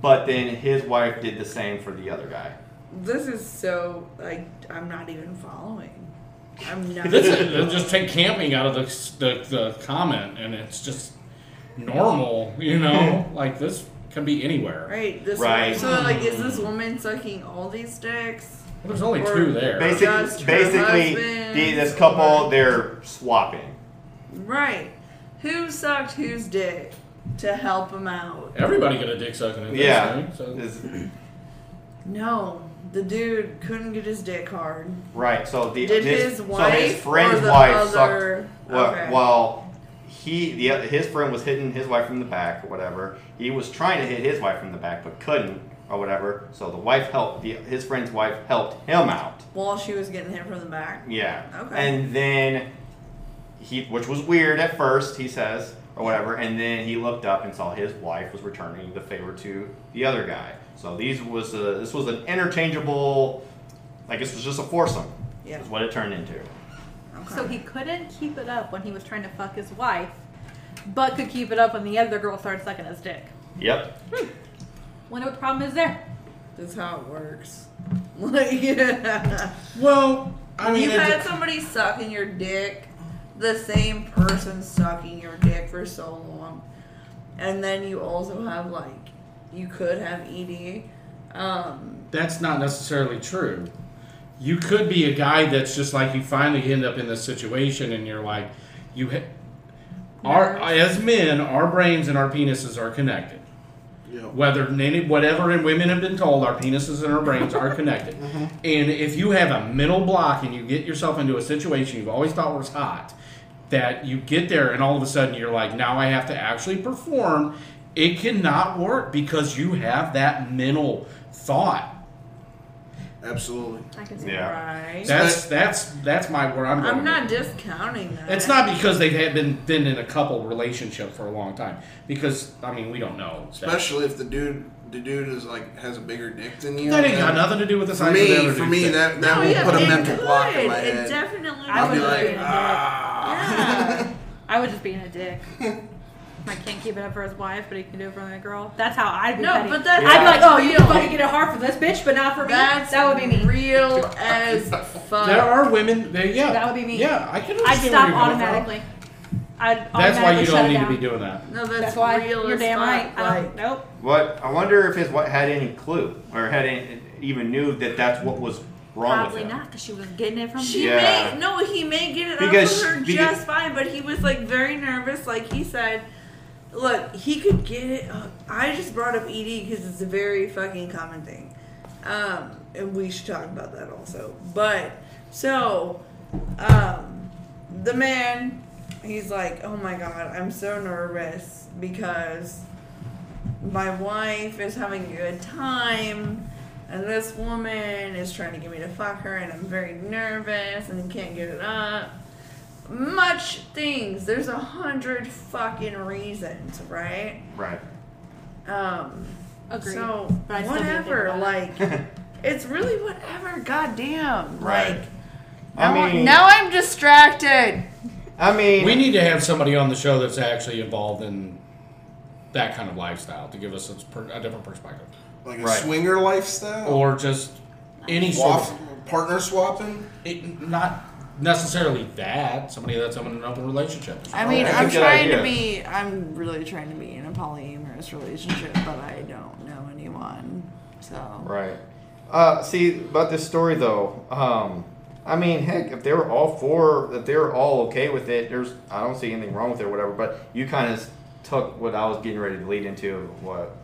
Speaker 9: But then his wife did the same for the other guy.
Speaker 7: This is so like I'm not even following. I'm not.
Speaker 10: This is- they'll just take camping out of the, the the comment, and it's just normal, you know. like this can be anywhere.
Speaker 7: right. This
Speaker 10: Right.
Speaker 7: So like, is this woman sucking all these dicks?
Speaker 10: There's only
Speaker 7: Or
Speaker 10: two there.
Speaker 9: Basic-
Speaker 7: just her
Speaker 9: basically,
Speaker 7: husband?
Speaker 9: the, this couple they're swapping.
Speaker 7: Right. Who sucked whose dick to help him out?
Speaker 10: Everybody got a dick sucking at this
Speaker 9: Yeah.
Speaker 10: thing, so-
Speaker 7: No, the dude couldn't get his dick hard.
Speaker 9: Right. So the
Speaker 7: Did
Speaker 9: this-
Speaker 7: his
Speaker 9: so
Speaker 7: wife
Speaker 9: his
Speaker 7: or
Speaker 9: friend's
Speaker 7: the
Speaker 9: wife
Speaker 7: other-
Speaker 9: sucked wh-
Speaker 7: okay.
Speaker 9: while he the oth- his friend was hitting his wife from the back or whatever. He was trying to hit his wife from the back but couldn't or whatever. So the wife helped the, his friend's wife helped him out.
Speaker 7: While she was getting hit from the back.
Speaker 9: Yeah.
Speaker 7: Okay.
Speaker 9: And then he which was weird at first, he says, or whatever, and then he looked up and saw his wife was returning the favor to the other guy. So these was a, this was an interchangeable like this was just a foursome.
Speaker 7: Yeah.
Speaker 9: Is what it turned into.
Speaker 4: So he couldn't keep it up when he was trying to fuck his wife, but could keep it up when the other girl started sucking his dick.
Speaker 9: Yep.
Speaker 4: Wonder what the problem is there?
Speaker 7: That's how it works. Like, yeah.
Speaker 10: Well, I mean,
Speaker 7: you
Speaker 10: it-
Speaker 7: had somebody sucking your dick, the same person sucking your dick for so long, and then you also have like, you could have ED. Um,
Speaker 10: that's not necessarily true. You could be a guy that's just like you finally end up in this situation, and you're like, you ha- our as men, our brains and our penises are connected. Whether nani- whatever and women have been told, our penises and our brains are connected.
Speaker 11: Mm-hmm.
Speaker 10: And if you have a mental block and you get yourself into a situation you've always thought was hot, that you get there and all of a sudden you're like, now I have to actually perform, it cannot work because you have that mental thought.
Speaker 11: Absolutely.
Speaker 7: I can
Speaker 10: Yeah.
Speaker 7: right.
Speaker 10: That's that's that's my where I'm going.
Speaker 7: I'm not discounting that.
Speaker 10: It's not because they have been been in a couple relationship for a long time. Because I mean, we don't know.
Speaker 11: Especially if the dude the dude is like has a bigger dick than you.
Speaker 10: That ain't got nothing to do with the size of
Speaker 11: me,
Speaker 10: the other
Speaker 11: For
Speaker 10: dude's
Speaker 11: me,
Speaker 10: dick.
Speaker 11: that that
Speaker 10: No,
Speaker 11: will
Speaker 10: yeah,
Speaker 11: put a
Speaker 10: it
Speaker 11: mental block in my
Speaker 7: It
Speaker 11: head.
Speaker 7: definitely
Speaker 11: I'll be
Speaker 4: would
Speaker 11: like, "Oh."
Speaker 4: just be a dick. I would just be in a dick. I can't keep it up for his wife, but he can do it for another girl. That's how I'd be.
Speaker 7: No,
Speaker 4: petty.
Speaker 7: but that's
Speaker 4: I'd be like, oh, you
Speaker 7: real.
Speaker 4: didn't fucking get it hard for this bitch, but not for me.
Speaker 7: That's
Speaker 4: that would be me.
Speaker 7: Real as fuck.
Speaker 10: There are women. There, yeah,
Speaker 4: Uh, That would be me.
Speaker 10: Yeah, I can.
Speaker 4: I'd
Speaker 10: understand where
Speaker 4: stop
Speaker 10: you're coming from.
Speaker 4: automatically. I'd
Speaker 10: That's why
Speaker 4: automatically
Speaker 10: you
Speaker 4: shut
Speaker 10: don't
Speaker 4: it
Speaker 10: need
Speaker 4: down.
Speaker 10: to be doing that.
Speaker 7: No, that's,
Speaker 4: why
Speaker 7: real
Speaker 4: you're
Speaker 7: as
Speaker 4: damn
Speaker 7: fuck,
Speaker 4: right. I don't,
Speaker 7: like-
Speaker 4: nope.
Speaker 9: What I wonder if his what had any clue or had any, even knew that that's what was wrong
Speaker 4: Probably
Speaker 9: with him.
Speaker 4: not, because she was getting it from
Speaker 7: She
Speaker 4: you.
Speaker 9: Yeah.
Speaker 7: may no, he may get it
Speaker 9: Because-
Speaker 7: off of her
Speaker 9: because-
Speaker 7: just fine, but he was like very nervous. Like he said, look, he could get it. Up. I just brought up ED because it's a very fucking common thing, um, and we should talk about that also. But so, um, the man, he's like, oh my god, I'm so nervous because my wife is having a good time and this woman is trying to get me to fuck her and I'm very nervous and can't get it up. Much things. There's a hundred fucking reasons, right?
Speaker 9: Right.
Speaker 7: Um
Speaker 4: Agreed.
Speaker 7: so
Speaker 4: But I still need to think
Speaker 7: whatever,
Speaker 4: about
Speaker 7: like it's really whatever, goddamn.
Speaker 9: Right.
Speaker 7: Like
Speaker 10: I
Speaker 7: now
Speaker 10: mean-
Speaker 7: now I'm distracted.
Speaker 9: I mean,
Speaker 10: we need to have somebody on the show that's actually involved in that kind of lifestyle to give us a, per- a different perspective.
Speaker 11: Like a swinger lifestyle?
Speaker 10: Or just any sort of
Speaker 11: partner swapping?
Speaker 10: It, not necessarily that. Somebody that's in an open relationship.
Speaker 13: I mean, I'm trying to be. I'm really trying to be in a polyamorous relationship, but I don't know anyone. So
Speaker 9: Right. Uh, see, about this story though, um, I mean, heck, if they were all for, if they were all okay with it, there's, I don't see anything wrong with it or whatever. But you kind of took what I was getting ready to lead into, of what,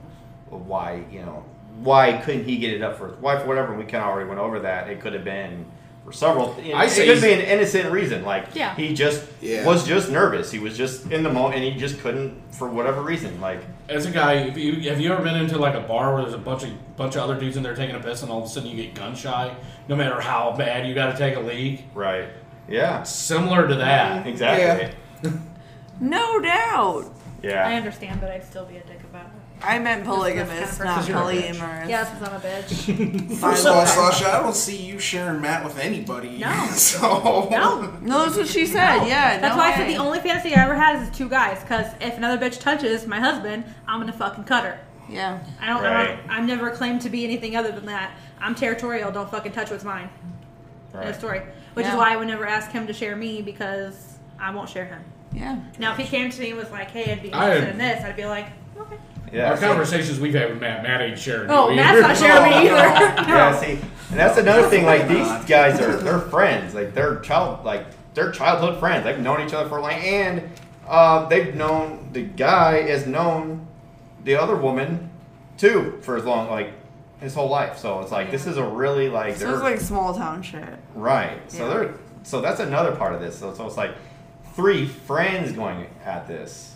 Speaker 9: of why, you know, why couldn't he get it up for his wife or whatever? We kind of already went over that. It could have been for several.
Speaker 10: I
Speaker 9: it
Speaker 10: say-
Speaker 9: could be an innocent reason, like
Speaker 10: Yeah.
Speaker 9: he just
Speaker 10: Yeah.
Speaker 9: was just nervous. He was just in the moment, and he just couldn't for whatever reason, like.
Speaker 10: As a guy, if you, have you ever been into like a bar where there's a bunch of bunch of other dudes in there taking a piss, and all of a sudden you get gun shy, no matter how bad you got to take a leak?
Speaker 9: Right. Yeah.
Speaker 10: Similar to that.
Speaker 9: Exactly.
Speaker 13: no doubt.
Speaker 9: Yeah.
Speaker 4: I understand, but I'd still be a dick about it.
Speaker 13: I meant
Speaker 4: That's-
Speaker 13: polygamous,
Speaker 4: that's kind
Speaker 13: not
Speaker 4: of person.
Speaker 13: polyamorous.
Speaker 4: Yeah, because I'm a bitch.
Speaker 11: First of all, Sasha, I don't see you sharing Matt with anybody.
Speaker 4: No.
Speaker 11: So.
Speaker 4: No.
Speaker 13: No, that's what she said.
Speaker 4: No.
Speaker 13: Yeah,
Speaker 4: that's
Speaker 13: no
Speaker 4: why
Speaker 13: way.
Speaker 4: I said the only fantasy I ever had is two guys. Because if another bitch touches my husband, I'm gonna fucking cut her.
Speaker 13: Yeah,
Speaker 4: I don't. I
Speaker 13: Right.
Speaker 4: don't I'm never claimed to be anything other than that. I'm territorial. Don't fucking touch what's mine. No
Speaker 13: Right.
Speaker 4: story. Which
Speaker 13: Yeah.
Speaker 4: is why I would never ask him to share me because I won't share him.
Speaker 13: Yeah.
Speaker 4: Now, if he came to me and was like, "Hey, I'd be
Speaker 10: I-
Speaker 4: interested in this," I'd be like, "Okay."
Speaker 9: Yeah,
Speaker 10: Our
Speaker 9: so-
Speaker 10: conversations we've had with Matt, Matt ain't sharing.
Speaker 4: Oh,
Speaker 10: you
Speaker 4: Matt's
Speaker 10: either.
Speaker 4: not sharing me either. No.
Speaker 9: Yeah, see, and that's another thing. Like these guys are they're friends. Like they're child like they're childhood friends. They've known each other for like and uh, they've known the guy has known the other woman too for as long like his whole life. So it's like this is a really like
Speaker 13: so
Speaker 9: they're
Speaker 13: it's like small town shit.
Speaker 9: right. So
Speaker 13: Yeah.
Speaker 9: they're so that's another part of this. So, so it's like three friends going at this.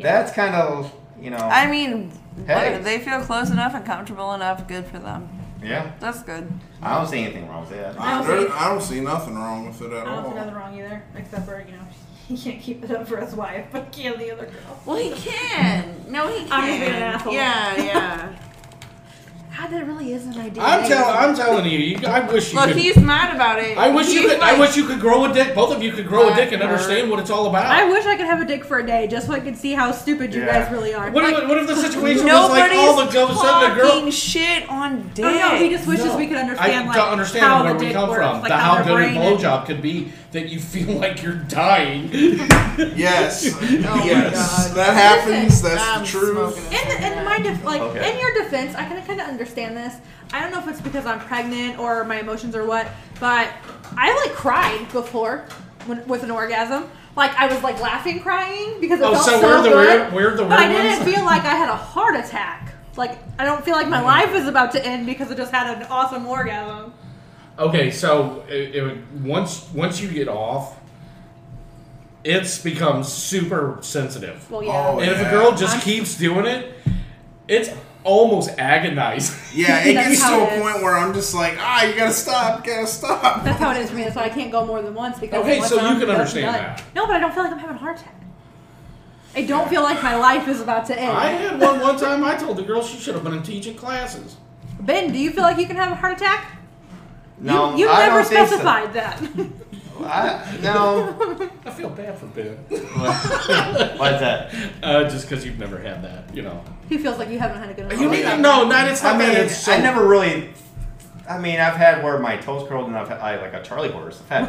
Speaker 9: That's kind of you know.
Speaker 13: I mean,
Speaker 9: Hey.
Speaker 13: what- they feel close enough and comfortable enough. Good for them.
Speaker 9: yeah.
Speaker 13: That's good.
Speaker 9: I don't see anything wrong with that.
Speaker 11: I don't, I don't see nothing wrong with it
Speaker 4: I
Speaker 11: at
Speaker 4: don't see
Speaker 11: all.
Speaker 4: nothing wrong either, except for you know he can't keep it up for his wife, but he can the other girl.
Speaker 13: Well, he can. No, he
Speaker 4: I'm just being an
Speaker 13: can.
Speaker 4: asshole.
Speaker 13: Yeah, yeah.
Speaker 4: God, that really is an idea.
Speaker 10: I'm telling. I'm telling you. you I wish you
Speaker 13: Look,
Speaker 10: could.
Speaker 13: he's mad about it.
Speaker 10: I wish you
Speaker 13: He's
Speaker 10: could. I
Speaker 13: like-
Speaker 10: wish you could grow a dick. Both of you could grow a dick and understand what it's all about.
Speaker 4: I wish I could have a dick for a day just so I could see how stupid you
Speaker 10: Yeah.
Speaker 4: guys really are.
Speaker 10: What if-
Speaker 4: Like-
Speaker 10: what if the situation was like all the- all of a sudden the
Speaker 13: Nobody's
Speaker 10: girl-
Speaker 13: talking shit on dick.
Speaker 4: Oh, no, he just wishes
Speaker 10: No,
Speaker 4: we could understand
Speaker 10: I
Speaker 4: like
Speaker 10: don't understand
Speaker 4: how
Speaker 10: where
Speaker 4: the
Speaker 10: we
Speaker 4: dick
Speaker 10: come
Speaker 4: works,
Speaker 10: from.
Speaker 4: like
Speaker 10: the how good a
Speaker 4: brain and-
Speaker 10: blowjob could be that you feel like you're dying.
Speaker 11: yes.
Speaker 10: yes.
Speaker 11: That happens. That's
Speaker 4: Oh I'm
Speaker 11: the truth.
Speaker 4: In, the, in my def- like
Speaker 11: Okay.
Speaker 4: in your defense, I can kind of understand this. I don't know if it's because I'm pregnant or my emotions or what, but I like cried before when, with an orgasm. Like I was like laughing, crying because it
Speaker 10: Oh,
Speaker 4: felt
Speaker 10: so
Speaker 4: so,
Speaker 10: we're the weird-
Speaker 4: good.
Speaker 10: we're the
Speaker 4: but I
Speaker 10: weird
Speaker 4: didn't
Speaker 10: ones?
Speaker 4: feel like I had a heart attack. Like I don't feel like my life is about to end because I just had an awesome orgasm.
Speaker 10: Okay, so it, it would, once once you get off, it's becomes super sensitive.
Speaker 4: Well, yeah. Oh,
Speaker 10: and if a
Speaker 4: yeah.
Speaker 10: girl just keeps doing it, it's almost agonizing.
Speaker 11: Yeah, it gets to
Speaker 4: how
Speaker 11: a
Speaker 4: it is.
Speaker 11: point where I'm just like, ah, you gotta stop, gotta stop.
Speaker 4: That's how it is for me. That's why I can't go more than once because
Speaker 11: Okay,
Speaker 4: once
Speaker 11: so
Speaker 4: I'm
Speaker 11: you can
Speaker 4: done,
Speaker 11: understand
Speaker 4: done.
Speaker 11: that.
Speaker 4: No, but I don't feel like I'm having a heart attack. I don't feel like my life is about to end.
Speaker 10: I had one one time. I told the girl she should have been teaching classes.
Speaker 4: Ben, do you feel like you can have a heart attack?
Speaker 9: No,
Speaker 4: you
Speaker 9: Um, I
Speaker 4: never
Speaker 9: don't think so.
Speaker 4: specified that.
Speaker 9: I, no.
Speaker 10: I feel bad for Ben.
Speaker 9: Why's that?
Speaker 10: Uh, just because you've never had that, you know.
Speaker 4: he feels like you haven't had a good.
Speaker 10: You
Speaker 4: heart
Speaker 10: need
Speaker 4: attack.
Speaker 10: to know, not it's not
Speaker 9: I mean,
Speaker 10: that it's so-
Speaker 9: I never really. I mean, I've had where my toes curled and I've had I, like a Charlie horse. I've had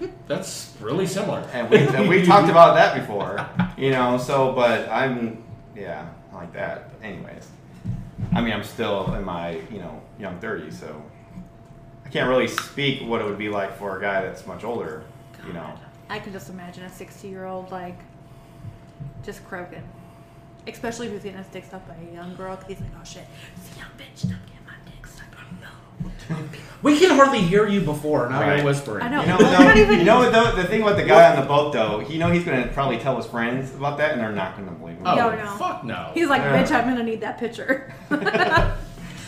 Speaker 9: that.
Speaker 10: That's really similar.
Speaker 9: And we and we talked about that before, you know. So, but I'm yeah like that. But anyways, I mean, I'm still in my you know young 30s, so I can't really speak what it would be like for a guy that's much older, you know.
Speaker 4: I can just imagine a sixty-year-old like just croaking, especially if he's getting his dick sucked by a young girl. 'cause he's like, oh shit, it's a young bitch. I'm getting my dick sucked by a girl."
Speaker 10: We can hardly hear you before, now
Speaker 9: Right.
Speaker 10: you're whispering.
Speaker 4: I know.
Speaker 9: You know,
Speaker 4: We're
Speaker 9: though,
Speaker 4: not even-
Speaker 9: you know the, the thing with the guy on the boat though, you know he's gonna probably tell his friends about that, and they're not gonna believe him.
Speaker 4: Yo, no. He's like,
Speaker 9: Oh, Yeah.
Speaker 4: bitch, I'm gonna need that picture.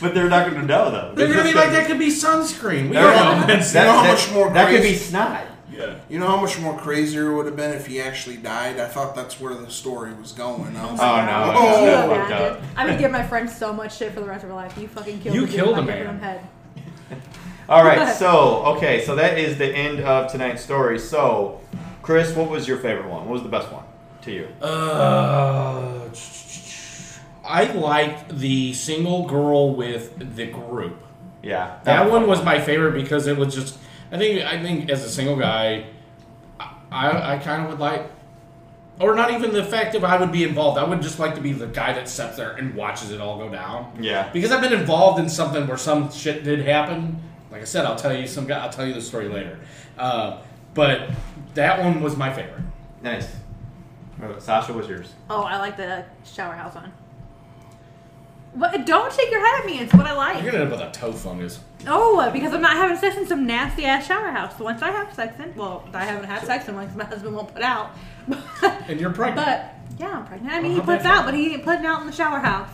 Speaker 9: But they're not gonna know though.
Speaker 10: They're gonna be like, that could be sunscreen. We
Speaker 9: They're
Speaker 10: don't know.
Speaker 9: gonna-
Speaker 11: you know how
Speaker 9: that-
Speaker 11: much more
Speaker 9: that could
Speaker 11: crazy-
Speaker 9: be snot.
Speaker 10: Yeah.
Speaker 11: You know how much more crazier it would have been if he actually died. I thought that's where the story was going. I was
Speaker 9: Oh,
Speaker 11: like,
Speaker 9: no,
Speaker 11: oh,
Speaker 9: no, no,
Speaker 11: oh,
Speaker 9: fucked up.
Speaker 4: I would give my friend so much shit for the rest of her life. You fucking killed.
Speaker 9: You
Speaker 4: the dude
Speaker 9: killed
Speaker 4: by
Speaker 9: a
Speaker 4: giving
Speaker 9: man.
Speaker 4: him head.
Speaker 9: All right, so okay, so that is the end of tonight's story. So, Chris, what was your favorite one? What was the best one to you?
Speaker 10: Uh, ch- ch- ch- I liked the single girl with the group.
Speaker 9: Yeah,
Speaker 10: that, one was my favorite because it was just. I think I think as a single guy, I I kind of would like, or not even the fact that I would be involved. I would just like to be the guy that sits there and watches it all go down.
Speaker 9: Yeah.
Speaker 10: Because I've been involved in something where some shit did happen. Like I said, I'll tell you some. guy- I'll tell you the story later. Uh, but that one was my favorite.
Speaker 9: Nice. Sasha was yours.
Speaker 4: Oh, I like the shower house one. But don't shake your head at me. It's what I like.
Speaker 10: You're gonna end up with a toe fungus.
Speaker 4: Oh, because I'm not having sex in some nasty ass shower house. The ones I have sex in, well, I haven't had sex in ones my husband won't put out.
Speaker 10: And you're pregnant.
Speaker 4: But yeah, I'm pregnant. I mean,
Speaker 9: Oh,
Speaker 4: he
Speaker 9: how
Speaker 4: puts
Speaker 9: bad
Speaker 4: out, but he ain't putting out in the shower house.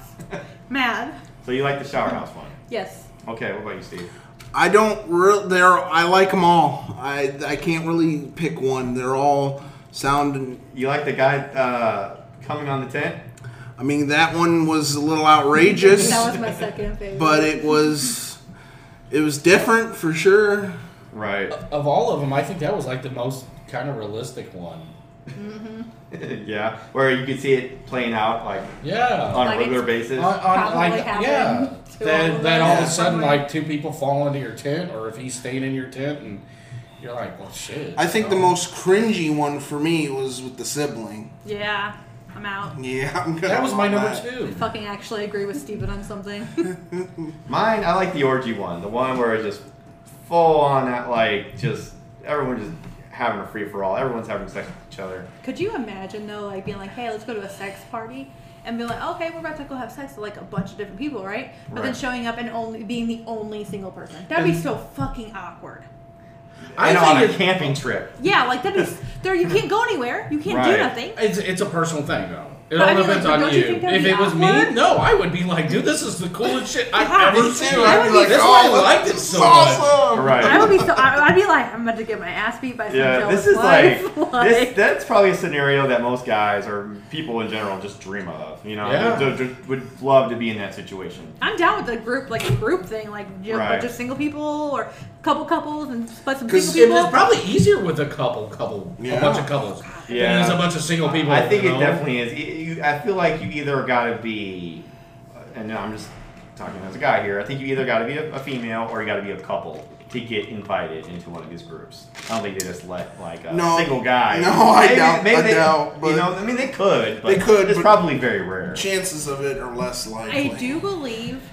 Speaker 4: Mad.
Speaker 9: So you like the shower house one?
Speaker 4: Yes.
Speaker 9: Okay, what about you, Steve?
Speaker 11: I don't real there. I like them all. I I can't really pick one. They're all sounding.
Speaker 9: You like the guy uh, coming on the tent?
Speaker 11: I mean, that one was a little outrageous,
Speaker 4: That was my second favorite.
Speaker 11: but it was it was different for sure.
Speaker 9: Right.
Speaker 10: Of all of them, I think that was like the most kind of realistic one.
Speaker 4: Mm-hmm.
Speaker 9: yeah, where you could see it playing out like
Speaker 10: Yeah.
Speaker 9: on
Speaker 10: Like
Speaker 9: a regular
Speaker 10: it's
Speaker 9: basis.
Speaker 10: On, on, like,
Speaker 4: happened
Speaker 10: yeah,
Speaker 4: to all
Speaker 10: that,
Speaker 4: of
Speaker 10: that all of a
Speaker 4: us.
Speaker 10: sudden like two people fall into your tent, or if he stayed in your tent, and you're like, well, shit.
Speaker 11: I think the
Speaker 10: no.
Speaker 11: most cringy one for me was with the sibling.
Speaker 4: Yeah, I'm out.
Speaker 11: Yeah, I'm good
Speaker 10: That was my
Speaker 11: on
Speaker 10: number
Speaker 11: that.
Speaker 4: I
Speaker 10: two.
Speaker 4: fucking actually agree with Steven on something.
Speaker 9: Mine, I like the orgy one, the one where it's just full on that like just everyone just having a free for all. Everyone's having sex with each other.
Speaker 4: Could you imagine though, like being like, "Hey, let's go to a sex party," and be like, "Okay, we're about to go have sex with like a bunch of different people, right?" But then
Speaker 9: Right.
Speaker 4: showing up and only being the only single person. That'd be
Speaker 9: And-
Speaker 4: so fucking awkward.
Speaker 10: I
Speaker 9: and on a
Speaker 10: think it-
Speaker 9: camping trip.
Speaker 4: Yeah, like that'd be s- there. You can't go anywhere. You can't
Speaker 9: Right.
Speaker 4: do nothing.
Speaker 10: It's, it's a personal thing, though. It
Speaker 4: But
Speaker 10: all
Speaker 4: I mean, like,
Speaker 10: depends
Speaker 4: but
Speaker 10: on
Speaker 4: don't you
Speaker 10: you.
Speaker 4: think that'd
Speaker 10: if
Speaker 4: be
Speaker 10: it was
Speaker 4: awkward?
Speaker 10: me, no, I would be like, dude, this is the coolest shit
Speaker 4: Yeah,
Speaker 10: I've ever
Speaker 4: me
Speaker 10: seen.
Speaker 4: too. I
Speaker 10: I'd
Speaker 4: would
Speaker 10: be like,
Speaker 4: be
Speaker 10: that's
Speaker 4: so-
Speaker 10: why I liked it so much.
Speaker 9: Right.
Speaker 4: I would be so. I, I'd be like, I'm about to get my ass beat by some
Speaker 9: Yeah,
Speaker 4: jealous
Speaker 9: this is
Speaker 4: wife.
Speaker 9: like, this. That's probably a scenario that most guys or people in general just dream of. You know,
Speaker 10: Yeah.
Speaker 9: They- they- they would love to be in that situation.
Speaker 4: I'm down with the group, like the group thing, like just,
Speaker 9: Right.
Speaker 4: just single people or couple couples and but some single
Speaker 10: Because it
Speaker 4: people.
Speaker 10: was probably easier with a couple, couple, a
Speaker 11: Yeah.
Speaker 10: bunch of couples.
Speaker 9: Yeah.
Speaker 10: than it is a bunch of single people.
Speaker 9: I think
Speaker 10: you
Speaker 9: it
Speaker 10: know?
Speaker 9: definitely is. You- you- I feel like you either got to be, uh, and I'm just talking as a guy here. I think you either got to be a, a female or you got to be a couple to get invited into one of these groups. I don't think they just let like a
Speaker 11: No.
Speaker 9: single guy.
Speaker 11: No, I doubt- I
Speaker 9: they,
Speaker 11: doubt,
Speaker 9: you
Speaker 11: but-
Speaker 9: know, I mean, they could. But
Speaker 11: They could,
Speaker 9: It's
Speaker 11: but-
Speaker 9: probably very rare.
Speaker 11: Chances of it are less likely.
Speaker 4: I do believe,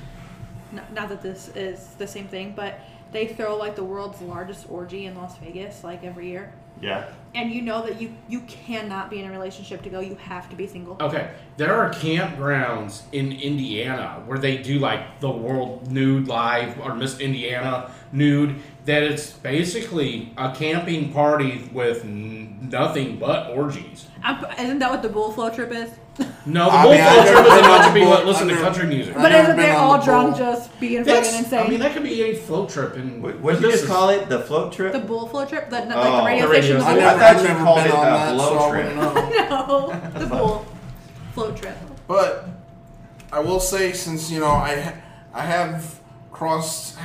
Speaker 4: not, not that this is the same thing, but they throw like the world's largest orgy in Las Vegas like every year,
Speaker 9: Yeah.
Speaker 4: and you know that you you cannot be in a relationship to go. You have to be single.
Speaker 10: Okay, there are campgrounds in Indiana where they do like the World Nude Live or Miss Indiana Nude. That it's basically a camping party with n- nothing but orgies.
Speaker 4: I'm, isn't that what the bull flow trip is?
Speaker 10: No, the
Speaker 11: I
Speaker 10: whole
Speaker 11: mean, I've
Speaker 10: culture
Speaker 11: never
Speaker 10: was a
Speaker 11: been
Speaker 10: bunch
Speaker 11: on
Speaker 10: of people
Speaker 11: board-
Speaker 10: that listen to
Speaker 11: I've never-
Speaker 10: country music.
Speaker 11: I've
Speaker 4: But
Speaker 11: never
Speaker 4: isn't
Speaker 11: been
Speaker 4: they
Speaker 11: on
Speaker 4: all
Speaker 11: the
Speaker 4: drunk,
Speaker 11: boat.
Speaker 4: just being fucking
Speaker 10: That's,
Speaker 4: insane?
Speaker 10: I mean, that could be a float trip. And
Speaker 9: What did you just call it? The float trip?
Speaker 4: the bull flow trip, the, like
Speaker 9: Oh,
Speaker 4: the radio
Speaker 9: the radio
Speaker 11: I
Speaker 4: station.
Speaker 9: station.
Speaker 4: bull-
Speaker 11: never,
Speaker 9: thought
Speaker 11: I've
Speaker 9: you
Speaker 11: never
Speaker 9: called
Speaker 11: been
Speaker 9: it uh,
Speaker 11: on
Speaker 9: a
Speaker 11: that,
Speaker 9: blow
Speaker 11: so I
Speaker 9: trip.
Speaker 11: wouldn't know.
Speaker 4: no, the bull flow trip.
Speaker 11: But I will say, since you know, I I have crossed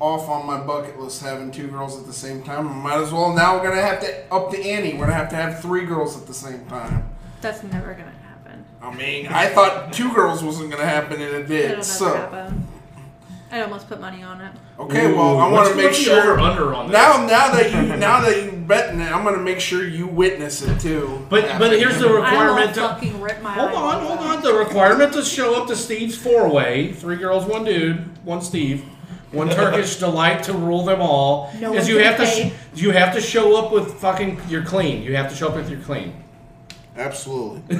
Speaker 11: off on my bucket list having two girls at the same time. I might as well now. We're gonna have to up the ante. We're gonna have to have three girls at the same time.
Speaker 4: That's never gonna happen.
Speaker 11: I mean, I thought two girls wasn't gonna happen, and it
Speaker 4: It'll
Speaker 11: did.
Speaker 4: never
Speaker 11: So
Speaker 4: happen. I almost put money on it.
Speaker 11: okay, well, I want
Speaker 10: Ooh, what's-
Speaker 11: to make
Speaker 10: what's the
Speaker 11: sure.
Speaker 10: over-under on this?
Speaker 11: Now, now that you now that you betting it, I'm gonna make sure you witness it too.
Speaker 10: But but here's the requirement.
Speaker 4: I will
Speaker 10: To,
Speaker 4: fucking rip my
Speaker 10: hold
Speaker 4: eyes
Speaker 10: on,
Speaker 4: out.
Speaker 10: hold on. The requirement to show up to Steve's four way, three girls, one dude, one Steve, one Turkish delight to rule them all,
Speaker 4: No
Speaker 10: is
Speaker 4: one's
Speaker 10: you have to
Speaker 4: gonna
Speaker 10: sh-
Speaker 4: pay.
Speaker 10: you have to show up with fucking you're clean. You have to show up with your clean.
Speaker 11: Absolutely.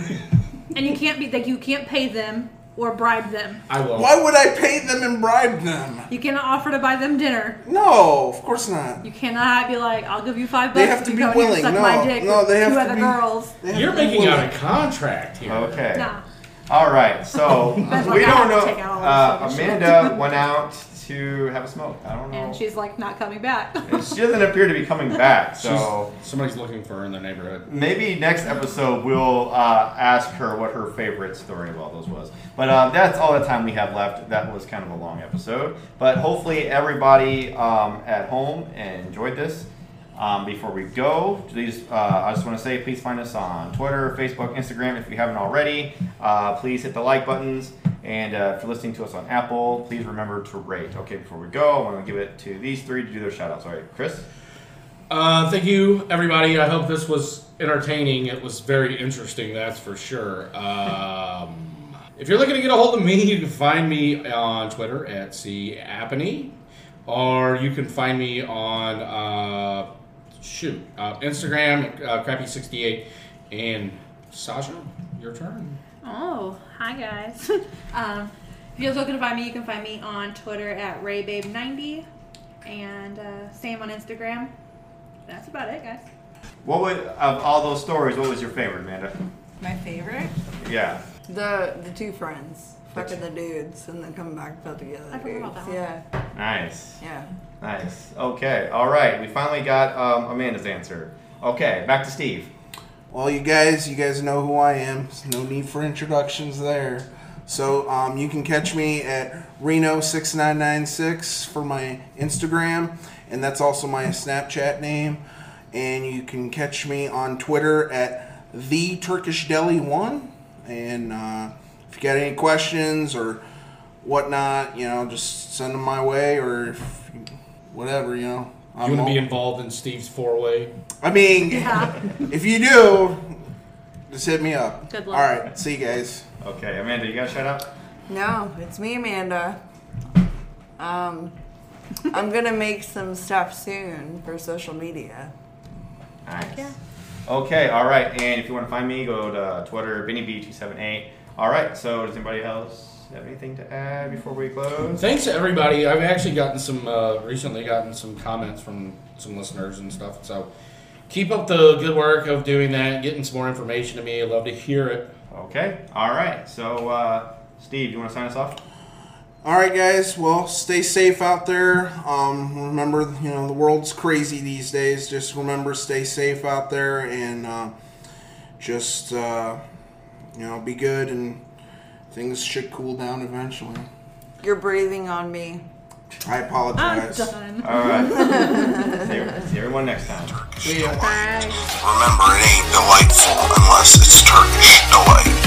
Speaker 4: And you can't be like you can't pay them or bribe them.
Speaker 10: I will.
Speaker 11: Why would I pay them and bribe them?
Speaker 4: You cannot offer to buy them dinner.
Speaker 11: No, of course not.
Speaker 4: You cannot be like, I'll give you five bucks.
Speaker 11: They have
Speaker 4: if
Speaker 11: to
Speaker 4: you
Speaker 11: be
Speaker 4: come here and
Speaker 11: willing.
Speaker 4: Suck
Speaker 11: No,
Speaker 4: my dick
Speaker 11: no,
Speaker 4: with
Speaker 11: they have
Speaker 4: two
Speaker 11: to
Speaker 4: other
Speaker 11: be-
Speaker 4: girls.
Speaker 11: They have
Speaker 10: You're
Speaker 11: to
Speaker 10: making
Speaker 11: will
Speaker 10: out
Speaker 11: it.
Speaker 10: a contract here.
Speaker 9: Okay.
Speaker 4: Nah.
Speaker 9: All right, so uh,
Speaker 4: That's
Speaker 9: we
Speaker 4: why I
Speaker 9: don't
Speaker 4: have to
Speaker 9: know.
Speaker 4: take out all
Speaker 9: Uh,
Speaker 4: this fucking shit.
Speaker 9: Amanda went out to have a smoke. I don't know.
Speaker 4: And she's like not coming back.
Speaker 9: she doesn't appear to be coming back,
Speaker 10: She's-
Speaker 9: so
Speaker 10: Oh, somebody's looking for her in their neighborhood.
Speaker 9: maybe next episode we'll uh, ask her what her favorite story of all those was. But uh, that's all the time we have left. That was kind of a long episode, but hopefully everybody um, at home enjoyed this. Um, before we go, please, uh, I just want to say please find us on Twitter, Facebook, Instagram if you haven't already. Uh, please hit the like buttons. And uh, if you're listening to us on Apple, please remember to rate. Okay, before we go, I want to give it to these three to do their shout outs. All right, Chris?
Speaker 10: Uh, thank you, everybody. I hope this was entertaining. It was very interesting, that's for sure. Um, if you're looking to get a hold of me, you can find me on Twitter at cappany, or you can find me on uh, shoot uh, Instagram uh, crappy68 and Sasha. Your turn.
Speaker 4: Oh, hi guys. um, if you're looking to find me, you can find me on Twitter at raybabe90 and uh, same on Instagram. That's about it, guys.
Speaker 9: What would, of all those stories, what was your favorite, Amanda?
Speaker 13: My favorite?
Speaker 9: Yeah.
Speaker 13: The the two friends. Fucking the dudes and then coming back put together. I forgot about that Yeah.
Speaker 9: Nice.
Speaker 13: Yeah.
Speaker 9: Nice. Okay. All right. We finally got um, Amanda's answer. Okay. Back to Steve.
Speaker 11: Well, you guys, you guys know who I am. There's no need for introductions there. So um, you can catch me at Reno6996 for my Instagram, and that's also my Snapchat name. And you can catch me on Twitter at the Turkish Deli One. And uh, if you got any questions or whatnot, you know, just send them my way or if, whatever, you know.
Speaker 10: you want to be
Speaker 11: all-
Speaker 10: involved in Steve's four way?
Speaker 11: I mean, if you do, just hit me up.
Speaker 13: Good luck.
Speaker 11: All right, see you guys.
Speaker 9: Okay, Amanda, you got to shut up.
Speaker 13: No, it's me, Amanda. Um, I'm gonna make some stuff soon for social media.
Speaker 9: Nice. Okay. All right. And if you want to find me, go to Twitter, BennyB278. All right. So does anybody else have anything to add before we close?
Speaker 10: Thanks to everybody. I've actually gotten some uh, recently gotten some comments from some listeners and stuff. So keep up the good work of doing that, getting some more information to me. I'd love to hear it.
Speaker 9: Okay. All right. So uh, Steve, you want to sign us off?
Speaker 11: All right, guys. Well, stay safe out there. Um, remember, you know, the world's crazy these days. Just remember, stay safe out there and uh, just, uh, you know, be good and things should cool down eventually.
Speaker 13: You're breathing on me.
Speaker 11: I apologize.
Speaker 13: done.
Speaker 9: All right. see, see everyone next time.
Speaker 11: See ya.
Speaker 13: Bye.
Speaker 8: Remember, it ain't delightful unless it's Turkish delight.